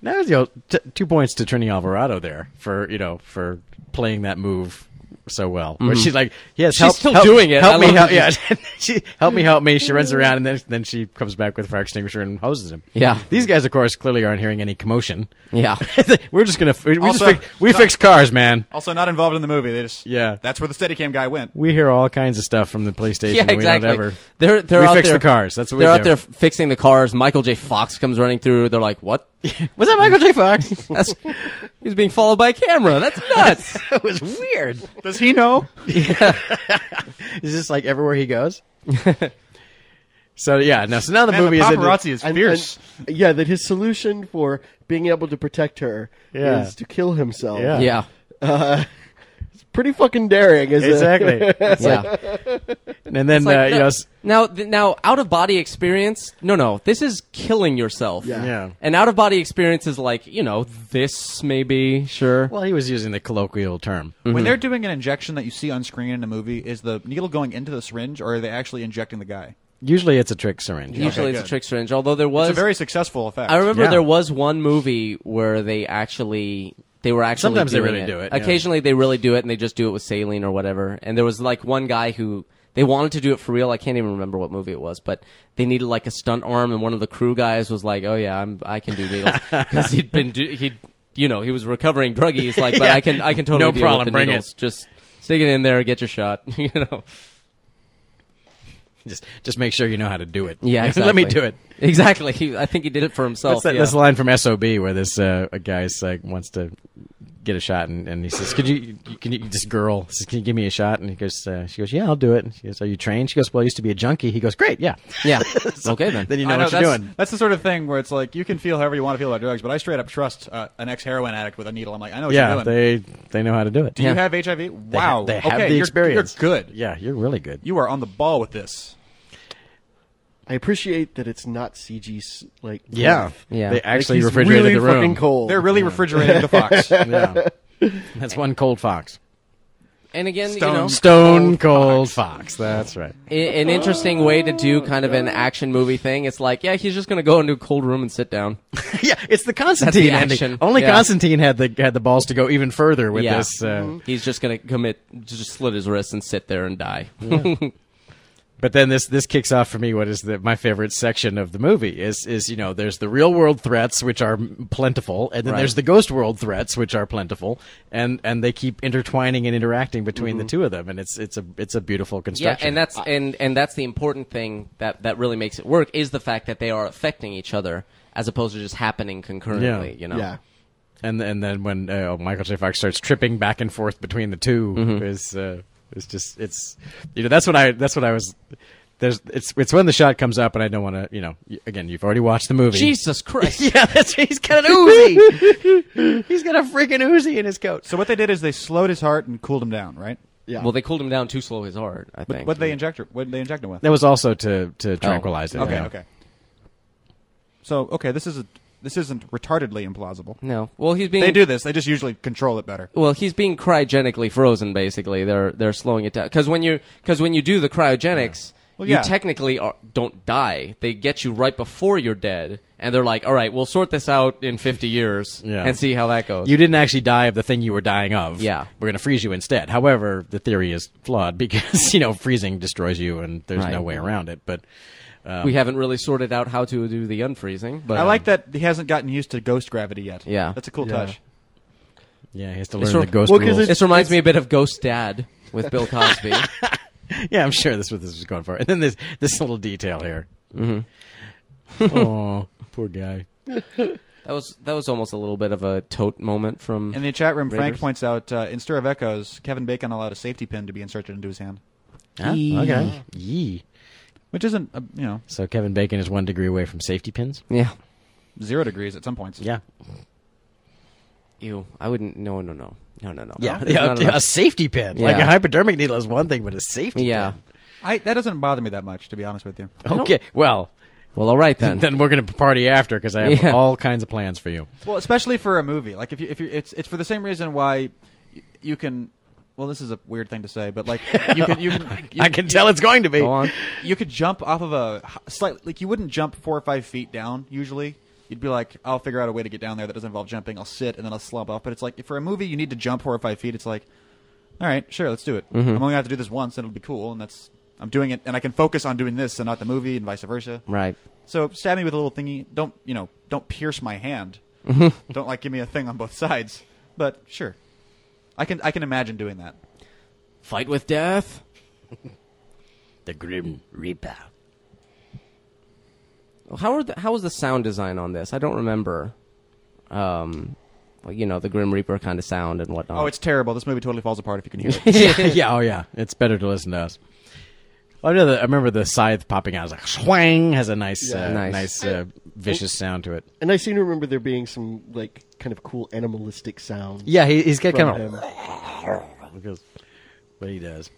S4: Now you know, t- two points to Trini Alvarado there for you know for playing that move so well. Where she's like, yes, help,
S3: Mm-hmm. still
S4: help-
S3: doing it.
S4: Help
S3: I
S4: me, help,
S3: love
S4: yeah. she help me, help me. She runs around and then then she comes back with a fire extinguisher and hoses him.
S3: Yeah.
S4: these guys, of course, clearly aren't hearing any commotion.
S3: yeah
S4: we're just gonna we, we just
S2: Also-
S4: fix, we fix cars, man.
S2: Also, not involved in the movie. They just
S4: Yeah.
S2: That's where the Steadicam guy went.
S4: We hear all kinds of stuff from the PlayStation.
S3: yeah
S4: We don't
S3: exactly
S4: ever.
S3: they're they're
S4: we
S3: out
S4: fix
S3: there,
S4: the cars. That's what
S3: they're
S4: we
S3: out
S4: do.
S3: there fixing the cars Michael J Fox comes running through they're like what
S4: Was that Michael J. Fox?
S3: that's he's being followed by a camera that's nuts
S4: that was weird.
S2: Does he know?
S4: Is this like everywhere he goes? so yeah, no. So now the
S2: Man,
S4: movie
S2: the
S4: is into-
S2: paparazzi is
S5: And-
S2: fierce.
S5: and- yeah, that his solution for being able to protect her
S4: Yeah.
S5: is to kill himself.
S4: Yeah.
S3: yeah
S5: It's pretty fucking daring, is
S4: exactly. It's
S3: yeah.
S4: like- and then
S3: It's like,
S4: uh,
S3: no-
S4: you know, s-
S3: now, th- now, out of body experience. No, no, this is killing yourself.
S5: Yeah.
S4: yeah.
S3: And out of body experience is like you know this maybe sure.
S4: Well, he was using the colloquial term.
S2: When they're doing an injection that you see on screen in a movie, is the needle going into the syringe, or are they actually injecting the guy?
S4: Usually, it's a trick syringe.
S3: Usually
S2: Okay,
S3: it's
S2: good.
S3: a trick syringe. Although there was
S2: it's a very successful effect.
S3: I remember
S4: Yeah.
S3: there was one movie where they actually they were actually
S4: Sometimes they
S3: doing
S4: really do it, yeah.
S3: Occasionally they really do it, and they just do it with saline or whatever. And there was like one guy who they wanted to do it for real. I can't even remember what movie it was, but they needed like a stunt arm, and one of the crew guys was like, "Oh yeah, I'm I can do needles because he'd been do, he'd you know he was recovering druggies like, but I can I can totally
S4: No
S3: deal
S4: problem,
S3: with the
S4: bring it.
S3: needles. Just stick it in there, get your shot. you know,
S4: Just, just make sure you know how to do it.
S3: yeah, exactly.
S4: Let me do it.
S3: exactly. He, I think he did it for himself.
S4: What's that,
S3: yeah.
S4: That's the line from SOB where this uh, a guy's like wants to get a shot and, and he says, "Could you? Can you? This girl says, can you give me a shot?" And he goes, uh, "She goes, yeah, I'll do it." And she goes, "Are you trained?" She goes, "Well, I used to be a junkie." He goes, "Great, yeah."
S3: yeah. Okay then.
S4: Then you know,
S2: I know,
S4: what you're
S2: that's,
S4: doing.
S2: That's the sort of thing where it's like you can feel however you want to feel about drugs, but I straight up trust uh, an ex heroin addict with a needle. I'm like, I know what
S4: Yeah,
S2: you're doing.
S4: they they know how to do it.
S2: Do you have HIV?
S4: They ha-
S2: Wow.
S4: they have
S2: okay,
S4: the
S2: you're,
S4: experience.
S2: You're good.
S4: Yeah, you're really good.
S2: You are on the ball with this.
S5: it? I appreciate that it's not CG 's, like
S4: yeah,
S5: rough.
S3: Yeah.
S4: They
S3: Like,
S4: actually
S5: He's
S4: refrigerated
S5: really
S4: the room.
S5: fucking cold.
S2: They're really refrigerating the fox.
S4: Yeah. That's one cold fox.
S3: And again, you
S2: Stone
S3: know,
S4: Stone cold fox. That's right.
S3: i- an interesting way to do kind of an action movie thing. It's like, yeah, he's just going to go into a cold room and sit down.
S4: yeah, it's the Constantine ending.
S3: action.
S4: Only
S3: Yeah.
S4: Constantine had the had the balls to go even further with
S3: Yeah. Mm-hmm.
S4: this. Uh,
S3: He's just going to commit, just slit his wrists and sit there and die.
S4: But then this this kicks off for me. What is the, my favorite section of the movie is is you know there's the real world threats which are plentiful, and then
S3: Right.
S4: there's the ghost world threats which are plentiful, and and they keep intertwining and interacting between the two of them, and it's it's a it's a beautiful
S3: Mm-hmm. yeah,
S4: construction.
S3: and that's and and that's the important thing that that really makes it work is the fact that they are affecting each other as opposed to just happening concurrently.
S4: Yeah.
S3: You know,
S5: yeah.
S4: and and then when uh, Michael J. Fox starts tripping back and forth between the 2
S3: Mm-hmm.
S4: is uh, is just it's you know that's what I that's what I was there's it's it's when the shot comes up and I don't want to you know y- again you've already watched the movie
S3: Jesus Christ.
S4: yeah that's he's got an Uzi he's got a freaking Uzi in his coat
S2: so what they did is they slowed his heart and cooled him down, right?
S5: Yeah.
S3: Well, they cooled him down too slow. His heart, I think.
S2: What they inject? What they inject him with?
S4: that was also to
S3: Oh,
S4: to tranquilize it
S2: Okay,
S4: yeah.
S2: okay. So okay, this is a this isn't retardedly implausible.
S3: no. Well, he's being
S2: They do this. They just usually control it better.
S3: Well, he's being cryogenically frozen. Basically, they're they're slowing it down because when you because when you do the cryogenics,
S2: Well,
S3: you
S2: yeah.
S3: technically are, don't die. They get you right before you're dead, and they're like, "All right, we'll sort this out in 50 years
S4: Yeah.
S3: and see how that goes."
S4: You didn't actually die of the thing you were dying of.
S3: Yeah.
S4: We're going to freeze you instead. However, the theory is flawed because, you know, freezing destroys you and there's
S3: Right.
S4: no way around it. But
S3: we haven't really sorted out how to do the unfreezing, but
S2: I like that he hasn't gotten used to ghost gravity yet.
S3: Yeah.
S2: that's a cool
S4: Yeah.
S2: touch.
S4: yeah, he has to learn
S3: It's
S4: the
S3: sort of-
S4: ghost
S5: Well, 'cause
S4: rules.
S5: it's-
S3: This reminds me a bit of Ghost Dad with Bill Cosby.
S4: Yeah, I'm sure that's what this was going for. And then this this little detail here. Mm-hmm. oh, poor guy.
S3: that was that was almost a little bit of a tote moment from.
S2: In the chat room, Frank
S3: Raiders.
S2: points out uh, in Stir of Echoes, Kevin Bacon allowed a safety pin to be inserted into his hand,
S4: Ah, okay. Yee.
S2: which isn't uh, you know
S4: So Kevin Bacon is one degree away from safety pins.
S3: yeah.
S2: zero degrees at some points.
S4: Yeah.
S3: Ew. I wouldn't. No. No. No. No. No. No.
S4: Yeah.
S3: There's not
S4: a
S3: enough-
S4: safety pin. Like
S3: Yeah.
S4: a hypodermic needle is one thing, but a safety
S3: Yeah.
S2: I, that doesn't bother me that much, to be honest with you.
S4: pin. Okay. Well,
S3: Well, all right then.
S4: then we're going to party after because I have
S3: Yeah.
S4: all kinds of plans for you.
S2: Well, especially for a movie, like if you if you it's it's for the same reason why y- you can. Well, this is a weird thing to say, but like you can you can you,
S4: I can tell it's going to be.
S3: Go on.
S2: you could jump off of a h- slight like you wouldn't jump four or five feet down usually. You'd be like, I'll figure out a way to get down there that doesn't involve jumping. I'll sit and then I'll slump off. But it's like if for a movie you need to jump four or five feet. It's like, all right, sure, let's do it. I'm only gonna have to do this once and it'll be cool. And that's I'm doing it, and I can focus on doing this and not the movie and vice versa.
S3: Right.
S2: So stab me with a little thingy. Don't you know? Don't pierce my hand. don't like give me a thing on both sides. But sure, I can I can imagine doing that.
S3: Fight with death.
S6: The Grim Reaper.
S3: How are the, how was the sound design on this? I don't remember. Um, well, you know the Grim Reaper kind of sound and whatnot.
S2: Oh, it's terrible. This movie totally falls apart if you can hear it.
S4: yeah, yeah, oh yeah. It's better to listen to us. I know the- I remember the scythe popping out. It's like swang has a nice, uh, nice,
S3: Nice.
S4: uh, vicious sound to it.
S5: and I seem to remember there being some like kind of cool animalistic sounds.
S4: Yeah, he, he's got
S5: from
S4: kind of
S5: him.
S4: because, but he does.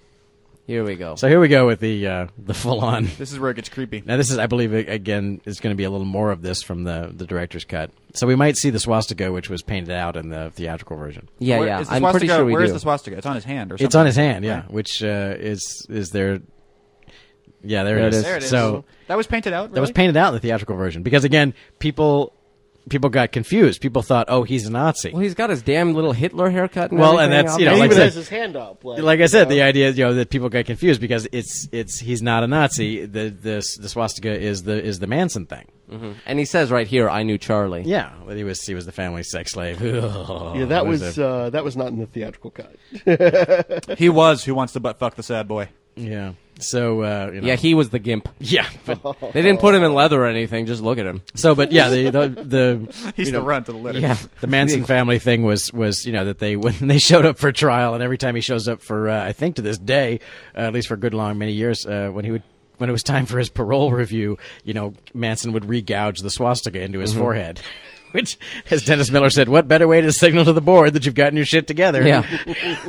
S3: Here we go.
S4: So here we go with the uh, the full on.
S2: This is where it gets creepy.
S4: Now this is, I believe, a- again, is going to be a little more of this from the the director's cut. So we might see the swastika, which was painted out in the theatrical version.
S3: yeah,
S2: Where
S3: yeah.
S2: is the
S3: I'm pretty
S2: swastika-
S3: sure we
S2: Where
S3: do.
S2: is the swastika? It's on his hand or something.
S4: It's on his hand, yeah.
S2: Right.
S4: Which uh, is is there? Yeah, there, it is.
S2: There it is.
S4: So
S2: that was painted out.
S4: that was
S2: really?
S4: painted out in the theatrical version because again, people people got confused. People thought, oh, he's a Nazi.
S3: well, he's got his damn little Hitler haircut. And
S4: Well, and
S3: everything
S4: that's,
S3: out
S4: you know,
S5: And
S3: there.
S5: he
S4: like
S5: even
S4: I said-
S5: has his hand up. Like,
S4: like I
S5: you
S4: said,
S5: know.
S4: the idea is you know that people got confused because it's it's he's not a Nazi. The the the swastika is the is the Manson thing.
S3: Mm-hmm. and he says right here, "I knew Charlie."
S4: Yeah, that he was he was the family sex slave.
S5: Yeah, that was uh, that was not in the theatrical cut.
S2: He was who wants to butt fuck the sad boy.
S4: yeah. So uh, you know.
S3: yeah. He was the gimp.
S4: yeah. But,
S3: They didn't put him in leather or anything. Just look at him.
S4: so, but yeah, the the, the
S2: He's the runt of the litter.
S4: the Manson family thing was was you know that they when they showed up for trial and every time he shows up for uh, I think to this day uh, at least for a good long many years uh, when he would when it was time for his parole review you know Manson would regouge the swastika into
S3: Mm-hmm.
S4: his forehead. Which, as Dennis Miller said, what better way to signal to the board that you've gotten your shit together
S3: Yeah.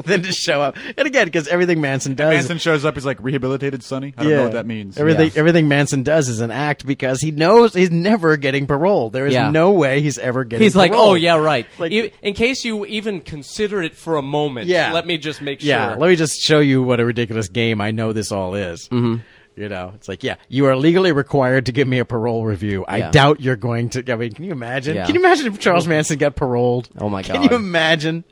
S4: than to show up? And again, because everything Manson does,
S2: Manson shows up. He's like rehabilitated, Sonny. I don't know what that means.
S4: Everything
S3: Yeah.
S4: everything Manson does is an act because he knows he's never getting parole. There is
S3: Yeah.
S4: no way he's ever getting.
S3: He's like,
S4: parole.
S3: "Oh yeah, right."
S4: Like-
S3: E- in case you even consider it for a moment,
S4: Yeah.
S3: Let me just make
S4: Yeah,
S3: sure.
S4: let me just show you what a ridiculous game I know this all is. Mm-hmm. You know, it's like, yeah, you are legally required to give me a parole review. I
S3: Yeah.
S4: doubt you're going to. I mean, can you imagine?
S3: Yeah.
S4: Can you imagine if Charles Manson got paroled?
S3: Oh, my
S4: Can
S3: God.
S4: you imagine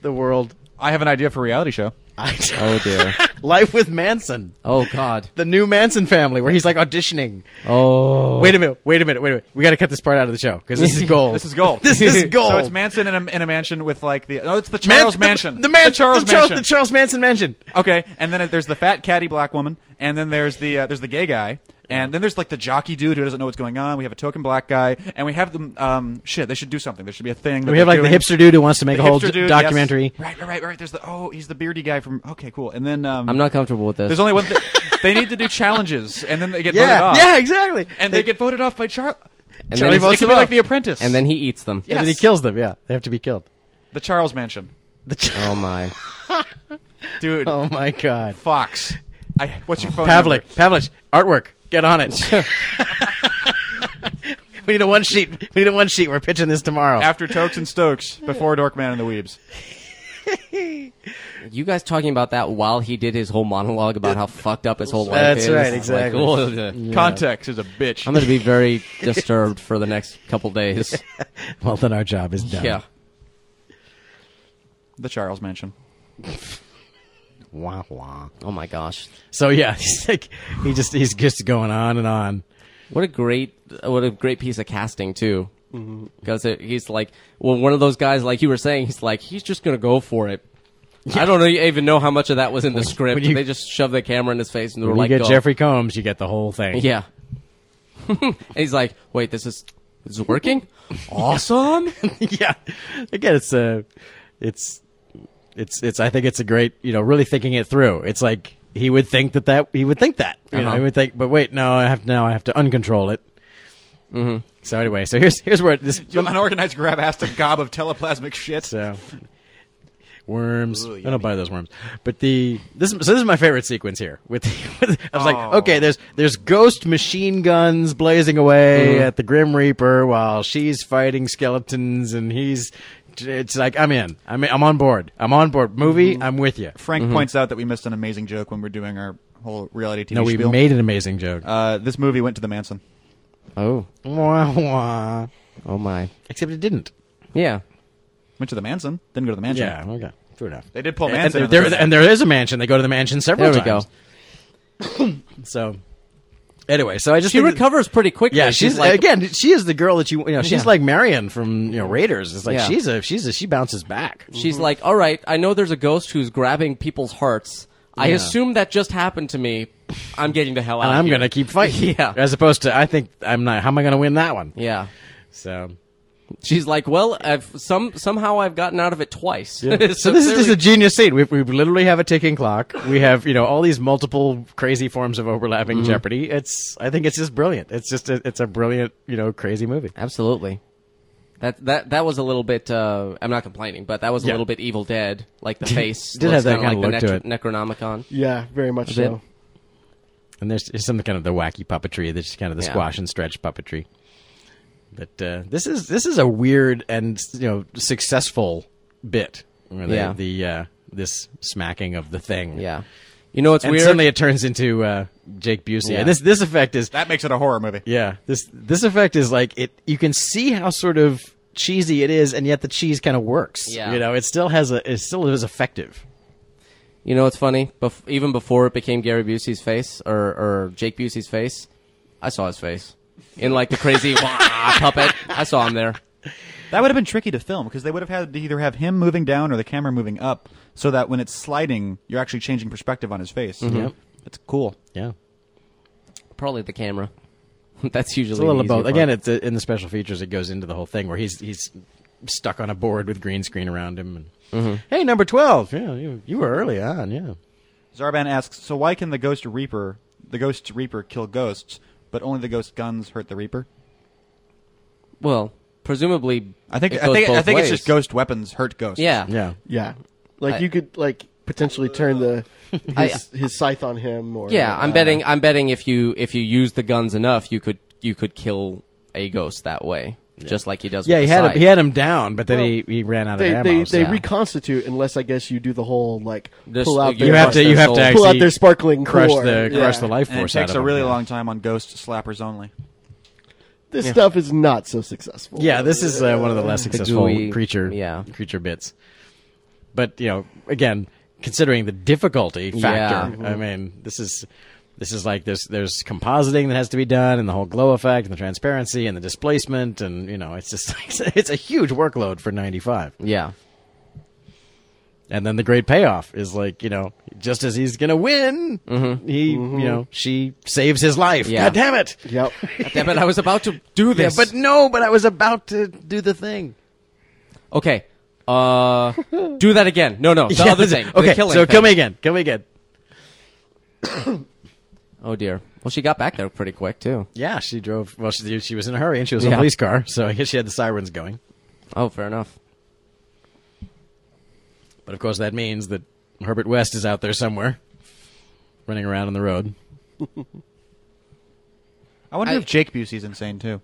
S4: the world?
S2: I have an idea for a reality show.
S4: I,
S3: oh dear.
S4: life with Manson,
S3: Oh god.
S4: the new Manson family, where he's like auditioning.
S3: Oh.
S4: Wait a minute! Wait a minute! Wait a minute! We got to cut this part out of the show because this is gold.
S2: This is gold.
S4: this is gold.
S2: So it's Manson in a, in a mansion with like the oh, it's the
S4: Man-
S2: Charles
S4: the-
S2: Mansion.
S4: The, man-
S2: Charles
S4: the Charles,
S2: Mansion.
S4: The Charles Manson mansion.
S2: Okay, and then there's the fat catty black woman, and then there's the uh, there's the gay guy, and then there's like the jockey dude who doesn't know what's going on. We have a token black guy, and we have them. Um, shit, they should do something. There should be a thing. that
S4: We have
S2: they're
S4: like the
S2: doing.
S4: hipster dude who wants to make
S2: The
S4: a whole
S2: hipster
S4: d-
S2: dude, yes.
S4: documentary.
S2: Right, right, right, right. There's the oh, he's the beardy guy from. Okay, cool. And then um,
S3: I'm not comfortable with this.
S2: There's only one thing. they need to do challenges, and then they get voted
S4: Yeah,
S2: off.
S4: yeah, exactly.
S2: and they, get voted off by Charlie.
S3: And
S2: Charlie
S3: then he
S2: votes
S3: votes
S2: it could
S3: him
S2: be
S3: off.
S2: like The Apprentice,
S3: and then he eats them.
S4: And then he
S2: Yes.
S4: kills them. Yeah, they have to be killed.
S2: the Charles Mansion,
S4: The
S3: Oh my.
S2: dude.
S4: oh my god,
S2: Fox, I, what's your phone number?
S4: Pavlik, Pavlich, artwork, get on it. we need a one sheet. We need a one sheet. We're pitching this tomorrow.
S2: After Tokes and Stokes, before Dorkman and the Weebs.
S3: You guys talking about that while he did his whole monologue about how fucked up his whole life
S4: That's
S3: is.
S4: right,
S3: It's like,
S4: exactly.
S3: oh, the-
S2: Context is a bitch.
S3: I'm going to be very disturbed for the next couple days.
S4: well, then our job is done.
S3: Yeah.
S2: the Charles Mansion.
S4: Wah wah.
S3: Oh my gosh.
S4: So yeah, he's like, he just he's just going on and on.
S3: What a great what a great piece of casting too.
S4: Mm-hmm.
S3: Because he's like well, one of those guys like you were saying he's like he's just going to go for it. I don't know, even know how much of that was in the script.
S4: you-
S3: they just shoved the camera in his face and they were
S4: When
S3: like
S4: you get
S3: go.
S4: Jeffrey Combs, you get the whole thing.
S3: Yeah. and he's like, "Wait, this is this is working? awesome."
S4: yeah. Again, it's a, it's, it's, it's. I think it's a great, you know, really thinking it through. It's like he would think that that he would think that. You know,
S3: Uh-huh.
S4: he would think, but wait, no, I have now I have to uncontrol it. Mm-hmm. So anyway, so here's here's where this.
S2: An unorganized grab ass a gob of teleplasmic shit.
S4: So worms. I don't buy those worms. But the this so this is my favorite sequence here. With, with I was like,
S2: Oh.
S4: okay, there's there's ghost machine guns blazing away
S2: Mm-hmm.
S4: at the Grim Reaper while she's fighting skeletons and he's. It's like I'm in. I'm in, I'm on board. I'm on board. Movie.
S2: Mm-hmm.
S4: I'm with you.
S2: Frank points out that we missed an amazing joke when we're doing our whole reality TV
S4: No, we
S2: spiel.
S4: made an amazing joke.
S2: uh, this movie went to the Manson.
S3: Oh,
S4: Wah, wah.
S3: oh my.
S4: Except it didn't.
S3: Yeah.
S2: Went to the Manson, didn't go to the Mansion.
S4: Yeah. Okay. Fair enough.
S2: They did pull
S4: and,
S2: Manson. in the
S4: there,
S2: first
S4: and there is a mansion. They go to the mansion several
S3: There we go.
S4: times. So anyway, so I just
S3: She
S4: think that-
S3: recovers pretty quickly.
S4: Yeah, she's,
S3: like
S4: again. She is the girl that you you know. She's
S3: Yeah.
S4: like Marion from you know Raiders. It's like
S3: Yeah.
S4: she's a she's a she bounces back.
S3: she's like, "All right, I know there's a ghost who's grabbing people's hearts. I
S4: Yeah.
S3: assume that just happened to me. I'm getting the hell out
S4: And
S3: of
S4: I'm
S3: here."
S4: gonna keep fighting.
S3: Yeah.
S4: As opposed to, I think I'm not. How am I gonna win that one?
S3: Yeah.
S4: So,
S3: She's like, "Well, I've some somehow I've gotten out of it twice."
S4: so, this is just
S3: clearly-
S4: a genius scene. We we literally have a ticking clock. We have you know all these multiple crazy forms of overlapping
S3: Mm-hmm.
S4: Jeopardy. It's I think it's just brilliant. It's just a, it's a brilliant you know crazy movie.
S3: Absolutely. That that that was a little bit. Uh, I'm not complaining, but that was a
S2: Yeah.
S3: little bit Evil Dead, like the face.
S4: did
S3: looks
S4: have that
S3: kinda
S4: kinda
S3: like
S4: look
S3: the
S4: to
S3: Necro- Necronomicon.
S5: Yeah, very much so.
S4: And there's, there's some kind of the wacky puppetry. There's just kind of the
S3: Yeah.
S4: squash and stretch puppetry. But uh, this is this is a weird and you know successful bit. Where they-
S3: Yeah.
S4: The uh, this smacking of the thing.
S3: Yeah, you know it's
S4: And
S3: weird.
S4: suddenly it turns into uh, Jake Busey.
S3: Yeah.
S4: And this this effect is
S2: That makes it a horror movie.
S4: yeah. This this effect is like it. You can see how sort of cheesy it is, and yet the cheese kind of works.
S3: Yeah.
S4: You know, it still has a it still is effective.
S3: You know, it's funny. Bef- even before it became Gary Busey's face or, or Jake Busey's face, I saw his face in like the crazy wah puppet. I saw him there.
S2: That would have been tricky to film because they would have had to either have him moving down or the camera moving up, so that when it's sliding, you're actually changing perspective on his face.
S4: Yep.
S2: It's cool.
S4: Yeah.
S3: Probably the camera. That's usually
S4: It's a little
S3: the
S4: of both.
S3: easier
S4: Again,
S3: part.
S4: it's in the special features. It goes into the whole thing where he's he's stuck on a board with green screen around him. And,
S5: Mm-hmm.
S4: Hey, number twelve. Yeah, you, you were early on. Yeah,
S2: Zarban asks, so why can the Ghost Reaper, the Ghost Reaper, kill ghosts, but only the ghost guns hurt the Reaper?
S3: well, presumably.
S2: I think
S3: it
S2: I
S3: goes
S2: think I
S3: both
S2: think
S3: ways.
S2: it's just ghost weapons hurt ghosts.
S3: Yeah,
S4: yeah.
S5: Yeah, like
S3: I-
S5: you could like potentially turn the his,
S3: I-
S5: his scythe on him. Or
S3: yeah. I'm
S5: uh,
S3: betting. I'm betting if you if you use the guns enough, you could you could kill a ghost that way, just like he does.
S4: Yeah,
S3: with
S4: he
S3: the
S4: had
S3: scythe.
S4: him, he had him down, but then he, he ran out
S5: They
S4: of
S5: they,
S4: ammo.
S5: they
S4: so-
S5: reconstitute unless I guess you do the whole like
S3: Just-
S5: pull out.
S3: you
S5: their-
S4: you have to you have to
S3: Pull
S5: pull out
S4: actually
S5: their sparkling
S4: crush
S5: core.
S4: the
S5: Yeah.
S4: crush the life
S2: and it
S4: force.
S2: takes
S4: out
S2: a
S4: of
S2: really
S4: him.
S2: long time on ghost slappers only.
S5: This stuff is not so successful.
S4: Yeah, this is uh, one of the less successful
S3: gooey-
S4: creature
S3: yeah.
S4: creature bits. But you know, again, considering the difficulty factor,
S3: Mm-hmm.
S4: I mean, this is this is like there's there's compositing that has to be done, and the whole glow effect, and the transparency, and the displacement, and you know, it's just it's a huge workload for ninety five.
S3: Yeah.
S4: And then the great payoff is like you know, just as he's gonna win, he you know she saves his life.
S3: Mm-hmm. Yeah.
S4: God damn it!
S5: Yep.
S3: Damn it! I was about to do
S4: Yeah,
S3: this.
S4: but no, but I was about to do the thing.
S3: okay. Uh, do that again. No, no, the
S4: Yeah,
S3: other
S4: this-
S3: thing. the
S4: Okay,
S3: killing
S4: so
S3: thing.
S4: kill me again. Kill me again.
S3: Oh dear. Well, she got back there pretty quick too.
S4: Yeah, she drove. Well, she, she was in a hurry and she was in a
S3: Yeah.
S4: police car, so I guess she had the sirens going.
S3: Oh, fair enough.
S4: But of course, that means that Herbert West is out there somewhere, running around on the road.
S2: I wonder
S3: I-
S2: if Jake Busey's insane too.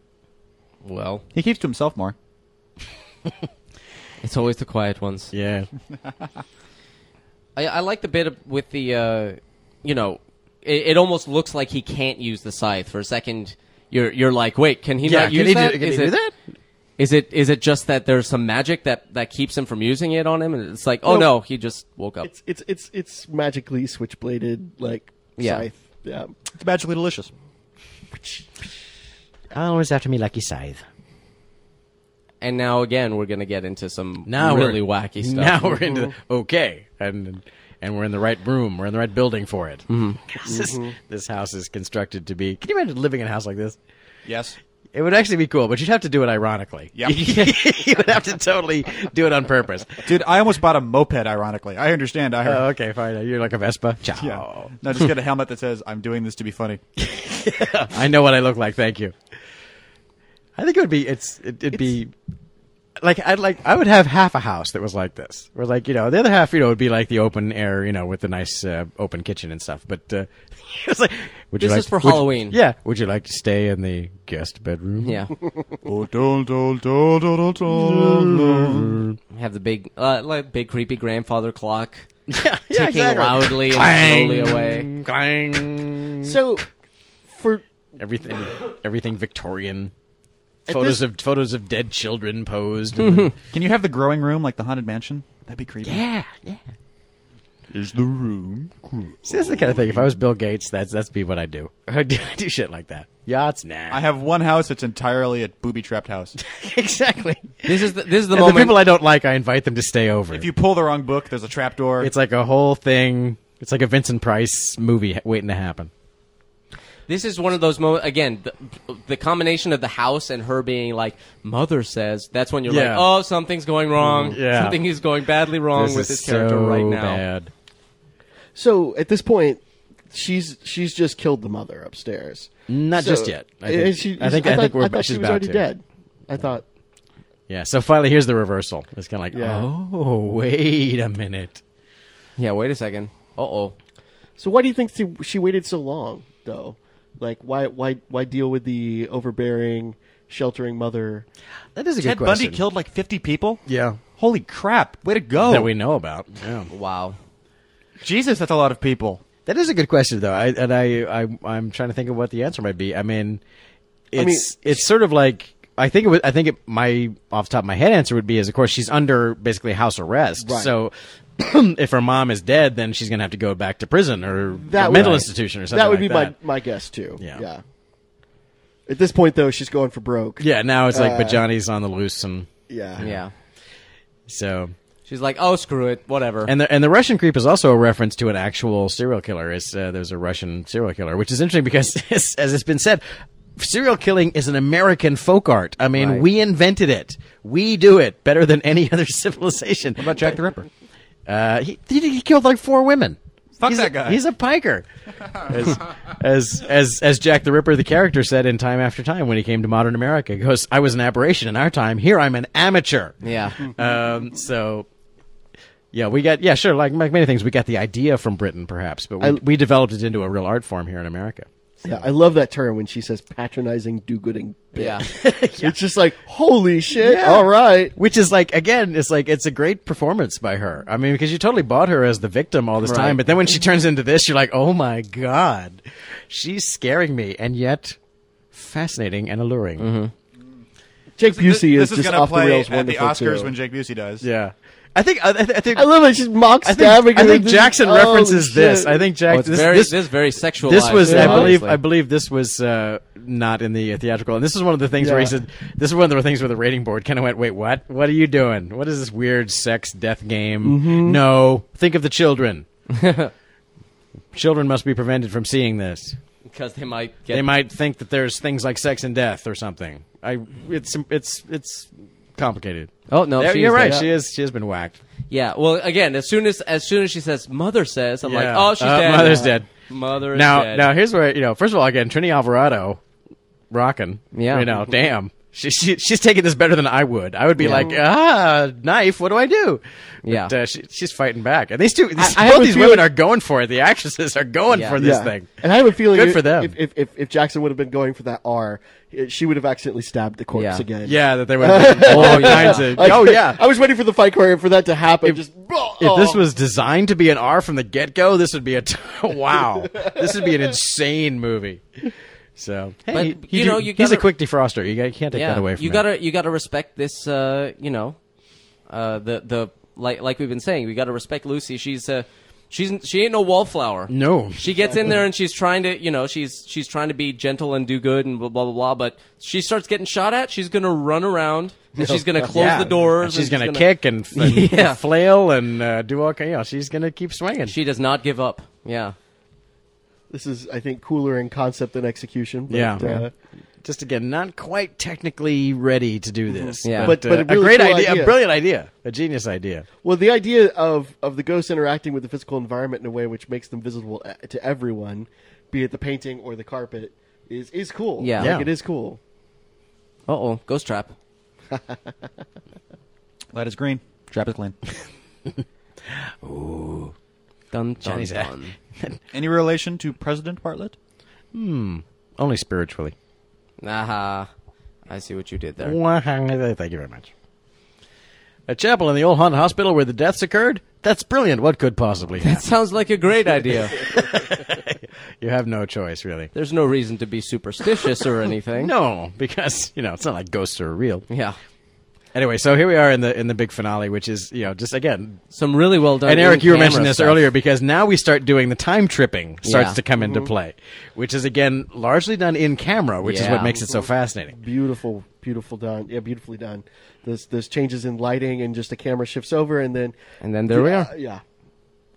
S3: Well,
S2: He keeps to himself more.
S3: it's always the quiet ones.
S4: Yeah,
S3: I, I like the bit of- with the, uh, you know, it, it almost looks like he can't use the scythe for a second. You're you're like, wait, can he
S4: yeah.
S3: not
S4: Can
S3: use
S4: he,
S3: that?
S4: do, can
S3: Is
S4: he do
S3: it-
S4: that?
S3: Is it is it just that there's some magic that that keeps him from using it on him? And it's like, oh
S5: No.
S3: no, he just woke up.
S5: It's it's it's it's magically switchbladed like
S3: Yeah.
S5: scythe. Yeah.
S2: It's magically delicious.
S4: Always after me, lucky scythe.
S3: And now again, we're gonna get into some
S4: Now
S3: really
S4: we're,
S3: wacky stuff. Mm-hmm.
S4: Now we're into the, okay, and and we're in the right room. We're in the right building for it.
S3: Mm-hmm.
S4: This, this house is constructed to be. Can you imagine living in a house like this?
S2: Yes.
S4: It would actually be cool, but you'd have to do it ironically.
S2: Yeah.
S4: you would have to totally do it on purpose.
S2: Dude, I almost bought a moped. Ironically, I understand. I heard.
S4: Oh, okay, fine. You're like a Vespa. Ciao.
S2: yeah. No, just get a helmet that says "I'm doing this to be funny."
S4: I know what I look like. Thank you. I think it would be. It's. It, it'd be. Like I'd like I would have half a house that was like this. Where like you know the other half you know would be like the open air you know with the nice uh, open kitchen and stuff. But uh, it's like would you
S3: This
S4: like
S3: is for
S4: would-
S3: Halloween.
S4: Yeah. Would you like to stay in the guest bedroom?
S3: yeah,
S2: Oh, dun, dun, dun, dun, dun, dun, dun.
S3: have the big uh, like big creepy grandfather clock
S4: yeah, yeah,
S3: ticking
S4: exactly.
S3: loudly
S4: Clang,
S3: and slowly away.
S4: Clang.
S5: So for
S4: everything everything Victorian. Photos of photos of dead children posed. and-
S2: Can you have the growing room like the haunted mansion? That'd be creepy.
S4: yeah, yeah.
S2: Is the room?
S4: See, that's the kind of thing. If I was Bill Gates, that's that's be what I do. I do, I do shit like that. Yachts, nah.
S2: I have one house that's entirely a booby trapped house.
S4: exactly.
S3: This is the, this is the
S4: And the
S3: moment.
S4: people I don't like, I invite them to stay over.
S2: if you pull the wrong book, there's a trapdoor.
S4: it's like a whole thing. It's like a Vincent Price movie ha- waiting to happen.
S3: This is one of those moments again. The, the combination of the house and her being like, "Mother says," that's when you're
S4: Yeah. Mm,
S3: like, "Oh, something's going wrong.
S4: yeah.
S3: Something is going badly wrong
S4: this
S3: with
S4: is
S3: this character
S4: so
S3: right now."
S4: Bad.
S5: so at this point she's she's just killed the mher upstairs.
S4: Not
S5: So-
S4: just yet. I think.
S5: and
S4: I think. I,
S5: thought-
S4: think we're.
S5: I thought
S4: she's
S5: she was
S4: about
S5: already
S4: to.
S5: dead. I thought
S4: Yeah. So finally, here's the reversal. It's kind of like,
S5: Yeah.
S4: oh, wait a minute.
S3: Yeah, wait a second. Uh oh.
S5: So why do you think she, she waited so long though? Like why why why deal with the overbearing, sheltering mother?
S4: That is a
S2: Ted
S4: good question.
S2: Bundy killed like 50 people?
S4: Yeah.
S2: Holy crap. Way to go.
S4: That we know about. Yeah.
S3: Wow.
S2: Jesus, that's a lot of people.
S4: That is a good question, though, I, and I, I I'm trying to think of what the answer might be. I mean, it's it's sort of like I think it was, I think it, my off the top of my head answer would be is of course she's under basically house arrest,
S5: Right.
S4: so. if her mom is dead, then she's gonna have to go back to prison or a
S5: would-
S4: mental institution or something.
S5: That would
S4: like
S5: be
S4: that.
S5: my my guess too.
S4: Yeah.
S5: Yeah. At this point though, she's going for broke.
S4: yeah. Now it's like, but
S5: Uh,
S4: Johnny's on the loose, and
S5: Yeah.
S3: Yeah.
S4: so
S3: She's like, oh, screw it, whatever.
S4: And the and the Russian creep is also a reference to an actual serial killer. Is uh, there's a Russian serial killer, which is interesting because as, as it's been said, serial killing is an American folk art. I mean,
S3: Right.
S4: we invented it. We do it better than any other civilization.
S2: What about Jack the Ripper?
S4: Uh, he, he he killed like four women.
S2: Fuck
S4: he's
S2: that
S4: a,
S2: guy.
S4: He's a piker, as, as as as Jack the Ripper, the character said in Time After Time when he came to modern America. He goes, "I was an aberration in our time. Here, I'm an amateur."
S3: yeah.
S4: um, so yeah, we got yeah, sure. Like, like many things, we got the idea from Britain, perhaps, but we,
S5: I-
S4: we developed it into a real art form here in America.
S5: Yeah, I love that term when she says patronizing do-gooding. bitch.
S3: Yeah.
S5: It's just like, holy shit, all right.
S4: Which is like again, it's like it's a great performance by her. I mean, because you totally bought her as the victim all this time, but then when she turns into this, you're like, oh my god, she's scaring me, and yet fascinating and alluring.
S5: Mm-hmm. Jake Busey
S2: this
S5: is
S2: is
S5: just
S2: gonna
S5: off the
S2: play
S5: rails
S2: at the
S5: wonderful
S2: Oscars
S5: too.
S2: when Jake Busey does.
S4: Yeah, I think I, I th- I think
S5: I love it. She's mock
S4: I think,
S5: stabbing.
S4: I
S5: her.
S4: think
S5: This is-
S4: Jackson
S5: oh,
S4: references this.
S5: shit.
S4: I think Jack
S3: Oh, it's
S4: this,
S3: very,
S4: this-
S3: this, is very sexualized.
S4: This was,
S3: yeah,
S4: I believe,
S3: obviously.
S4: I believe this was uh, not in the uh, theatrical, and this is one of the things where he
S5: Yeah.
S4: said, "This is one of the things where the rating board kind of went, wait, what? What are you doing? What is this weird sex death game?
S5: Mm-hmm.
S4: No, think of the children. children must be prevented from seeing this.
S3: because they might get
S4: They might think that there's things like sex and death or something. I, it's, it's, it's complicated.
S3: Oh, no,
S4: Yeah,
S3: she's
S4: you're right.
S3: there.
S4: She is, she has been whacked.
S3: Yeah. Well, again, as soon as as soon as she says "mother says," I'm
S4: Yeah.
S3: like, "Oh, she's
S4: Uh,
S3: dead."
S4: mother's dead.
S3: Mother is
S4: now,
S3: dead.
S4: now here's where you know. First of all, again, Trini Alvarado, rocking.
S3: Yeah.
S4: you know, damn, she, she she's taking this better than I would. I would be
S3: Yeah.
S4: like, ah, knife. What do I do? But,
S3: Yeah.
S4: uh, she, she's fighting back, and these two, these,
S5: I have
S4: both
S5: a
S4: these women
S5: feeling-
S4: are going for it. The actresses are going
S3: Yeah.
S4: for this thing.
S5: And I have a feeling
S4: Good
S5: if,
S4: for them.
S5: If, if, if, if Jackson would have been going for that R, eh, she would have accidentally stabbed the corpse
S3: Yeah.
S5: again.
S4: Yeah, that they would. all kinds of.
S5: Like,
S4: Oh yeah.
S5: I was waiting for the fight choreography for that to happen. just Oh.
S4: If this was designed to be an R from the get go, this would be a t- wow. this would be an insane movie. So, hey,
S3: But,
S4: he-
S3: you
S4: he do-
S3: know, you
S4: he's a
S3: gotta-
S4: quick defroster. You, got- you can't take
S3: yeah.
S4: that away from
S3: you
S4: him.
S3: gotta you gotta respect this. Uh, you know, uh, the the like like we've been saying, we gotta respect Lucy. She's uh, she's she ain't no wallflower.
S4: No.
S3: She gets in there and she's trying to, you know, she's she's trying to be gentle and do good and blah blah blah. blah but she starts getting shot at. She's gonna run around and she's gonna close
S4: Yeah.
S3: the doors.
S4: She's
S3: and
S4: gonna, kick and, and
S3: Yeah.
S4: flail and uh, do all kind. You know, she's gonna keep swinging.
S3: She does not give up. Yeah.
S5: this is, I think, cooler in concept than execution. But,
S4: Yeah.
S5: uh,
S4: Yeah. just again not quite technically ready to do this.
S3: Mm-hmm. Yeah.
S4: but,
S5: But- but
S4: uh,
S5: a really
S4: a great
S5: cool
S4: idea, a
S5: idea.
S4: brilliant idea, a genius idea.
S5: Well, the idea of of the ghost interacting with the physical environment in a way which makes them visible e- to everyone, be it the painting or the carpet, is is cool.
S3: Yeah.
S5: like,
S4: Yeah.
S5: it is cool.
S3: Uh oh, ghost trap.
S2: Light is green. Trap is clean.
S3: Dun dun
S4: Johnny's-
S3: dun.
S2: Any relation to President Bartlett?
S4: Only spiritually.
S3: Aha. I see what you did there.
S4: Thank you very much. A chapel in the old haunted hospital where the deaths occurred. That's brilliant. What could possibly happen?
S3: Sounds like a great idea.
S4: you have no choice, really.
S3: There's no reason to be superstitious or anything.
S4: No, because you know it's not like ghosts are real.
S3: Yeah.
S4: Anyway, so here we are in the in the big finale, which is you know just again
S3: Some really well done.
S4: and Eric, you were
S3: in-camera
S4: mentioning this
S3: stuff.
S4: earlier because now we start doing the time tripping starts
S3: Yeah.
S4: to come into play, which is again largely done in camera, which is
S3: Yeah.
S4: what makes it so fascinating.
S5: Beautiful, beautiful done. Yeah, beautifully done. There's there's changes in lighting and just the camera shifts over and then
S3: And then there we
S5: yeah,
S3: are.
S5: Yeah,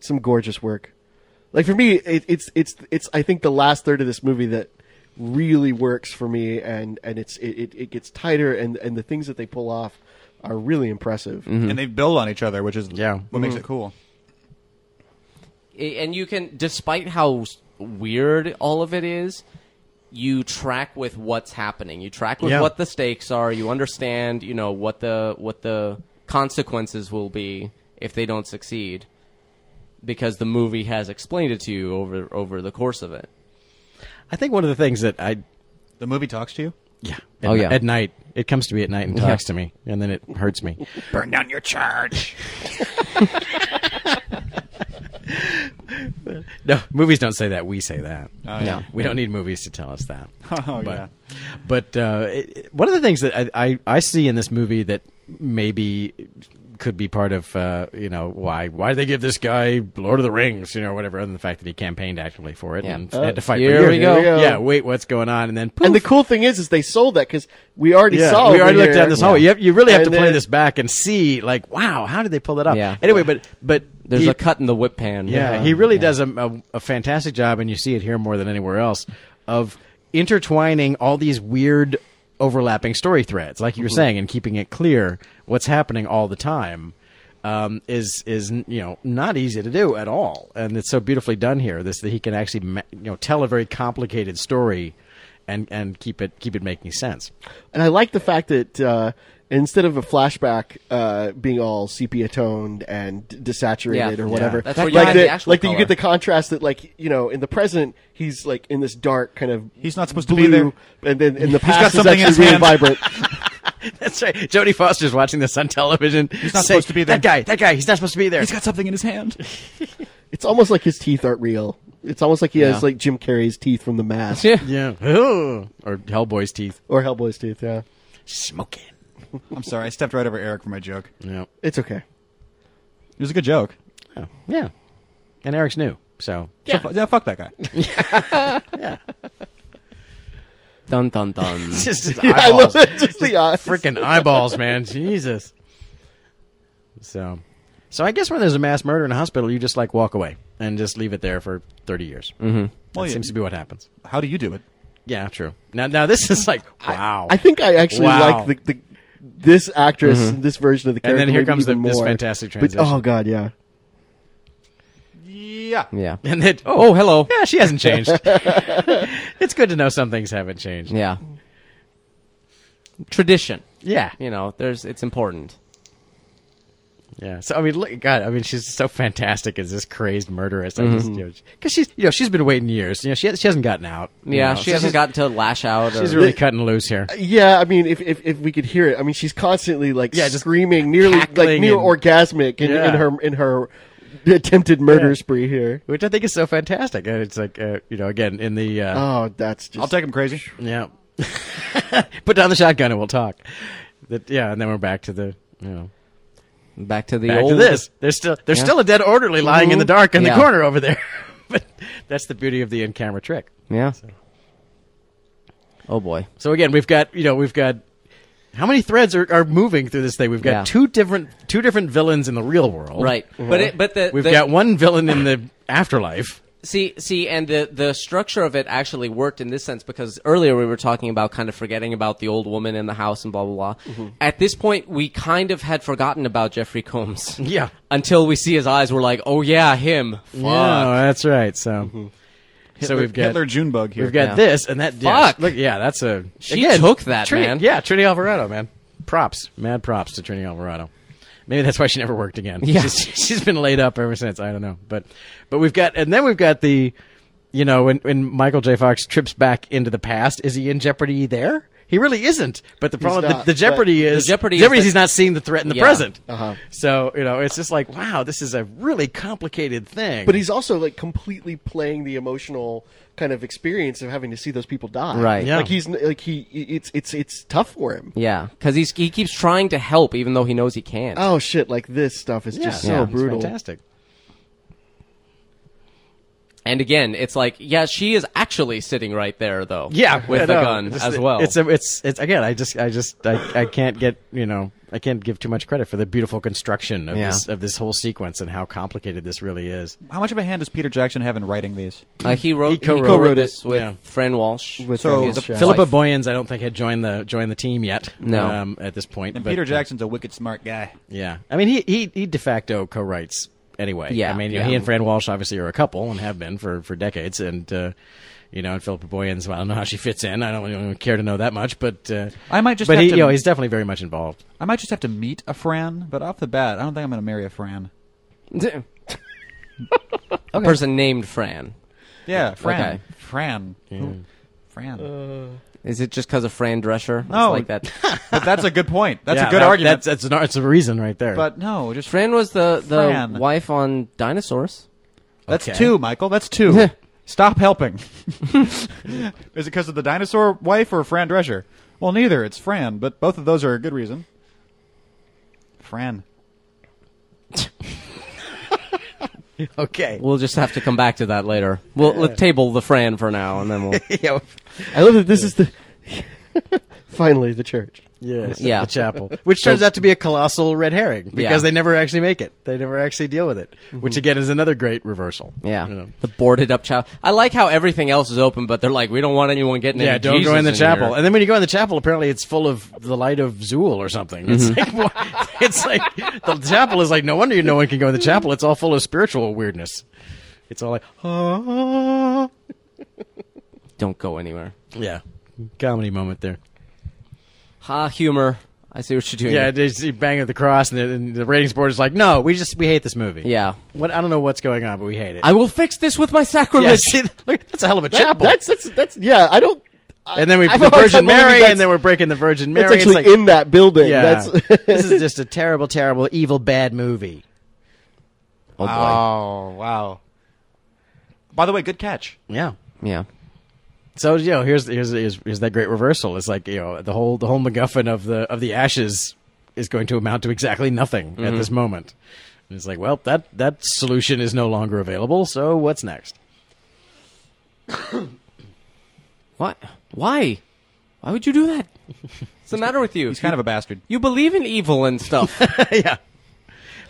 S5: some gorgeous work. Like for me, it, it's it's it's I think the last third of this movie that really works for me, and and it's it, it, it gets tighter, and and the things that they pull off are really impressive.
S3: Mm-hmm.
S2: And they build on each other, which is
S4: Hmm. Yeah. Hmm.
S2: what makes it cool.
S3: I- And you can, despite how s- weird all of it is, you track with what's happening. You track with
S4: Yeah.
S3: what the stakes are. You understand, you know, what the what the consequences will be if they don't succeed, because the movie has explained it to you over over the course of it.
S4: I think one of the things that I
S2: The movie talks to you.
S4: yeah at,
S3: Oh, yeah.
S4: at night it comes to me at night and
S3: Yeah.
S4: talks to me and then it hurts me.
S2: Burn down your church.
S4: No, movies don't say that. We say that.
S3: yeah. No.
S4: we don't need movies to tell us that.
S2: Oh,
S4: but,
S2: yeah.
S4: But uh, it, it- one of the things that I, I, I see in this movie that maybe could be part of uh, you know why why did they give this guy Lord of the Rings you know whatever other than the fact that he campaigned actively for it
S3: Yeah.
S4: and
S3: Uh,
S4: had to fight
S3: here
S4: for
S3: we
S4: years.
S3: go.
S5: Here we go.
S4: yeah wait what's going on and then poof,
S5: And the cool thing is, is they sold that because we already
S4: yeah,
S5: saw.
S4: we
S5: over
S4: already looked
S5: here-
S4: down this hallway. You, have, you really have
S5: And
S4: to play
S5: then-
S4: this back and see, like, wow, how did they pull that off?
S3: Yeah.
S4: Anyway, but but
S3: There's
S4: he-
S3: a cut in the whip pan. Uh,
S4: yeah,
S2: Um,
S4: he really does a, a, a fantastic job, and you see it here more than anywhere else of intertwining all these weird overlapping story threads, like
S2: Mm-hmm.
S4: you were saying, and keeping it clear what's happening all the time. Um, is is you know not easy to do at all, and it's so beautifully done here. This that he can actually ma- you know tell a very complicated story, and and keep it keep it making sense.
S5: And I like the fact that uh, instead of a flashback uh, being all sepia toned and d- desaturated
S3: Yeah.
S5: or whatever,
S3: Yeah. That's where you
S5: like
S3: add the
S5: that-
S3: actual
S5: like that you
S3: color.
S5: get the contrast that like you know in the present he's like in this dark kind of
S2: He's not supposed to be
S5: blue,
S2: there.
S5: and then in the
S2: got
S5: past it's
S2: something in
S5: actually
S2: his hand.
S5: really vibrant.
S4: That's right. Jodie Foster's watching this on television. He's
S2: not supposed to be there."
S4: That guy. That guy. He's not supposed to be there.
S2: He's got something in his hand.
S5: It's almost like his teeth aren't real. It's almost like he
S3: Yeah.
S5: has like Jim Carrey's teeth from The Mask
S3: Yeah.
S4: yeah. Ugh. Or Hellboy's teeth.
S5: or Hellboy's teeth. Yeah,
S4: smoking.
S2: I'm sorry, I stepped right over Eric for my joke.
S4: Yeah.
S5: it's okay.
S2: It was a good joke.
S4: Oh, yeah. And Eric's new, so
S2: Yeah, so, fu- yeah fuck that guy.
S4: yeah.
S3: Dun dun dun.
S4: It's just his
S5: I
S4: eyeballs,
S5: love it. Just the eyes.
S4: freaking eyeballs, man. Jesus. So, so I guess when there's a mass murder in a hospital, you just like walk away and just leave it there for thirty years. Mm-hmm. That
S5: Oh,
S2: Well, yeah.
S4: seems to be what happens.
S2: How do you do it?
S4: Yeah, true. Now, now this is like wow.
S5: I think I actually
S4: Wow.
S5: like the, the this actress, this version of the
S4: And
S5: character.
S4: then here
S5: maybe
S4: comes the-
S5: even
S4: this
S5: more.
S4: fantastic
S5: But-
S4: transition.
S5: oh god, yeah.
S2: Yeah.
S3: yeah.
S4: and then oh,
S3: Oh, hello.
S4: yeah, she hasn't changed. it's good to know some things haven't changed.
S3: Yeah. Tradition.
S4: Yeah.
S3: You know, there's it's important.
S4: Yeah. So I mean, look, God, I mean, she's so fantastic as this crazed murderess. I
S3: Mm-hmm.
S4: just, you know, because she's, you know, she's been waiting years. You know, she she hasn't gotten out. you
S3: Yeah,
S4: know,
S3: she
S4: so
S3: hasn't
S4: she's-
S3: gotten to lash out.
S4: She's
S3: or,
S4: really cutting loose here.
S5: Yeah, I mean, if, if if we could hear it, I mean, she's constantly like
S4: Yeah, just
S5: screaming, nearly like
S4: cackling
S5: near
S4: and-
S5: orgasmic in,
S4: Yeah.
S5: in her in her attempted murder spree here.
S4: Which I think is so fantastic. Uh, It's like, uh, you know, again in the uh,
S5: Oh, that's just
S2: I'll take him crazy.
S4: yeah. Put down the shotgun and we'll talk. That yeah, and then we're back to the you know
S3: back to the
S4: back
S3: old
S4: to this. There's still there's
S3: Yeah. Mm-hmm.
S4: still a dead orderly lying in the dark in
S3: Yeah.
S4: the corner over there. but that's the beauty of the in camera trick.
S3: Yeah. Oh boy.
S4: So again, we've got you know we've got how many threads are, are moving through this thing? We've got
S3: Yeah.
S4: two different two different villains in the real world,
S3: Right. But it, but the
S4: Mm-hmm. We've
S3: the-
S4: got one villain in the afterlife.
S3: See, see, and the the structure of it actually worked in this sense because earlier we were talking about kind of forgetting about the old woman in the house and blah blah blah.
S4: Mm-hmm.
S3: At this point, we kind of had forgotten about Jeffrey Combs.
S4: Yeah.
S3: Until we see his eyes, we're like, oh yeah, him. Fuck.
S4: Oh, that's right. So, so we've got
S2: Mm-hmm. Hitler Junebug here.
S4: we've got
S3: Yeah.
S4: this and that. yeah,
S3: Fuck.
S4: look, yeah, that's a
S3: She
S4: again,
S3: took that
S4: Trini-
S3: man.
S4: Yeah, Trini Alvarado, man. Props, mad props to Trini Alvarado. Maybe that's why she never worked again.
S3: Yeah.
S4: She's, she's been laid up ever since. I don't know, but but we've got and then we've got the, you know, when when Michael J. Fox trips back into the past, is he in jeopardy there? He really isn't. But the problem,
S5: not,
S4: the, the jeopardy is
S3: jeopardy is
S4: jeopardy is
S3: that-
S4: he's not seeing the threat in the
S3: Yeah.
S4: present.
S5: Uh-huh.
S4: So you know, it's just like wow, this is a really complicated thing.
S5: But he's also like completely playing the emotional kind of experience of having to see those people die.
S3: Right.
S4: Yeah.
S5: Like he's n- like he it's it's it's tough for him.
S3: Yeah, because he's he keeps trying to help even though he knows he can't.
S5: Oh shit, like this stuff is
S4: yeah,
S5: just
S4: yeah,
S5: so
S4: it's
S5: brutal.
S4: fantastic.
S3: And again, it's like, yeah, she is actually sitting right there though.
S4: Yeah,
S3: with
S4: I
S3: the
S4: know.
S3: gun
S4: Just-
S3: as well.
S4: It's a, it's it's again. I just I just I, I can't get you know I can't give too much credit for the beautiful construction of
S3: Yeah.
S4: this of this whole sequence and how complicated this really is.
S2: How much of a hand does Peter Jackson have in writing these?
S3: uh, he wrote he
S4: co-wrote
S3: co-wrote
S4: it.
S3: this with
S4: Yeah.
S3: Fran Walsh.
S5: With
S2: So
S5: his
S2: the
S5: wife.
S4: Philippa Boyens, I don't think had joined the joined the team yet.
S3: No.
S4: um, at this point.
S2: And
S4: but-
S2: Peter Jackson's a wicked smart guy.
S4: Yeah, I mean he he, he de facto co-writes anyway.
S3: Yeah,
S4: I mean you know,
S3: yeah.
S4: he and Fran Walsh obviously are a couple and have been for for decades, and uh, You know, and Philippa Boyan's, well, I don't know how she fits in. I don't, really care to know that much, but uh,
S2: I might just
S4: But
S2: have
S4: he,
S2: to-
S4: you know, he's definitely very much involved.
S2: I might just have to meet a Fran, but off the bat, I don't think I'm going to marry a Fran.
S3: a person named Fran.
S2: Yeah, Fran.
S3: Okay.
S2: Fran. Fran.
S3: Is it just because of Fran Drescher? It's
S2: No.
S3: like that.
S2: but that's a good point. That's
S4: Yeah,
S2: a good
S4: that-
S2: argument.
S4: That's, that's, an, that's a reason right there.
S2: but no, just
S3: Fran was the the
S2: Fran.
S3: wife on Dinosaurs.
S2: That's
S4: Okay.
S2: two, Michael. That's two. Stop helping. Is it because of the dinosaur wife or Fran Drescher? Well, neither. It's Fran, but both of those are a good reason. Fran.
S4: okay.
S3: We'll just have to come back to that later. We'll let's table the Fran for now, and then we'll.
S4: yeah.
S5: I love that this is the finally the church.
S4: Yes,
S3: Yeah.
S4: the chapel, which turns out to be a colossal red herring because
S3: Yeah.
S4: they never actually make it. They never actually deal with it, which again is another great reversal.
S3: Yeah,
S4: You know.
S3: the boarded up chapel. I like how everything else is open, but they're like, we don't want anyone getting.
S4: Yeah,
S3: any
S4: don't
S3: Jesus
S4: go in the chapel.
S3: here."
S4: And then when you go in the chapel, apparently it's full of the light of Zool or something. It's
S3: Mm-hmm.
S4: like what- it's like the chapel is like no wonder you no one can go in the chapel. It's all full of spiritual weirdness. It's all like oh, ah.
S3: don't go anywhere.
S4: yeah, comedy moment there.
S3: Ha humor. I see what you're doing.
S4: Yeah, they just bang at the cross, and the, and the ratings board is like, no, we just we hate this movie.
S3: Yeah.
S4: what I don't know what's going on, but we hate it.
S3: I will fix this with my sacrilege.
S4: Yeah, see, look, that's a hell of a chapel.
S5: That's that's that's yeah. I don't. I-
S4: and then we
S5: I've
S4: the
S5: always had
S4: Virgin
S5: one of
S4: Mary,
S5: these
S4: and
S5: that's-
S4: then we're breaking the Virgin Mary.
S5: That's actually
S4: it's like,
S5: in that building.
S4: yeah,
S5: That's
S4: this is just a terrible, terrible, evil, bad movie.
S3: Oh, boy.
S2: Oh, wow. By the way, good catch.
S4: Yeah.
S3: yeah.
S4: So you know, here's here's here's, here's that great reversal. It's like you know, the whole the whole MacGuffin of the of the ashes is going to amount to exactly nothing at this moment. And it's like, well, that that solution is no longer available. So what's next?
S3: What? Why? Why would you do that? What's the matter with you?
S2: He's kind of a bastard.
S3: You believe in evil and stuff.
S4: yeah.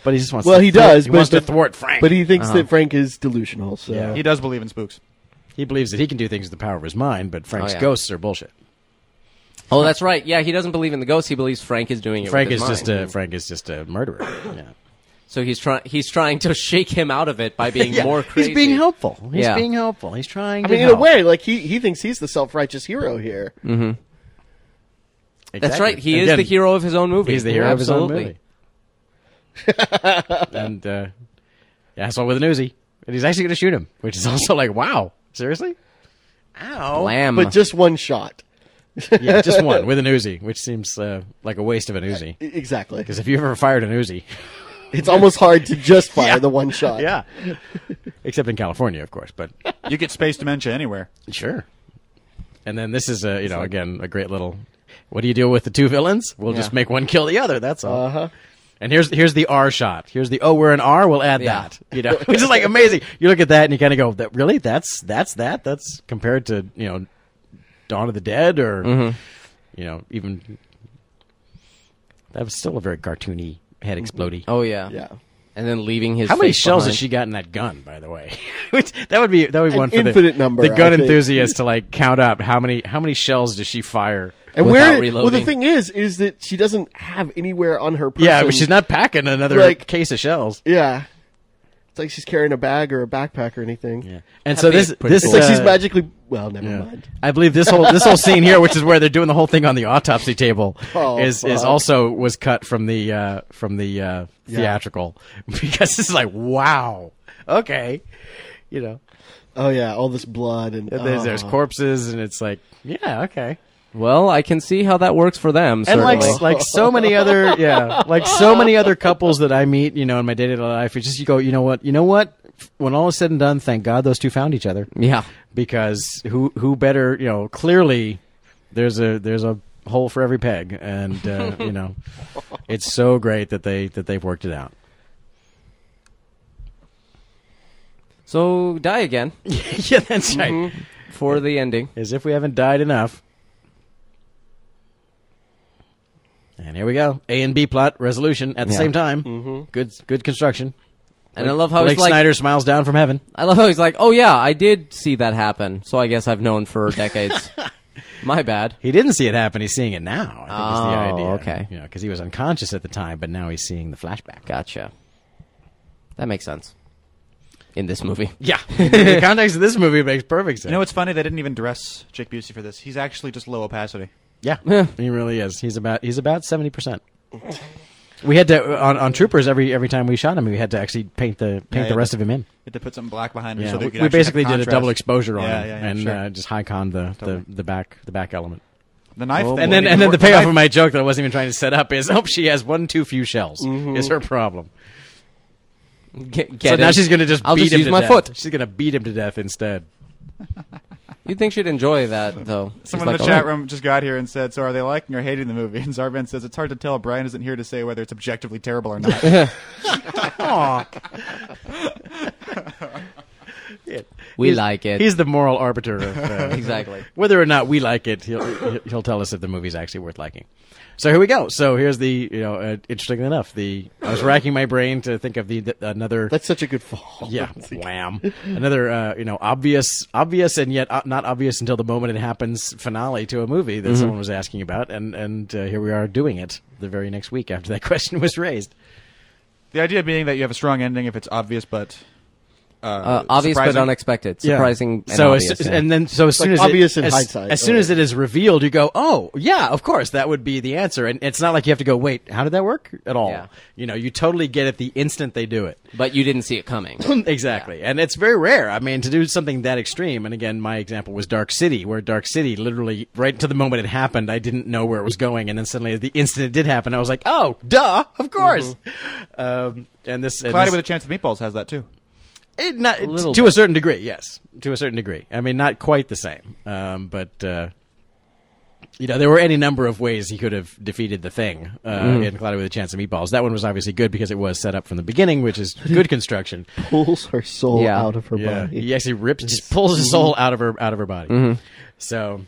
S4: But he just wants.
S5: well,
S4: to
S5: he
S4: thwart-
S5: does.
S4: He
S5: but,
S4: wants
S5: but-
S4: to thwart Frank.
S5: but he thinks that Frank is delusional. So
S4: Uh-huh. Yeah.
S2: He does believe in spooks.
S4: he believes that he can do things with the power of his mind. But Frank's
S3: yeah.
S4: ghosts are bullshit.
S3: oh, that's right. Yeah, he doesn't believe in the ghost. He believes Frank is doing it.
S4: Frank
S3: with
S4: is
S3: his
S4: just
S3: mind.
S4: a Frank is just a murderer. Yeah.
S3: So he's trying. He's trying to shake him out of it by being more crazy.
S4: He's being helpful. He's
S3: Yeah.
S4: being helpful. He's trying.
S5: I
S4: to
S5: mean, in a
S4: help.
S5: way, like he he thinks he's the self righteous hero here.
S3: That's
S4: Exactly.
S3: right. He is
S4: Again,
S3: the hero of his own movie.
S4: He's the hero
S3: Absolutely.
S4: of his own movie. and uh, yeah, that's all with an Uzi. And he's actually going to shoot him, which is also like, wow, seriously? Ow!
S3: Blam.
S5: But just one shot.
S4: Yeah, just one with an Uzi, which seems uh, like a waste of an Uzi.
S5: E- Exactly.
S4: Because if you ever fired an Uzi,
S5: It's almost hard to just fire the one shot.
S4: yeah, except in California, of course. But
S2: You get space dementia anywhere.
S4: Sure. And then this is a you know again a great little. What do you deal with the two villains? We'll just
S3: Yeah.
S4: make one kill the other. That's all. Uh-huh. And here's here's the R shot. Here's the oh we're an R. We'll add
S3: Yeah.
S4: that. You know, which is like amazing. You look at that and you kind of go, that really that's that's that that's compared to you know Dawn of the Dead or you know even that was still a very cartoony head explodey.
S3: oh yeah.
S5: Yeah.
S3: And then leaving his.
S4: How many
S3: face
S4: shells
S3: behind.
S4: has she got in that gun, by the way? Which that would be that would be
S5: An
S4: one for
S5: infinite
S4: the,
S5: number,
S4: The
S5: I
S4: gun
S5: think.
S4: enthusiast to like count up how many how many shells does she fire?
S5: And
S3: Without
S5: where? Well, the
S3: reloading.
S5: thing is, is that she doesn't have anywhere on her. Person.
S4: Yeah, but she's not packing another
S5: Like-
S4: case of shells.
S5: Yeah. It's like she's carrying a bag or a backpack or anything.
S4: Yeah, and
S3: That'd
S4: so
S3: be
S4: this
S3: pretty
S4: this
S5: It's like
S4: uh,
S5: she's magically. Well, never
S4: yeah.
S5: mind.
S4: I believe this whole this whole scene here, which is where they're doing the whole thing on the autopsy table,
S5: Oh,
S4: is is
S5: fuck.
S4: also was cut from the uh, from the uh, theatrical because it's like wow, okay, you know,
S5: Oh yeah, all this blood and,
S4: and there's, there's
S5: oh.
S4: corpses and it's like yeah, okay.
S3: Well, I can see how that works for them.
S4: and
S3: certainly.
S4: like like so many other yeah like so many other couples that I meet you know in my day to day life it's just you go you know what you know what when all is said and done thank God those two found each other
S3: yeah.
S4: because who who better you know clearly there's a there's a hole for every peg and uh, you know it's so great that they that they've worked it out
S3: So die again
S4: yeah that's right
S3: Mm-hmm. for the ending.
S4: as if we haven't died enough and here we go A and B plot resolution at the
S3: Yeah. Mm-hmm.
S4: same time good good construction.
S3: And I love how
S4: Blake
S3: it's like.
S4: Snyder smiles down from heaven.
S3: I love how he's like, oh yeah, I did see that happen. So I guess I've known for decades. My bad.
S4: He didn't see it happen. He's seeing it now. I think
S3: Oh,
S4: is the idea.
S3: okay.
S4: You know, because he was unconscious at the time, but now he's seeing the flashback.
S3: Gotcha. That makes sense. in this movie.
S4: Yeah. In the context of this movie, it makes perfect sense.
S2: You know what's funny? They didn't even dress Jake Busey for this. He's actually just low opacity.
S4: Yeah, he really is. He's about he's about seventy percent. We had to on, on troopers every every time we shot him, we had to actually paint the paint
S2: yeah,
S4: the
S2: yeah.
S4: rest of him in.
S2: You had to put something black behind him
S4: Yeah,
S2: so they
S4: we,
S2: could
S4: we
S2: actually have
S4: basically did a
S2: contrast.
S4: double exposure on
S2: Yeah,
S4: him
S2: yeah, yeah,
S4: and
S2: sure.
S4: uh, just high con the,
S2: Totally.
S4: the the back the back element.
S2: The knife,
S4: Oh, and then and then the payoff of my joke that I wasn't even trying to set up is oh she has one too few shells
S2: Mm-hmm.
S4: is her problem.
S3: Get,
S4: So
S3: get
S4: now
S3: it.
S4: she's gonna just
S3: I'll
S4: beat
S3: just
S4: him
S3: use
S4: to
S3: my
S4: death.
S3: foot.
S4: She's gonna beat him to death instead.
S3: You'd think she'd enjoy that though. She's
S2: Someone in
S3: like, "Oh,
S2: the
S3: "All
S2: chat
S3: right."
S2: room just got here and said, "So are they liking or hating the movie?" And Zarvan says, "It's hard to tell. Brian isn't here to say whether it's objectively terrible or not."
S3: We
S4: He's-
S3: like it.
S4: He's the moral arbiter of uh,
S3: Exactly.
S4: whether or not we like it. He'll he'll- he'll tell us if the movie's actually worth liking. So here we go. So here's the you know uh, interestingly enough the I was racking my brain to think of the, the another
S5: That's such a good fall.
S4: yeah wham another uh, you know obvious obvious and yet uh, not obvious until the moment it happens finale to a movie
S3: Mm-hmm.
S4: that someone was asking about and and uh, here we are doing it the very next week after that question was raised.
S2: the idea being that you have a strong ending if it's obvious, but uh,
S3: Uh, obvious
S2: surprising.
S3: but unexpected,
S4: Yeah.
S3: surprising. And
S4: so
S3: obvious,
S4: as,
S3: yeah.
S4: and then so as
S5: like
S4: soon as
S5: obvious
S4: it,
S5: in
S4: as,
S5: hindsight.
S4: as soon as it is revealed, you go, oh yeah, of course that would be the answer, and it's not like you have to go, wait, how did that work at all?
S3: Yeah.
S4: You know, you totally get it the instant they do it.
S3: but you didn't see it coming.
S4: exactly, and it's very rare. I mean, to do something that extreme, and again, my example was Dark City, where Dark City literally right to the moment it happened, I didn't know where it was going, and then suddenly the instant it did happen, I was like, oh duh, of course.
S3: Mm-hmm.
S4: Um, and this, and
S2: Cloudy
S4: this-
S2: with a Chance of Meatballs has that too.
S4: it, Eh, not,
S3: little
S4: to a certain degree, yes. To a certain degree. I mean, not quite the same. Um, but, uh, you know, there were any number of ways he could have defeated the thing uh, in Cloudy with a Chance of Meatballs. That one was obviously good because it was set up from the beginning, which is good construction.
S5: Pulls her soul
S3: Yeah.
S5: out of her
S4: Yeah.
S5: body.
S4: He actually rips, just pulls his soul out of her out of her body. So.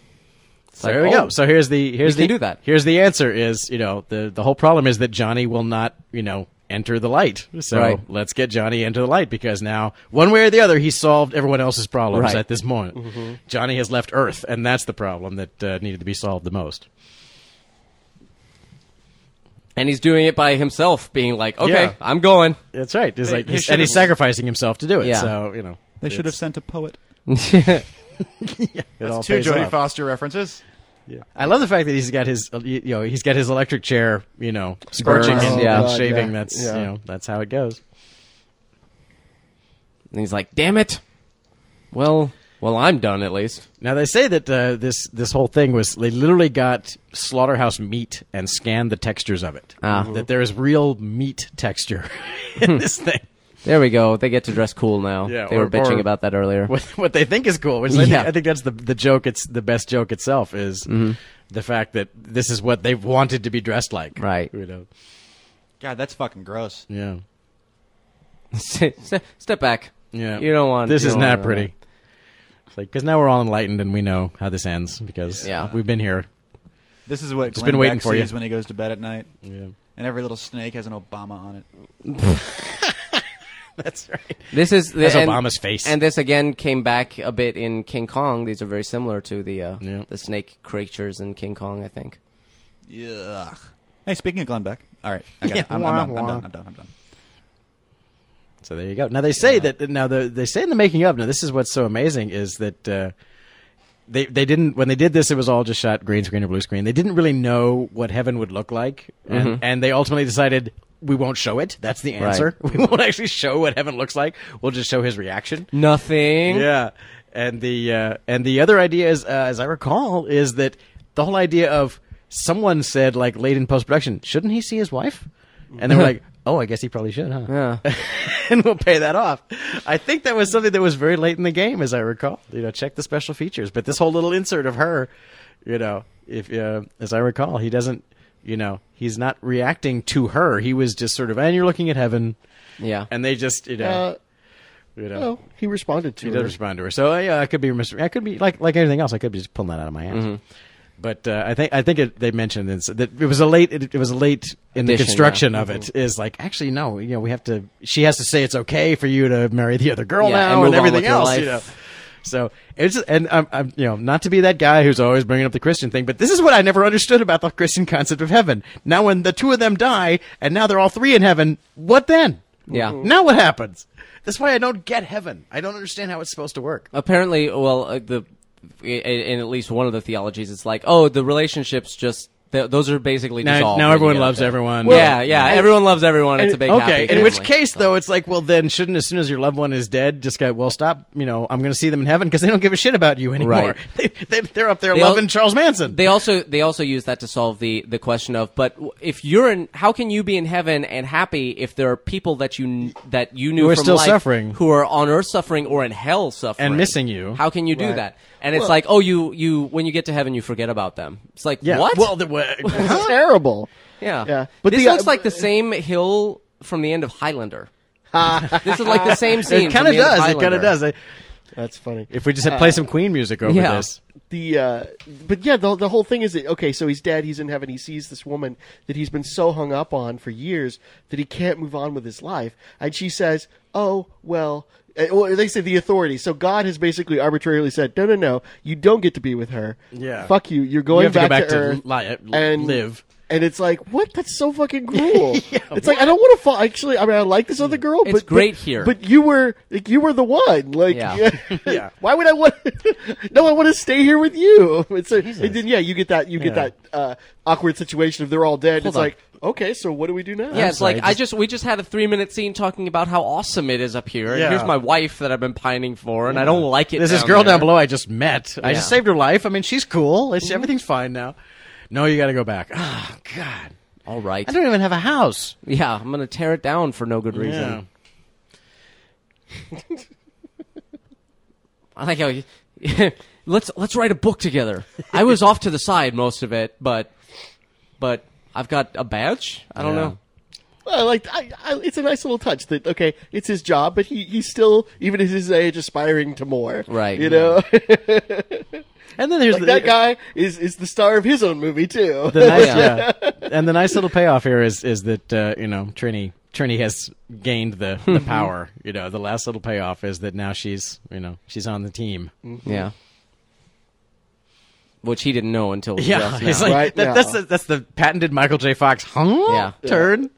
S4: So
S3: like,
S4: here we
S3: oh,
S4: go. So here's the here's
S3: we
S4: the
S3: can do that.
S4: here's the answer is you know the the whole problem is that Johnny will not you know enter the light. So
S3: Right.
S4: let's get Johnny into the light because now one way or the other he solved everyone else's problems
S3: Right.
S4: at this moment. Johnny has left Earth, and that's the problem that uh, needed to be solved the most.
S3: "Oh." and he's doing it by himself, being like, "Okay,
S4: Yeah.
S3: I'm going."
S4: That's right. It's
S2: They-
S4: like
S2: they
S4: he's-
S2: should've-
S4: and he's sacrificing himself to do it.
S3: Yeah.
S4: So you know
S2: They should have
S4: it's-
S2: sent a poet.
S4: it all
S2: Two
S4: pays
S2: Jodie
S4: off.
S2: Foster references.
S4: I love the fact that he's got his, uh, you know, he's got his electric chair, you know, scorching
S3: Burns.
S4: and
S3: Yeah.
S4: and shaving.
S5: Yeah.
S4: That's
S5: Yeah.
S4: you know, that's how it goes.
S3: And he's like, "Damn it!" Well, well, I'm done at least.
S4: Now they say that uh, this this whole thing was they literally got slaughterhouse meat and scanned the textures of it.
S3: Ah.
S4: That there is real meat texture in this thing.
S3: There we go. They get to dress cool now.
S4: Yeah,
S3: they
S4: or-
S3: were bitching
S4: or-
S3: about that earlier.
S4: What, what they think is cool, which I,
S3: Yeah. Mm-hmm.
S4: think, I think that's the the joke. It's the best joke itself is the fact that this is what they've wanted to be dressed like.
S3: Right.
S4: You know.
S2: God, that's fucking gross.
S4: Yeah.
S3: Ste- Step back.
S4: Yeah.
S3: You don't want-
S4: This
S3: you
S4: is
S3: don't
S4: not
S3: want to-
S4: pretty. It's like because now we're all enlightened and we know how this ends because
S3: Yeah.
S4: we've been here.
S2: This is what
S4: Just
S2: Glenn
S4: been waiting
S2: Beck
S4: for you.
S2: sees when he goes to bed at night.
S4: Yeah.
S2: And every little snake has an Obama on it.
S4: That's right.
S3: This is the,
S4: That's
S3: and-
S4: Obama's face.
S3: and this again came back a bit in King Kong. These are very similar to the uh,
S4: Yeah.
S3: the snake creatures in King Kong. I think.
S2: Yeah. Hey, speaking of Glenn Beck. All right. I got it. I'm, I'm done. I'm done. I'm done. I'm done.
S4: So there you go. Now they say that now the, they say in the making of. Now this is what's so amazing is that uh, they they didn't when they did this it was all just shot green screen or blue screen. They didn't really know what heaven would look like, and, and they ultimately decided we won't show it. That's the answer. We won't actually show what heaven looks like. We'll just show his reaction.
S3: Nothing.
S4: Yeah, and the uh, and the other idea is, uh, as I recall, is that the whole idea of someone said like late in post production, shouldn't he see his wife? And they were like, oh, I guess he probably should, huh?
S3: Yeah.
S4: and we'll pay that off. I think that was something that was very late in the game, as I recall. You know, check the special features, but this whole little insert of her, you know, if uh, as I recall, he doesn't. You know, he's not reacting to her. He was just sort of, and you're looking at heaven,
S3: Yeah.
S4: and they just, you know,
S5: Uh,
S4: you know,
S5: well, he responded to
S4: he
S5: it.
S4: does respond to her. So uh, yeah, I could be mis- I could be like like anything else. I could be just pulling that out of my ass.
S3: Mm-hmm.
S4: But uh, I think I think it, they mentioned this, that it was a late it, it was a late in the
S3: Addition, Mm-hmm.
S4: construction of it is like actually no you know we have to she has to say it's okay for you to marry the other girl
S3: Yeah,
S4: now
S3: and
S4: and,
S3: move on with
S4: everything
S3: your
S4: else
S3: life.
S4: you know so it's and I'm, I'm you know not to be that guy who's always bringing up the Christian thing but this is what I never understood about the Christian concept of heaven now when the two of them die and now they're all three in heaven what then
S3: Yeah.
S4: Now what happens? That's why I don't get heaven. I don't understand how it's supposed to work.
S3: apparently well uh, the i- in at least one of the theologies it's like oh the relationships just th- those are basically
S4: Now,
S3: dissolved
S4: now
S3: when
S4: everyone
S3: you get
S4: loves
S3: there.
S4: everyone.
S3: yeah yeah everyone loves everyone it's a big happy
S4: okay. In which
S3: family.
S4: case, though, it's like, well, then shouldn't as soon as your loved one is dead, just go, well, stop. You know, I'm going to see them in heaven because they don't give a shit about you anymore.
S3: Right.
S4: They, they, they're up there
S3: They all-
S4: loving Charles Manson.
S3: they also they also use that to solve the the question of but w- if you're in how can you be in heaven and happy if there are people that you kn- that you knew
S4: Who are
S3: from
S4: still
S3: life
S4: suffering.
S3: who are on earth suffering or in hell suffering
S4: And missing you.
S3: how can you do that and it's like oh you you when you get to heaven you forget about them it's like
S4: yeah.
S3: what
S4: Well, the, well,
S5: It's terrible.
S3: Yeah.
S5: Yeah. But
S3: But this
S4: uh,
S5: the-
S3: looks like the same hill from the end of Highlander. this is like the same scene.
S4: it kind of does. It kind of does. I,
S5: That's funny.
S4: if we just had play some Queen music over
S3: yeah.
S4: this.
S5: the uh, but yeah, the the whole thing is that okay, so he's dead, he's in heaven, he sees this woman that he's been so hung up on for years that he can't move on with his life, and she says, "Oh well." uh, Well, they say the authority. So God has basically arbitrarily said, "No, no, no, you don't get to be with her.
S4: Yeah.
S5: fuck you. You're going
S4: have to go
S5: back,
S4: back to
S5: Earth
S4: li-
S5: and
S4: live.
S5: And it's like, what? That's so fucking cruel. it's like I don't want to fall. Actually, I mean, I like this
S4: Mm.
S5: other girl.
S3: It's
S5: but,
S3: great
S5: but-
S3: here.
S5: But you were, like, you were the one. Like,
S3: Yeah.
S4: Yeah.
S5: Why would I want? no, I want to stay here with you. It's a, and then yeah, you get that you get
S4: Yeah.
S5: that uh, awkward situation if they're all dead. it's
S3: on.
S5: like okay, so what do we do now?
S3: Yeah, it's
S4: sorry,
S3: like I just we just had a three minute scene talking about how awesome it is up here. And
S4: Yeah.
S3: here's my wife that I've been pining for, and I don't like it.
S4: There's this
S3: down
S4: girl
S3: there.
S4: down below I just met. I just
S3: Yeah.
S4: saved her life. I mean, she's cool. It's, Everything's fine now. No, you got to go back. Oh, God.
S3: All right.
S4: I don't even have a house.
S3: Yeah, I'm gonna tear it down for no good reason.
S4: Yeah.
S3: I like how you, let's let's write a book together. I was off to the side most of it, but but I've got a badge. I don't
S4: Yeah.
S3: know.
S5: Well, like I, I, it's a nice little touch that okay, it's his job, but he he's still even at his age aspiring to more.
S3: Right.
S5: You know
S4: And then there's the,
S5: that guy is is the star of his own movie too.
S4: The nice, yeah.
S3: yeah.
S4: And the nice little payoff here is is that uh, you know Trini Trini has gained the, the power. You know, the last little payoff is that now she's you know she's on the team.
S3: Yeah. Which he didn't know until
S4: Yeah,
S3: just now.
S4: it's like
S5: Right
S4: that, that's
S5: now.
S4: the, that's the patented Michael J. Fox huh
S3: Yeah.
S4: turn.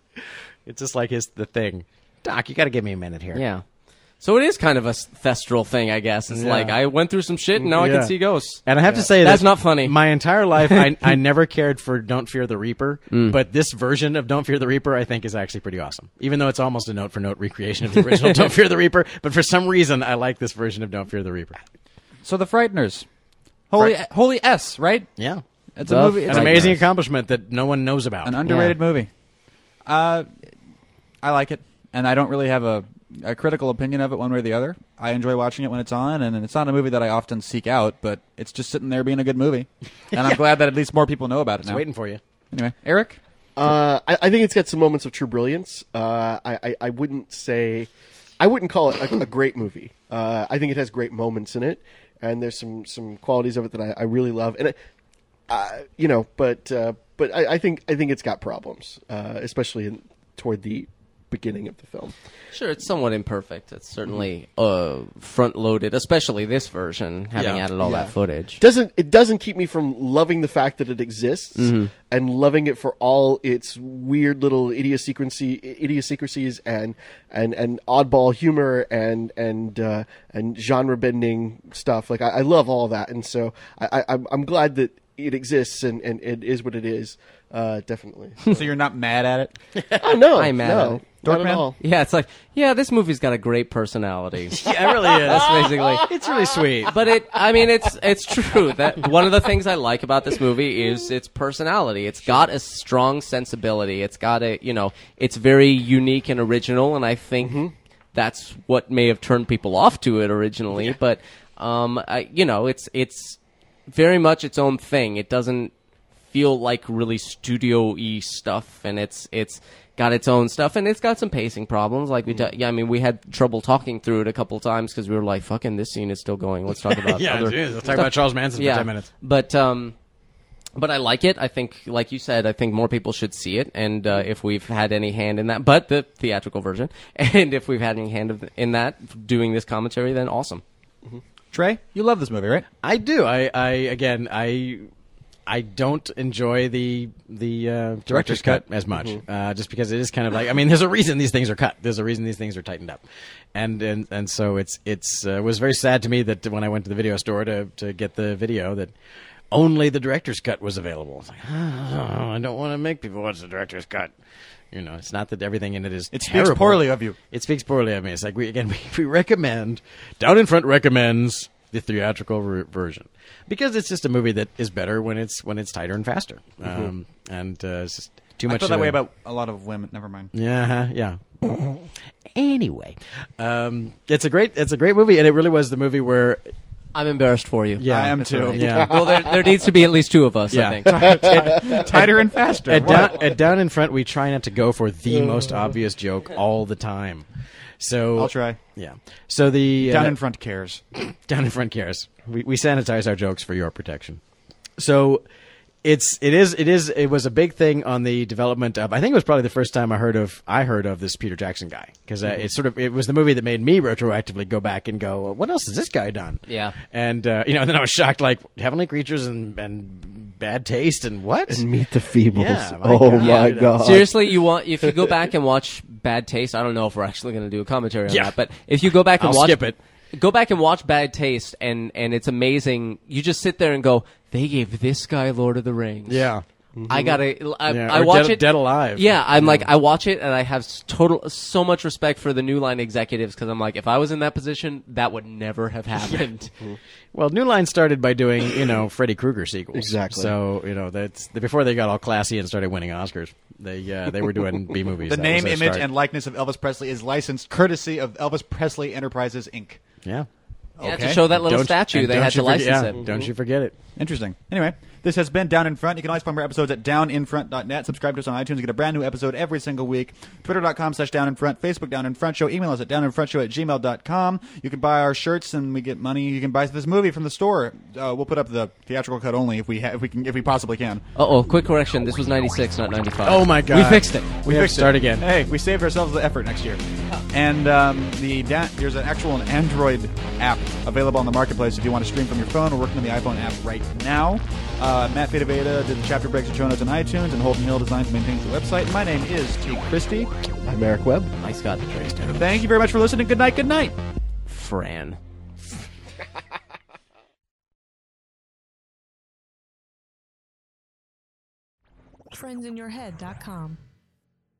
S4: It's just like his the thing. Doc, you got to give me a minute here.
S3: Yeah. So it is kind of a s- thestral thing, I guess. It's
S4: Yeah.
S3: like I went through some shit and now I
S4: Yeah.
S3: can see ghosts.
S4: And I have to say
S3: That's
S4: that
S3: not funny.
S4: My entire life, I, I never cared for "Don't Fear the Reaper," but this version of "Don't Fear the Reaper" I think is actually pretty awesome. Even though it's almost a note for note recreation of the original "Don't Fear the Reaper," but for some reason, I like this version of "Don't Fear the Reaper."
S7: So the Frighteners, holy holy s right?
S4: Yeah,
S7: It's
S3: The
S7: a movie. It's
S4: an
S7: a-
S4: amazing accomplishment that no one knows about.
S7: an underrated movie. Uh, I like it, and I don't really have a, a critical opinion of it one way or the other. I enjoy watching it when it's on, and it's not a movie that I often seek out, but it's just sitting there being a good movie, and I'm glad that at least more people know about it
S4: It's
S7: now.
S4: waiting for you.
S7: Anyway, Eric,
S5: Uh, I, I think it's got some moments of true brilliance. Uh, I, I, I wouldn't say, I wouldn't call it a, a great movie. Uh, I think it has great moments in it, and there's some some qualities of it that I, I really love. And it, uh, you know, but uh, but I, I think I think it's got problems, uh, especially in, toward the beginning of the film.
S3: Sure, it's somewhat imperfect. It's certainly uh, front loaded, especially this version, having
S4: Mm-hmm. Yeah.
S3: added all that footage.
S5: doesn't it doesn't keep me from loving the fact that it exists and loving it for all its weird little idiosyncrasy idiosyncrasies and and and oddball humor and and uh, and genre bending stuff. Like I, I love all that, and so I, I, I'm I'm glad that it exists and and it is what it is. Uh, definitely.
S7: so you're not mad at it?
S5: oh no,
S3: I'm mad at
S5: no,
S3: it.
S5: not
S7: Dorkman?
S5: at all.
S3: Yeah, it's like, yeah, this movie's got a great personality.
S4: Yeah, it really is.
S3: That's basically.
S4: it's really sweet.
S3: But it, I mean, it's it's true that one of the things I like about this movie is its personality. It's got a strong sensibility. It's got a, you know, it's very unique and original, and I think
S4: Mm-hmm.
S3: that's what may have turned people off to it originally. But, um, I, you know, it's it's very much its own thing. It doesn't feel like really studio y stuff, and it's it's got its own stuff, and it's got some pacing problems. Like we,
S4: Mm-hmm.
S3: ta- yeah, I mean, we had trouble talking through it a couple times because we were like, "Fucking, this scene is still going. Let's talk about
S4: yeah,
S3: other
S4: it is. Let's talk about Charles Manson
S3: yeah."
S4: for ten minutes.
S3: But um, but I like it. I think, like you said, I think more people should see it, and uh, if we've had any hand in that, but the theatrical version, and if we've had any hand of, in that doing this commentary, then awesome.
S7: Trey, you love this movie, right?
S4: I do. I, I again, I I don't enjoy the the uh, director's cut, as much,
S2: Mm-hmm.
S4: uh, just because it is kind of like I mean, there's a reason these things are cut. There's a reason these things are tightened up, and and and so it's it's uh, was very sad to me that when I went to the video store to to get the video that only the director's cut was available. It's like, "Ah, I don't want to make people watch the director's cut. You know, it's not that everything in it is.
S2: It speaks
S4: terrible.
S2: poorly of you.
S4: It speaks poorly of me. It's like we again we, we recommend down in front recommends the theatrical ver- version because it's just a movie that is better when it's when it's tighter and faster. Um, and uh, it's just too
S2: Mm-hmm. I
S4: much.
S2: feel that
S4: uh,
S2: way about a lot of women. Never mind.
S4: yeah, yeah. anyway, um, it's a great it's a great movie, and it really was the movie where
S3: I'm embarrassed for you.
S4: yeah
S2: I am
S4: that's
S2: too.
S4: right, yeah.
S3: Well, there, there needs to be at least two of us.
S4: Yeah.
S3: I think.
S2: Tighter and faster.
S4: at down, at down in front, we try not to go for the most obvious joke all the time. So
S2: I'll try.
S4: Yeah. So the
S2: Down
S4: uh,
S2: in front cares.
S4: down in front cares. We, we sanitize our jokes for your protection. So it's it is it is it was a big thing on the development of. I think it was probably the first time I heard of I heard of this Peter Jackson guy because uh, it sort of it was the movie that made me retroactively go back and go, what else has this guy done?
S3: Yeah.
S4: and uh, you know, and then I was shocked, like heavenly creatures and and bad taste and what
S5: And meet the Feebles.
S4: Yeah, my
S5: oh
S4: God.
S5: my
S4: Yeah.
S5: god!
S3: Seriously, you want if you go back and watch Bad Taste, I don't know if we're actually going to do a commentary on
S4: Yeah.
S3: that, but if you go back and
S4: I'll
S3: watch
S4: skip it.
S3: Go back and watch Bad Taste and and it's amazing. You just sit there and go, they gave this guy Lord of the Rings.
S4: Yeah.
S3: I got to I,
S4: Yeah,
S3: I
S4: or
S3: watch
S4: Dead-
S3: it
S4: Dead Alive.
S3: Yeah, I'm like I watch it and I have s- total so much respect for the new line executives cuz I'm like if I was in that position, that would never have happened.
S4: Well, New Line started by doing you know Freddy Krueger sequels,
S5: Exactly.
S4: So you know that's the, before they got all classy and started winning Oscars, they uh, they were doing B movies.
S2: The name, image, and likeness of Elvis Presley is licensed courtesy of Elvis Presley Enterprises Inc.
S4: yeah,
S3: Yeah, to
S2: Okay.
S3: show that little
S4: Don't-
S3: statue,
S4: and
S3: they
S4: don't
S3: had to
S4: you forget-
S3: license
S4: yeah,
S3: it. Mm-hmm.
S4: Don't you forget it?
S2: Interesting. Anyway, this has been Down in Front. You can always find more episodes at downinfront.net. Subscribe to us on iTunes. You get a brand new episode every single week. Twitter.com slash downinfront. Facebook Down in Front Show. Email us at downinfrontshow at gmail.com. You can buy our shirts and we get money. You can buy this movie from the store. Uh, we'll put up the theatrical cut only if we ha- if we can if we possibly can.
S3: Uh-oh, quick correction. This was 96, not 95.
S4: Oh my God,
S3: We fixed it.
S4: We, have to
S2: fixed it.
S4: start again.
S2: Hey, we saved ourselves the effort next year. And um, the da- there's an actual Android app available on the marketplace if you want to stream from your phone. We're working on the iPhone app right now. Uh, Matt Fedaveda did the chapter breaks and show notes on iTunes, and Holden Hill designs and maintains the website. My name is T. Christie.
S5: I'm Eric Webb.
S3: I got the trace down.
S2: Thank you very much for listening. Good night. Good night.
S3: Fran.
S1: Friendsinyourhead.com.